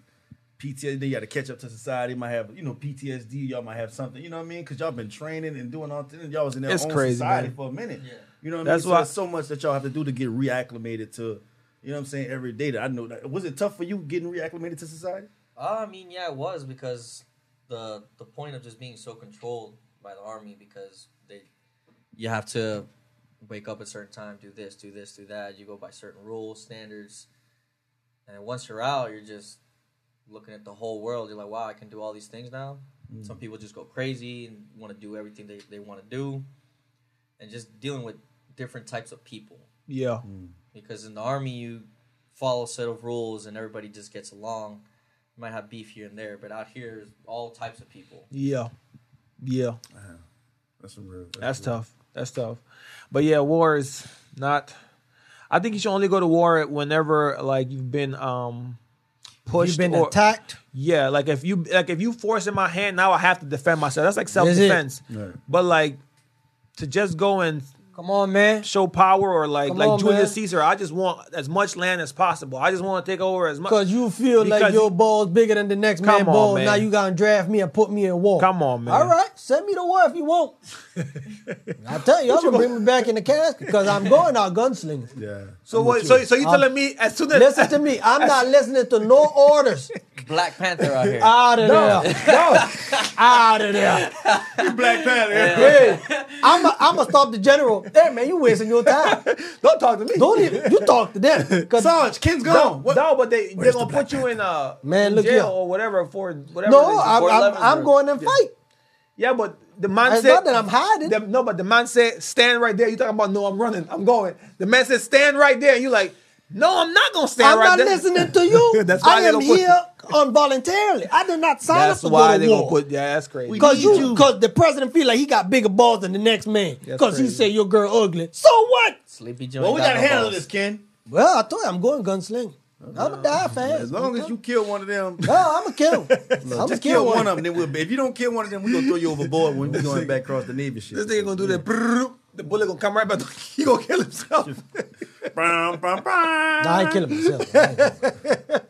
Speaker 3: PTSD, you gotta catch up to society, you might have, you know, PTSD, y'all might have something, you know what I mean? Cause y'all been training and doing all things. Y'all was in their
Speaker 1: It's
Speaker 3: own
Speaker 1: crazy,
Speaker 3: society
Speaker 1: man.
Speaker 3: for a minute.
Speaker 4: Yeah.
Speaker 3: You know what
Speaker 1: That's
Speaker 3: I mean? So
Speaker 1: why-
Speaker 3: there's so much that y'all have to do to get reacclimated to, you know what I'm saying, every day. That I know that was it tough for you getting reacclimated to society?
Speaker 4: I mean, yeah, it was because the the point of just being so controlled by the army because they you have to wake up at certain time, do this, do this, do that. You go by certain rules, standards, and once you're out, you're just looking at the whole world. You're like, wow, I can do all these things now. Some people just go crazy and want to do everything they, they want to do, and just dealing with different types of people
Speaker 1: Yeah,
Speaker 4: because in the army you follow a set of rules and everybody just gets along. You might have beef here and there, but out here is all types of people.
Speaker 1: yeah, yeah.
Speaker 3: That's some real
Speaker 1: That's tough. That's tough. But yeah, war is not. I think you should only go to war whenever like you've been um pushed
Speaker 2: You've been
Speaker 1: or
Speaker 2: attacked.
Speaker 1: yeah, like if you like if you force in my hand now, I have to defend myself. That's like self
Speaker 2: That's it.
Speaker 1: defense.
Speaker 3: Right.
Speaker 1: But like to just go and
Speaker 2: Come on, man.
Speaker 1: show power or like
Speaker 2: Come
Speaker 1: like
Speaker 2: on,
Speaker 1: Julius
Speaker 2: man.
Speaker 1: Caesar, I just want as much land as possible. I just want to take over as much.
Speaker 2: Because you feel
Speaker 1: Because
Speaker 2: like your ball's bigger than the next
Speaker 1: Come
Speaker 2: man's
Speaker 1: on,
Speaker 2: ball.
Speaker 1: man.
Speaker 2: Now you gonna draft me and put me in war.
Speaker 1: Come on, man.
Speaker 2: All right, send me to war if you want. I tell you, I'm gonna bring me back in the casket because I'm going out gunslinging.
Speaker 3: Yeah.
Speaker 1: So
Speaker 3: I'm
Speaker 1: what?
Speaker 3: with
Speaker 1: So
Speaker 3: you.
Speaker 1: so you
Speaker 2: I'm-
Speaker 1: telling me as soon as
Speaker 2: Listen to me. I'm not listening to no orders.
Speaker 4: Black Panther out here.
Speaker 2: Out of there. Out of there.
Speaker 3: Black Panther.
Speaker 2: Hey, I'm gonna stop the general. Hey, man, you wasting your time.
Speaker 1: don't talk to me.
Speaker 2: Don't even. You talk to them. 'cause-
Speaker 3: Sarge, Ken's gone. What?
Speaker 1: No, but they they're
Speaker 3: the
Speaker 1: gonna
Speaker 3: Black
Speaker 1: put you in uh
Speaker 2: Man,
Speaker 1: in
Speaker 2: look
Speaker 1: jail
Speaker 2: here.
Speaker 1: or whatever for whatever. it
Speaker 2: No,
Speaker 1: is.
Speaker 2: I'm,
Speaker 4: Four
Speaker 2: I'm,
Speaker 4: levels,
Speaker 2: I'm
Speaker 4: bro.
Speaker 2: going and fight.
Speaker 1: Yeah, but the man
Speaker 2: It's
Speaker 1: said
Speaker 2: not that I'm hiding.
Speaker 1: The- no, but the man said, "Stand right there." You talking about? No, I'm running. I'm going. The man said, "Stand right there." And you like, "No, I'm not gonna stand
Speaker 2: I'm
Speaker 1: right
Speaker 2: not
Speaker 1: there."
Speaker 2: listening to you.
Speaker 1: That's why
Speaker 2: I
Speaker 1: they
Speaker 2: am
Speaker 1: gonna put-
Speaker 2: here involuntarily. I did not sign
Speaker 1: That's
Speaker 2: up to
Speaker 1: why
Speaker 2: go
Speaker 1: they
Speaker 2: to
Speaker 1: gonna
Speaker 2: war.
Speaker 1: put. Yeah, that's crazy.
Speaker 2: Cause
Speaker 3: need
Speaker 2: you,
Speaker 3: you.
Speaker 2: cause the president feel like he got bigger balls than the next man.
Speaker 1: That's
Speaker 2: Cause he
Speaker 1: crazy.
Speaker 2: said your girl ugly. So what?
Speaker 4: Sleepy Joe.
Speaker 3: Well,
Speaker 4: ain't
Speaker 3: we
Speaker 4: got
Speaker 3: gotta
Speaker 4: no
Speaker 3: handle
Speaker 4: balls.
Speaker 3: this, Ken.
Speaker 2: Well, I told you I'm going gunsling. I'm gonna die fast.
Speaker 3: As long as you kill one of them.
Speaker 2: no, I'm gonna kill. I'm gonna
Speaker 3: Just kill one of them. Then we'll, if you don't kill one of them, we're gonna throw you overboard when we're going back across the Navy ship.
Speaker 1: this nigga gonna do that. brrrr, The bullet gonna come right back. He gonna kill himself.
Speaker 3: Brum, brum, brum.
Speaker 2: Nah, I ain't killing myself. I ain't killing myself.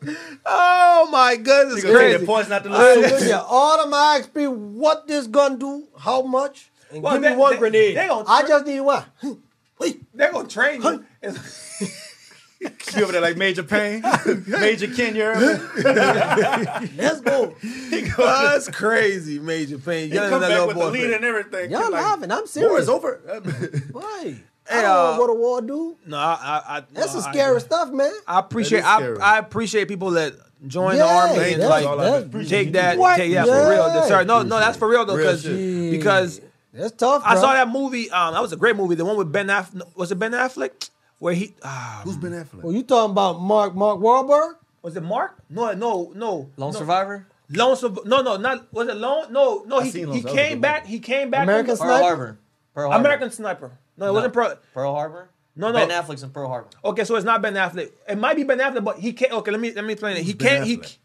Speaker 1: oh my goodness,
Speaker 3: Nigga, take
Speaker 1: crazy.
Speaker 3: the poison out the
Speaker 2: So
Speaker 3: liquor.
Speaker 2: with your all of my experience, what this gun do, how much, and
Speaker 1: Well,
Speaker 2: give
Speaker 1: they-
Speaker 2: me one
Speaker 1: they-
Speaker 2: grenade.
Speaker 1: they gonna
Speaker 2: I
Speaker 1: tr-
Speaker 2: just need one. Hmm. Wait,
Speaker 1: They're gonna train you. It's-
Speaker 3: You over there like Major Payne, Major Kenya.
Speaker 2: let's go.
Speaker 1: That's crazy, Major Pain.
Speaker 3: He
Speaker 1: Younger
Speaker 3: come
Speaker 1: than that little
Speaker 3: back with the lead
Speaker 1: boyfriend.
Speaker 3: and everything.
Speaker 2: Y'all
Speaker 3: Kid, like,
Speaker 2: laughing. I'm serious.
Speaker 3: War is over.
Speaker 2: Right.
Speaker 1: Hey,
Speaker 2: I don't
Speaker 1: uh,
Speaker 2: wanna go to war, dude.
Speaker 1: No, I, I, I
Speaker 2: That's
Speaker 1: no,
Speaker 2: some
Speaker 1: I-
Speaker 2: scary stuff, man.
Speaker 1: I appreciate.
Speaker 3: is
Speaker 1: I,
Speaker 3: scary.
Speaker 1: I appreciate people that join
Speaker 2: Yeah,
Speaker 1: the army
Speaker 2: that's-
Speaker 1: and
Speaker 3: Thank you.
Speaker 1: like
Speaker 3: All I
Speaker 2: that's-
Speaker 3: appreciate
Speaker 1: Take
Speaker 3: you.
Speaker 1: that,
Speaker 2: What?
Speaker 1: take that for real.
Speaker 2: Yeah.
Speaker 1: Sorry, no, no, that's for real though,
Speaker 3: Real
Speaker 1: because
Speaker 3: shit.
Speaker 1: because
Speaker 2: That's tough. Bro.
Speaker 1: I saw that movie. Um, that was a great movie. The one with Ben Affleck. Was it Ben Affleck? Where he? ah,
Speaker 3: Who's Ben Affleck?
Speaker 2: Well, you talking about Mark Mark Wahlberg?
Speaker 1: was it Mark? No, no, no. no.
Speaker 4: Lone Survivor.
Speaker 1: Lone Survivor. No, no, not was it Lone? No, no.
Speaker 3: I
Speaker 1: He,
Speaker 3: seen Lone
Speaker 1: he
Speaker 3: Survivor.
Speaker 1: came back. He came back.
Speaker 2: American
Speaker 1: from-
Speaker 4: Pearl
Speaker 2: Sniper?
Speaker 4: Harbor. Pearl Harbor.
Speaker 1: American Sniper. No, it wasn't Pro.
Speaker 4: Pearl Harbor.
Speaker 1: No, no.
Speaker 4: Ben Affleck's in Pearl Harbor.
Speaker 1: Okay, so it's not Ben Affleck. It might be Ben Affleck, but he can't. Okay, let me let me explain it. He can't. He
Speaker 3: Affleck?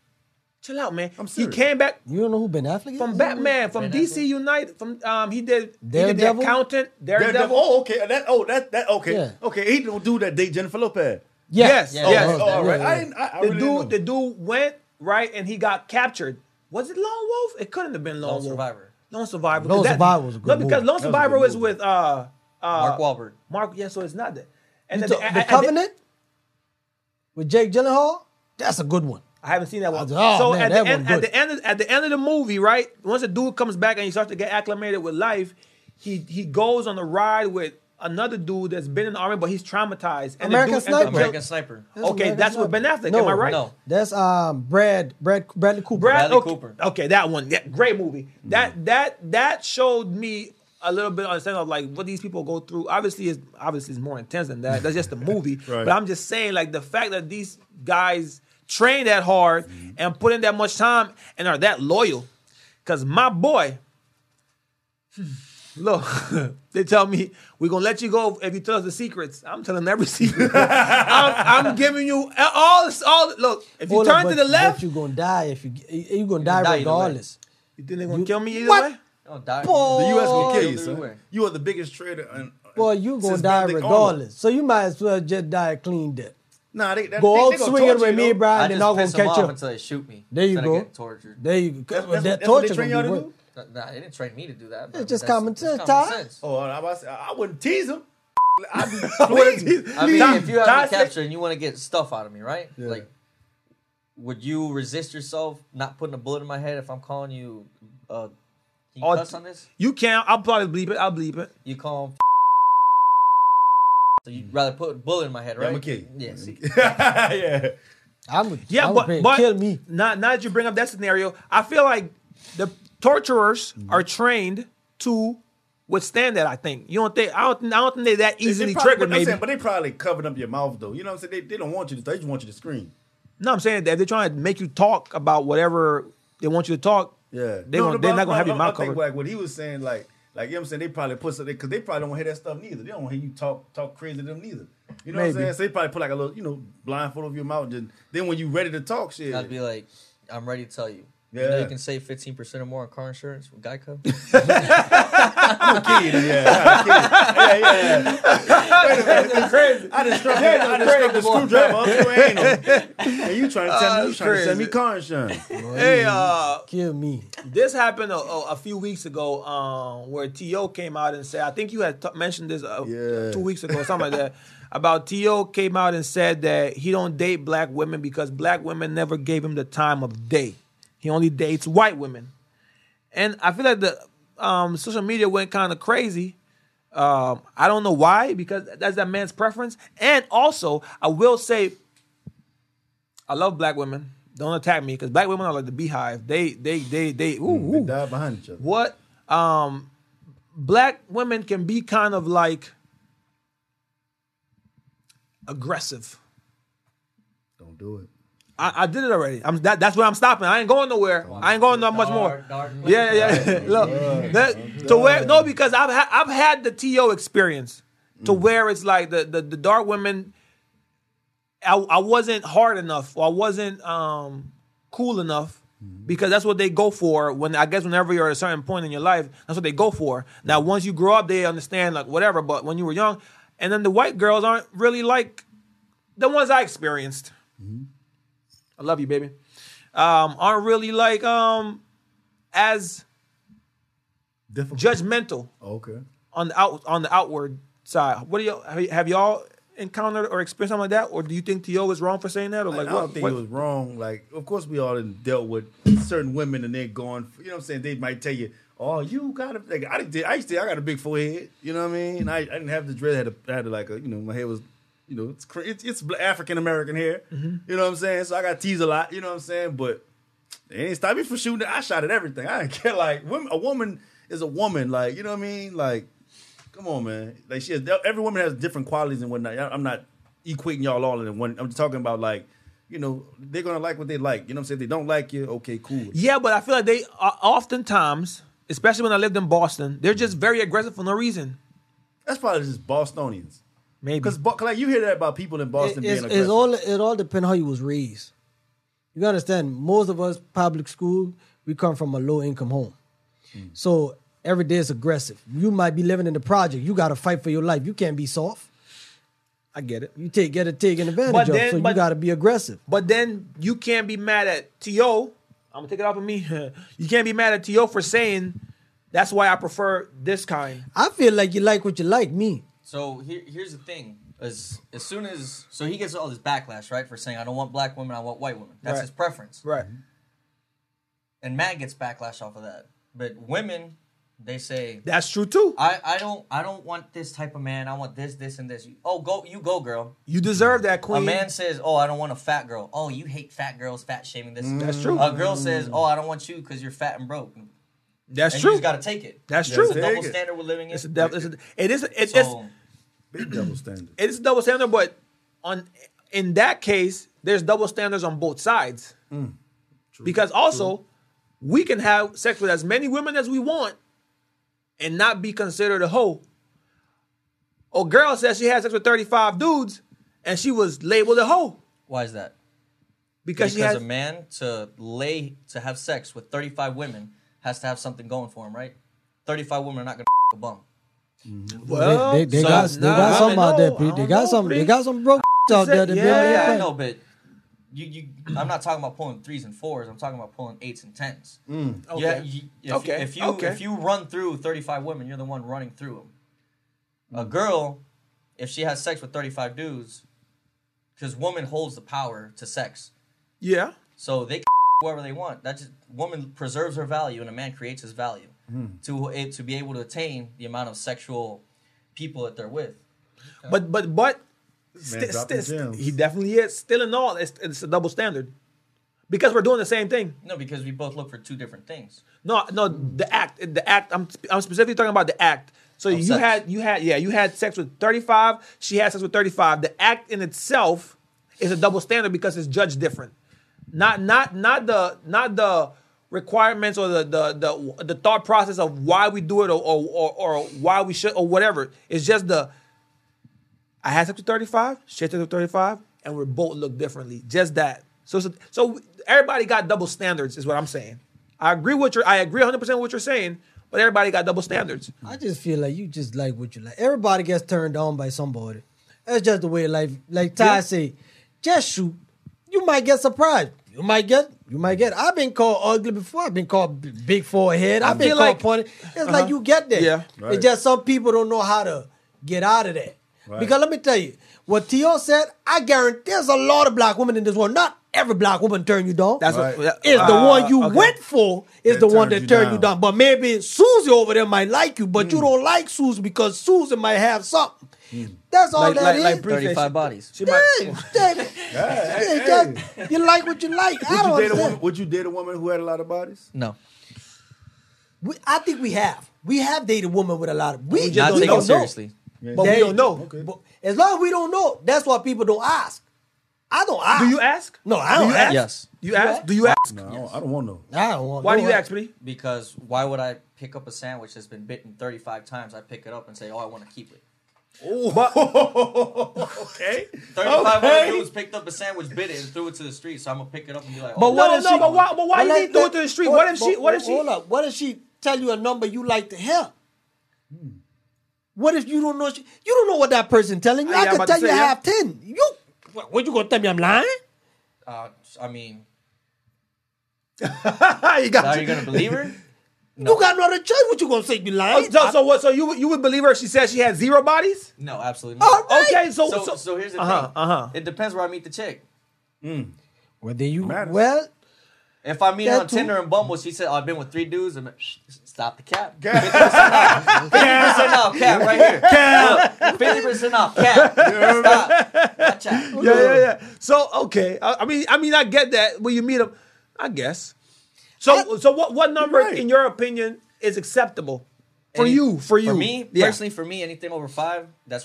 Speaker 1: chill out, man.
Speaker 3: I'm
Speaker 1: he
Speaker 3: serious.
Speaker 1: came back
Speaker 2: You don't know who Ben Affleck is?
Speaker 1: from Batman, from
Speaker 4: Ben
Speaker 1: DC
Speaker 4: Affleck?
Speaker 1: United, from um he did he did the
Speaker 2: Daredevil?
Speaker 1: accountant,
Speaker 3: That-
Speaker 1: Daredevil.
Speaker 3: that- oh, okay. That, oh, that, that, okay.
Speaker 2: Yeah.
Speaker 3: Okay. He don't do that date Jennifer Lopez.
Speaker 1: Yes,
Speaker 4: Yeah.
Speaker 1: yes.
Speaker 3: Oh,
Speaker 2: Oh,
Speaker 3: all
Speaker 2: yeah,
Speaker 3: right.
Speaker 2: yeah.
Speaker 3: I didn't, I, I
Speaker 1: the
Speaker 3: really
Speaker 1: dude,
Speaker 3: didn't
Speaker 1: the
Speaker 3: know.
Speaker 1: dude went right, and he got captured. Was it Lone Wolf? It couldn't have been Lone,
Speaker 4: Lone
Speaker 1: Wolf.
Speaker 4: Survivor.
Speaker 1: Lone Survivor.
Speaker 2: Lone
Speaker 1: 'cause
Speaker 2: Survivor was a good
Speaker 1: no, because
Speaker 2: movie.
Speaker 1: Lone
Speaker 3: was a
Speaker 1: Survivor
Speaker 3: good
Speaker 1: was
Speaker 3: movie.
Speaker 1: with uh uh
Speaker 4: Mark Wahlberg.
Speaker 1: Mark. Yeah, so it's not that. And
Speaker 2: You
Speaker 1: then-
Speaker 2: talk-
Speaker 1: I- I- I
Speaker 2: the
Speaker 1: did-
Speaker 2: Covenant with Jake Gyllenhaal. That's a good one.
Speaker 1: I haven't seen that one.
Speaker 2: Oh,
Speaker 1: so at
Speaker 2: man, that
Speaker 1: the end,
Speaker 2: one
Speaker 1: at
Speaker 2: good.
Speaker 1: the end, of, at the end of the movie, right? Once the dude comes back and he starts to get acclimated with life, he he goes on a ride with another dude that's been in the army, but he's traumatized. And the dude
Speaker 2: American
Speaker 1: ends up
Speaker 2: Sniper.
Speaker 1: kill-
Speaker 4: American Sniper.
Speaker 1: Okay,
Speaker 2: American
Speaker 1: that's with Ben
Speaker 2: Sniper.
Speaker 1: Affleck.
Speaker 2: No,
Speaker 1: am I right?
Speaker 4: No.
Speaker 2: That's um Brad Brad Bradley Cooper.
Speaker 1: Brad
Speaker 4: Bradley
Speaker 1: okay,
Speaker 4: Cooper. Mm.
Speaker 1: Okay, that one. Yeah, great movie. That that that showed me a little bit of understanding of like what these people go through. Obviously, is obviously it's more intense than that. That's just a movie.
Speaker 3: Right.
Speaker 1: But I'm just saying, like the fact that these guys train that hard,
Speaker 4: Mm-hmm.
Speaker 1: and put in that much time and are that loyal. Because my boy, hmm, look, they tell me, we're going to let you go if you tell us the secrets. I'm telling them every secret. I'm, I'm giving you all, all look, if you
Speaker 2: Hold
Speaker 1: turn
Speaker 2: up,
Speaker 1: to
Speaker 2: but-
Speaker 1: the left,
Speaker 2: but you gonna die if you you're gonna die,
Speaker 4: die either way.
Speaker 2: regardless.
Speaker 1: you think they're going to kill me either
Speaker 2: What?
Speaker 1: way?
Speaker 4: Oh, Don't die.
Speaker 2: Boy.
Speaker 3: The U.S. gonna kill you,
Speaker 4: Either way.
Speaker 3: son. You are the biggest traitor. in-
Speaker 2: Boy, you gonna
Speaker 3: since
Speaker 2: die
Speaker 3: Benedict Arnold.
Speaker 2: regardless. So you might as well just die a clean death.
Speaker 3: Nah, they, that,
Speaker 2: Go
Speaker 3: they,
Speaker 2: out
Speaker 3: they gonna
Speaker 2: swinging
Speaker 3: torture
Speaker 2: with
Speaker 3: you,
Speaker 2: me,
Speaker 3: though.
Speaker 2: Brian,
Speaker 4: I
Speaker 2: and
Speaker 4: just
Speaker 2: I'll
Speaker 4: piss
Speaker 2: gonna catch
Speaker 4: them off
Speaker 2: you.
Speaker 4: until they shoot me.
Speaker 2: There you
Speaker 4: Then I
Speaker 2: go.
Speaker 4: get tortured.
Speaker 2: There you go.
Speaker 3: That's, that's,
Speaker 2: that
Speaker 3: that's what they
Speaker 2: torture gonna
Speaker 3: train y'all
Speaker 2: be
Speaker 3: to
Speaker 2: worth-
Speaker 3: do?
Speaker 4: Nah, they didn't train me to do that. but
Speaker 2: It's just
Speaker 4: that's-
Speaker 2: common
Speaker 4: it's
Speaker 2: sense,
Speaker 4: common
Speaker 2: Ty.
Speaker 4: sense.
Speaker 3: Oh, I, I, I wouldn't tease him. I'd be
Speaker 4: I mean,
Speaker 1: Ty-
Speaker 4: if you have
Speaker 1: Ty
Speaker 4: me
Speaker 1: said-
Speaker 4: captured and you want to get stuff out of me, right? Like, would you resist yourself not putting a bullet in my head if I'm calling you? Uh, can you
Speaker 1: Oh,
Speaker 4: cuss on this?
Speaker 1: You can. I'll probably bleep it. I'll bleep it.
Speaker 4: You call him. So you'd rather put a bullet in my head, right?
Speaker 3: I'ma kill you.
Speaker 4: Yeah, see,
Speaker 3: yeah.
Speaker 2: I'm a,
Speaker 1: Yeah,
Speaker 2: I'm a
Speaker 1: but,
Speaker 2: pig.
Speaker 1: but
Speaker 2: kill me.
Speaker 1: Now, now that you bring up that scenario, I feel like the torturers are trained to withstand that. I think you don't think I don't, I don't think they're that
Speaker 3: They
Speaker 1: easily
Speaker 3: probably-
Speaker 1: triggered.
Speaker 3: I'm
Speaker 1: Maybe
Speaker 3: saying, but they probably covered up your mouth though. You know what I'm saying? They, they don't want you to. They just want you to scream.
Speaker 1: no, I'm saying that if they're trying to make you talk about whatever they want you to talk.
Speaker 3: Yeah,
Speaker 1: they won't- they're not gonna have your mouth
Speaker 3: I think
Speaker 1: covered.
Speaker 3: like what he was saying, like like you know what I'm saying, they probably put something because they probably don't want to hear that stuff neither. They don't want to hear you talk talk crazy to them neither. You know what I'm
Speaker 1: Maybe.
Speaker 3: saying? So they probably put like a little you know blindfold over your mouth. Just, then when you ready to talk shit,
Speaker 4: I'd be like, I'm ready to tell you. You, know
Speaker 3: Yeah.
Speaker 4: you can save 15% or more on car insurance with Geico.
Speaker 3: kid, yeah, yeah, yeah, yeah. Wait a minute, this is crazy. I just struck, I just struck the screwdriver up your anal, and you trying to tell me you
Speaker 1: that's
Speaker 3: trying to send me
Speaker 1: crazy.
Speaker 3: car insurance?
Speaker 1: Hey, uh,
Speaker 2: Kill me.
Speaker 1: this happened a, a, a few weeks ago, um, where To came out and said, I think you had t- mentioned this uh,
Speaker 3: Yeah.
Speaker 1: two weeks ago, something like that. About To came out and said that he don't date black women because black women never gave him the time of day. He only dates white women, and I feel like the um, social media went kind of crazy. Um, I don't know why because that's that man's preference. And also, I will say I love black women. Don't attack me because black women are like the beehive. They they they they. Ooh,
Speaker 3: They
Speaker 1: ooh.
Speaker 3: died behind each other.
Speaker 1: What? Um, black women can be kind of like aggressive.
Speaker 3: Don't do it.
Speaker 1: I, I did it already. I'm that, that's where I'm stopping. I ain't going nowhere. I ain't going no much more. Yeah, yeah, yeah. Look, that, to where no, because I've ha- I've had the to experience to where it's like the the, the dark women. I, I wasn't hard enough, or I wasn't um, cool enough, because that's what they go for. When I guess whenever you're at a certain point in your life, that's what they go for. Now, once you grow up, they understand like whatever. But when you were young, and then the white girls aren't really like the ones I experienced. I love you, baby. Um, aren't really like um as
Speaker 3: Difficult.
Speaker 1: judgmental
Speaker 3: Okay.
Speaker 1: on the out on the outward side. What do y'all have y- have y'all encountered or experienced something like that, or do you think T.O. is wrong for saying that, or like
Speaker 3: I
Speaker 1: what?
Speaker 3: don't think
Speaker 1: what-
Speaker 3: it was wrong. Like, of course, we all done dealt with certain women, and they're going. You know what I'm saying? They might tell you, "Oh, you got a." Like, I did. I used to. I got a big forehead. You know what I mean? And I, I didn't have the dread. I had, a, I had a, like a. You know, my hair was. You know, it's cra- it's, it's African American hair.
Speaker 1: Mm-hmm.
Speaker 3: You know what I'm saying? So I got teased a lot. You know what I'm saying? But it ain't stop me from shooting. I shot at everything. I didn't care. Like, women, a woman is a woman. Like, you know what I mean? Like, come on, man. Like she has every woman has different qualities and whatnot. I'm not equating y'all all in one. I'm just talking about like, you know, they're gonna like what they like. You know what I'm saying? If they don't like you, okay, cool.
Speaker 1: Yeah, but I feel like they are oftentimes, especially when I lived in Boston, they're just very aggressive for no reason.
Speaker 3: That's probably just Bostonians.
Speaker 1: Maybe
Speaker 3: Because like you hear that about people in
Speaker 2: It,
Speaker 3: Boston being
Speaker 2: it's,
Speaker 3: aggressive.
Speaker 2: it's all it all depends how you was raised. You understand? Most of us public school, we come from a low income home,
Speaker 3: Mm.
Speaker 2: so every day is aggressive. You might be living in the project. You got to fight for your life. You can't be soft.
Speaker 1: I get it.
Speaker 2: You take get a taken advantage
Speaker 1: But
Speaker 2: of,
Speaker 1: then-
Speaker 2: so
Speaker 1: but-
Speaker 2: you got to be aggressive.
Speaker 1: But then you can't be mad at T.O. I'm gonna take it off of me. you can't be mad at T.O. for saying that's why I prefer this kind.
Speaker 2: I feel like you like what you like. Me,
Speaker 4: So here, here's the thing: as as soon as so he gets all this backlash, right, for saying I don't want black women, I want white women. That's
Speaker 1: Right.
Speaker 4: his preference.
Speaker 1: Right.
Speaker 4: And Matt gets backlash off of that. But women, they say
Speaker 1: That's true too.
Speaker 4: I, I don't I don't want this type of man. I want this this and this. You- Oh go you go girl.
Speaker 1: You deserve that,
Speaker 4: A
Speaker 1: Queen.
Speaker 4: man says, "Oh, I don't want a fat girl." Oh, you hate fat girls, fat shaming this.
Speaker 1: Mm. That's true.
Speaker 4: A girl says, "Oh, I don't want you because you're fat and broke."
Speaker 1: That's
Speaker 4: And
Speaker 1: true.
Speaker 4: you just got to take it.
Speaker 1: That's
Speaker 4: It's
Speaker 1: true.
Speaker 4: a double
Speaker 3: Take it.
Speaker 4: standard we're living in.
Speaker 1: It's a double. It's a, it is. It,
Speaker 4: so,
Speaker 1: it's,
Speaker 3: big double standard.
Speaker 1: it is a double standard, but on in that case, there's double standards on both sides.
Speaker 4: Hmm.
Speaker 1: because also, we can have sex with as many women as we want and not be considered a hoe. A girl says she had sex with 35 dudes and she was labeled a hoe
Speaker 4: Why is that?
Speaker 1: because,
Speaker 4: Because
Speaker 1: she has
Speaker 4: a man to lay to have sex with 35 women has to have something going for him, right? 35 women are not gonna a bum.
Speaker 1: Well,
Speaker 2: they, they
Speaker 1: so-
Speaker 2: got, they
Speaker 1: nah,
Speaker 2: got
Speaker 1: I
Speaker 2: something
Speaker 1: don't
Speaker 2: out there,
Speaker 1: know.
Speaker 2: P.
Speaker 1: I
Speaker 2: They
Speaker 1: don't
Speaker 2: got
Speaker 1: know,
Speaker 2: some.
Speaker 1: P.
Speaker 2: They got some broke out there. That be
Speaker 1: Yeah,
Speaker 2: out
Speaker 1: yeah,
Speaker 2: here
Speaker 1: I
Speaker 4: I
Speaker 2: playing.
Speaker 4: know, but you, you I'm not talking about pulling threes and fours. I'm talking about pulling eights and tens.
Speaker 1: Okay.
Speaker 4: Yeah, you, if,
Speaker 1: Mm. Okay,
Speaker 4: if you
Speaker 1: okay.
Speaker 4: if you run through 35 women, you're the one running through them. A girl, if she has sex with 35 dudes, because woman holds the power to sex,
Speaker 1: yeah.
Speaker 4: so they can whoever they want. That just woman preserves her value, and a man creates his value
Speaker 1: Mm.
Speaker 4: to it to be able to attain the amount of sexual people that they're with.
Speaker 1: But but but sti-
Speaker 3: dropping
Speaker 1: sti-
Speaker 3: gems.
Speaker 1: he definitely is. Still in all, it's, it's a double standard because we're doing the same thing.
Speaker 4: No, because we both look for two different things.
Speaker 1: No, no, the act, the act. I'm I'm specifically talking about the act. So you
Speaker 4: sex.
Speaker 1: had you had yeah you had sex with 35. She had sex with 35. The act in itself is a double standard because it's judged different. Not not not the not the requirements or the the the, the thought process of why we do it or or, or or why we should or whatever. It's just the I had sex with 35. She had sex with 35, and we both look differently. Just that. So so, so everybody got double standards is what I'm saying. I agree with your I agree 100 percent with what you're saying, but everybody got double standards.
Speaker 2: I just feel like you just like what you like. Everybody gets turned on by somebody. That's just the way life. Like Ty
Speaker 1: Yeah.
Speaker 2: say, just shoot. You might get surprised. You might get. You might get. I've been called ugly before. I've been called b- big forehead. I've been
Speaker 1: feel
Speaker 2: called
Speaker 1: like- Uh-huh.
Speaker 2: pointy. It's like you get there.
Speaker 1: Yeah.
Speaker 3: Right.
Speaker 2: It's just some people don't know how to get out of that.
Speaker 3: Right.
Speaker 2: Because let me tell you, what T.O. said, I guarantee there's a lot of black women in this world. Not every black woman turn you down.
Speaker 1: That's
Speaker 3: Right.
Speaker 1: what
Speaker 2: Is the
Speaker 1: uh,
Speaker 2: one you
Speaker 1: okay.
Speaker 2: went for is
Speaker 3: That
Speaker 2: the one
Speaker 3: turns
Speaker 2: that
Speaker 3: you
Speaker 2: turned
Speaker 3: down.
Speaker 2: you down. But maybe Susie over there might like you, but you
Speaker 1: Hmm.
Speaker 2: don't like Susie because Susie might have something. That's all
Speaker 1: Like,
Speaker 2: that
Speaker 1: like,
Speaker 2: is.
Speaker 1: like Bree said,
Speaker 4: 35
Speaker 1: she-
Speaker 4: bodies.
Speaker 1: She might,
Speaker 2: Dang, dang.
Speaker 3: hey,
Speaker 2: Dang,
Speaker 3: hey.
Speaker 2: just- you like what you like. I
Speaker 3: Would
Speaker 2: don't
Speaker 3: you, date a
Speaker 2: understand.
Speaker 3: woman, would you date a woman who had a lot of bodies?
Speaker 4: No.
Speaker 2: We, I think we have. We have dated women with a lot of. We,
Speaker 1: just
Speaker 4: Not
Speaker 2: we
Speaker 4: taking
Speaker 2: don't
Speaker 4: it seriously.
Speaker 1: but we
Speaker 2: There
Speaker 1: don't
Speaker 2: you
Speaker 1: know.
Speaker 2: know. But as long as we don't know, that's why people don't ask. I don't ask.
Speaker 1: Do you ask?
Speaker 2: No, I
Speaker 1: Do
Speaker 2: don't
Speaker 1: you
Speaker 2: ask.
Speaker 4: Yes.
Speaker 1: You ask? Do you ask?
Speaker 3: No, I don't- I don't want no.
Speaker 2: I don't want
Speaker 1: Why
Speaker 2: no
Speaker 1: do you
Speaker 2: one.
Speaker 1: ask, Bree?
Speaker 4: Because why would I pick up a sandwich that's been bitten 35 times? I pick it up and say, oh, I want to keep it.
Speaker 3: Okay.
Speaker 4: 35
Speaker 3: Okay.
Speaker 4: other dudes picked up a sandwich, bit it, and threw it to the street. So I'm going to pick it up and be like, oh,
Speaker 2: But what
Speaker 1: No,
Speaker 2: if
Speaker 1: no,
Speaker 2: she?
Speaker 1: but why- but why you
Speaker 2: let-
Speaker 1: need to do
Speaker 2: let-
Speaker 1: it to the street?
Speaker 2: but-
Speaker 1: What if she-
Speaker 2: but-
Speaker 1: what if she-
Speaker 2: Hold up. What if she tell you a number you like to hear? What if you don't know? She, you don't know what that person telling you.
Speaker 1: Yeah,
Speaker 2: I
Speaker 1: I'm
Speaker 2: can
Speaker 1: about
Speaker 2: tell
Speaker 1: to
Speaker 2: you
Speaker 1: say, yeah.
Speaker 2: half ten. You what, what? You gonna tell me I'm lying?
Speaker 4: uh, I mean,
Speaker 1: you got
Speaker 4: are
Speaker 1: you.
Speaker 4: you going to believe her?
Speaker 2: You got no other choice. What you gonna say? You lying?
Speaker 1: Oh, so, so what? So you would- you would believe her? She said she had zero bodies.
Speaker 4: No, absolutely not.
Speaker 2: All right.
Speaker 1: Okay, so
Speaker 4: So, so, here's the
Speaker 1: uh-huh,
Speaker 4: thing.
Speaker 1: uh-huh.
Speaker 4: It depends where I meet the chick.
Speaker 2: well, then you.
Speaker 3: Matters.
Speaker 2: Well,
Speaker 4: If I meet her
Speaker 2: That
Speaker 4: on
Speaker 2: too.
Speaker 4: Tinder and Bumble, she said, oh, I've been with three dudes. And stop the cap.
Speaker 3: Cap.
Speaker 4: 50% off cap right here. Cap. 50% off cap. Stop. Watch out.
Speaker 1: yeah, yeah, yeah. So okay, I, I mean, I mean, I get that when you meet them, I guess. So, so what? What number,
Speaker 3: Right.
Speaker 1: in your opinion, is acceptable for
Speaker 4: Any-
Speaker 1: you? For you?
Speaker 4: For me,
Speaker 1: Yeah.
Speaker 4: personally, for me, anything over five, that's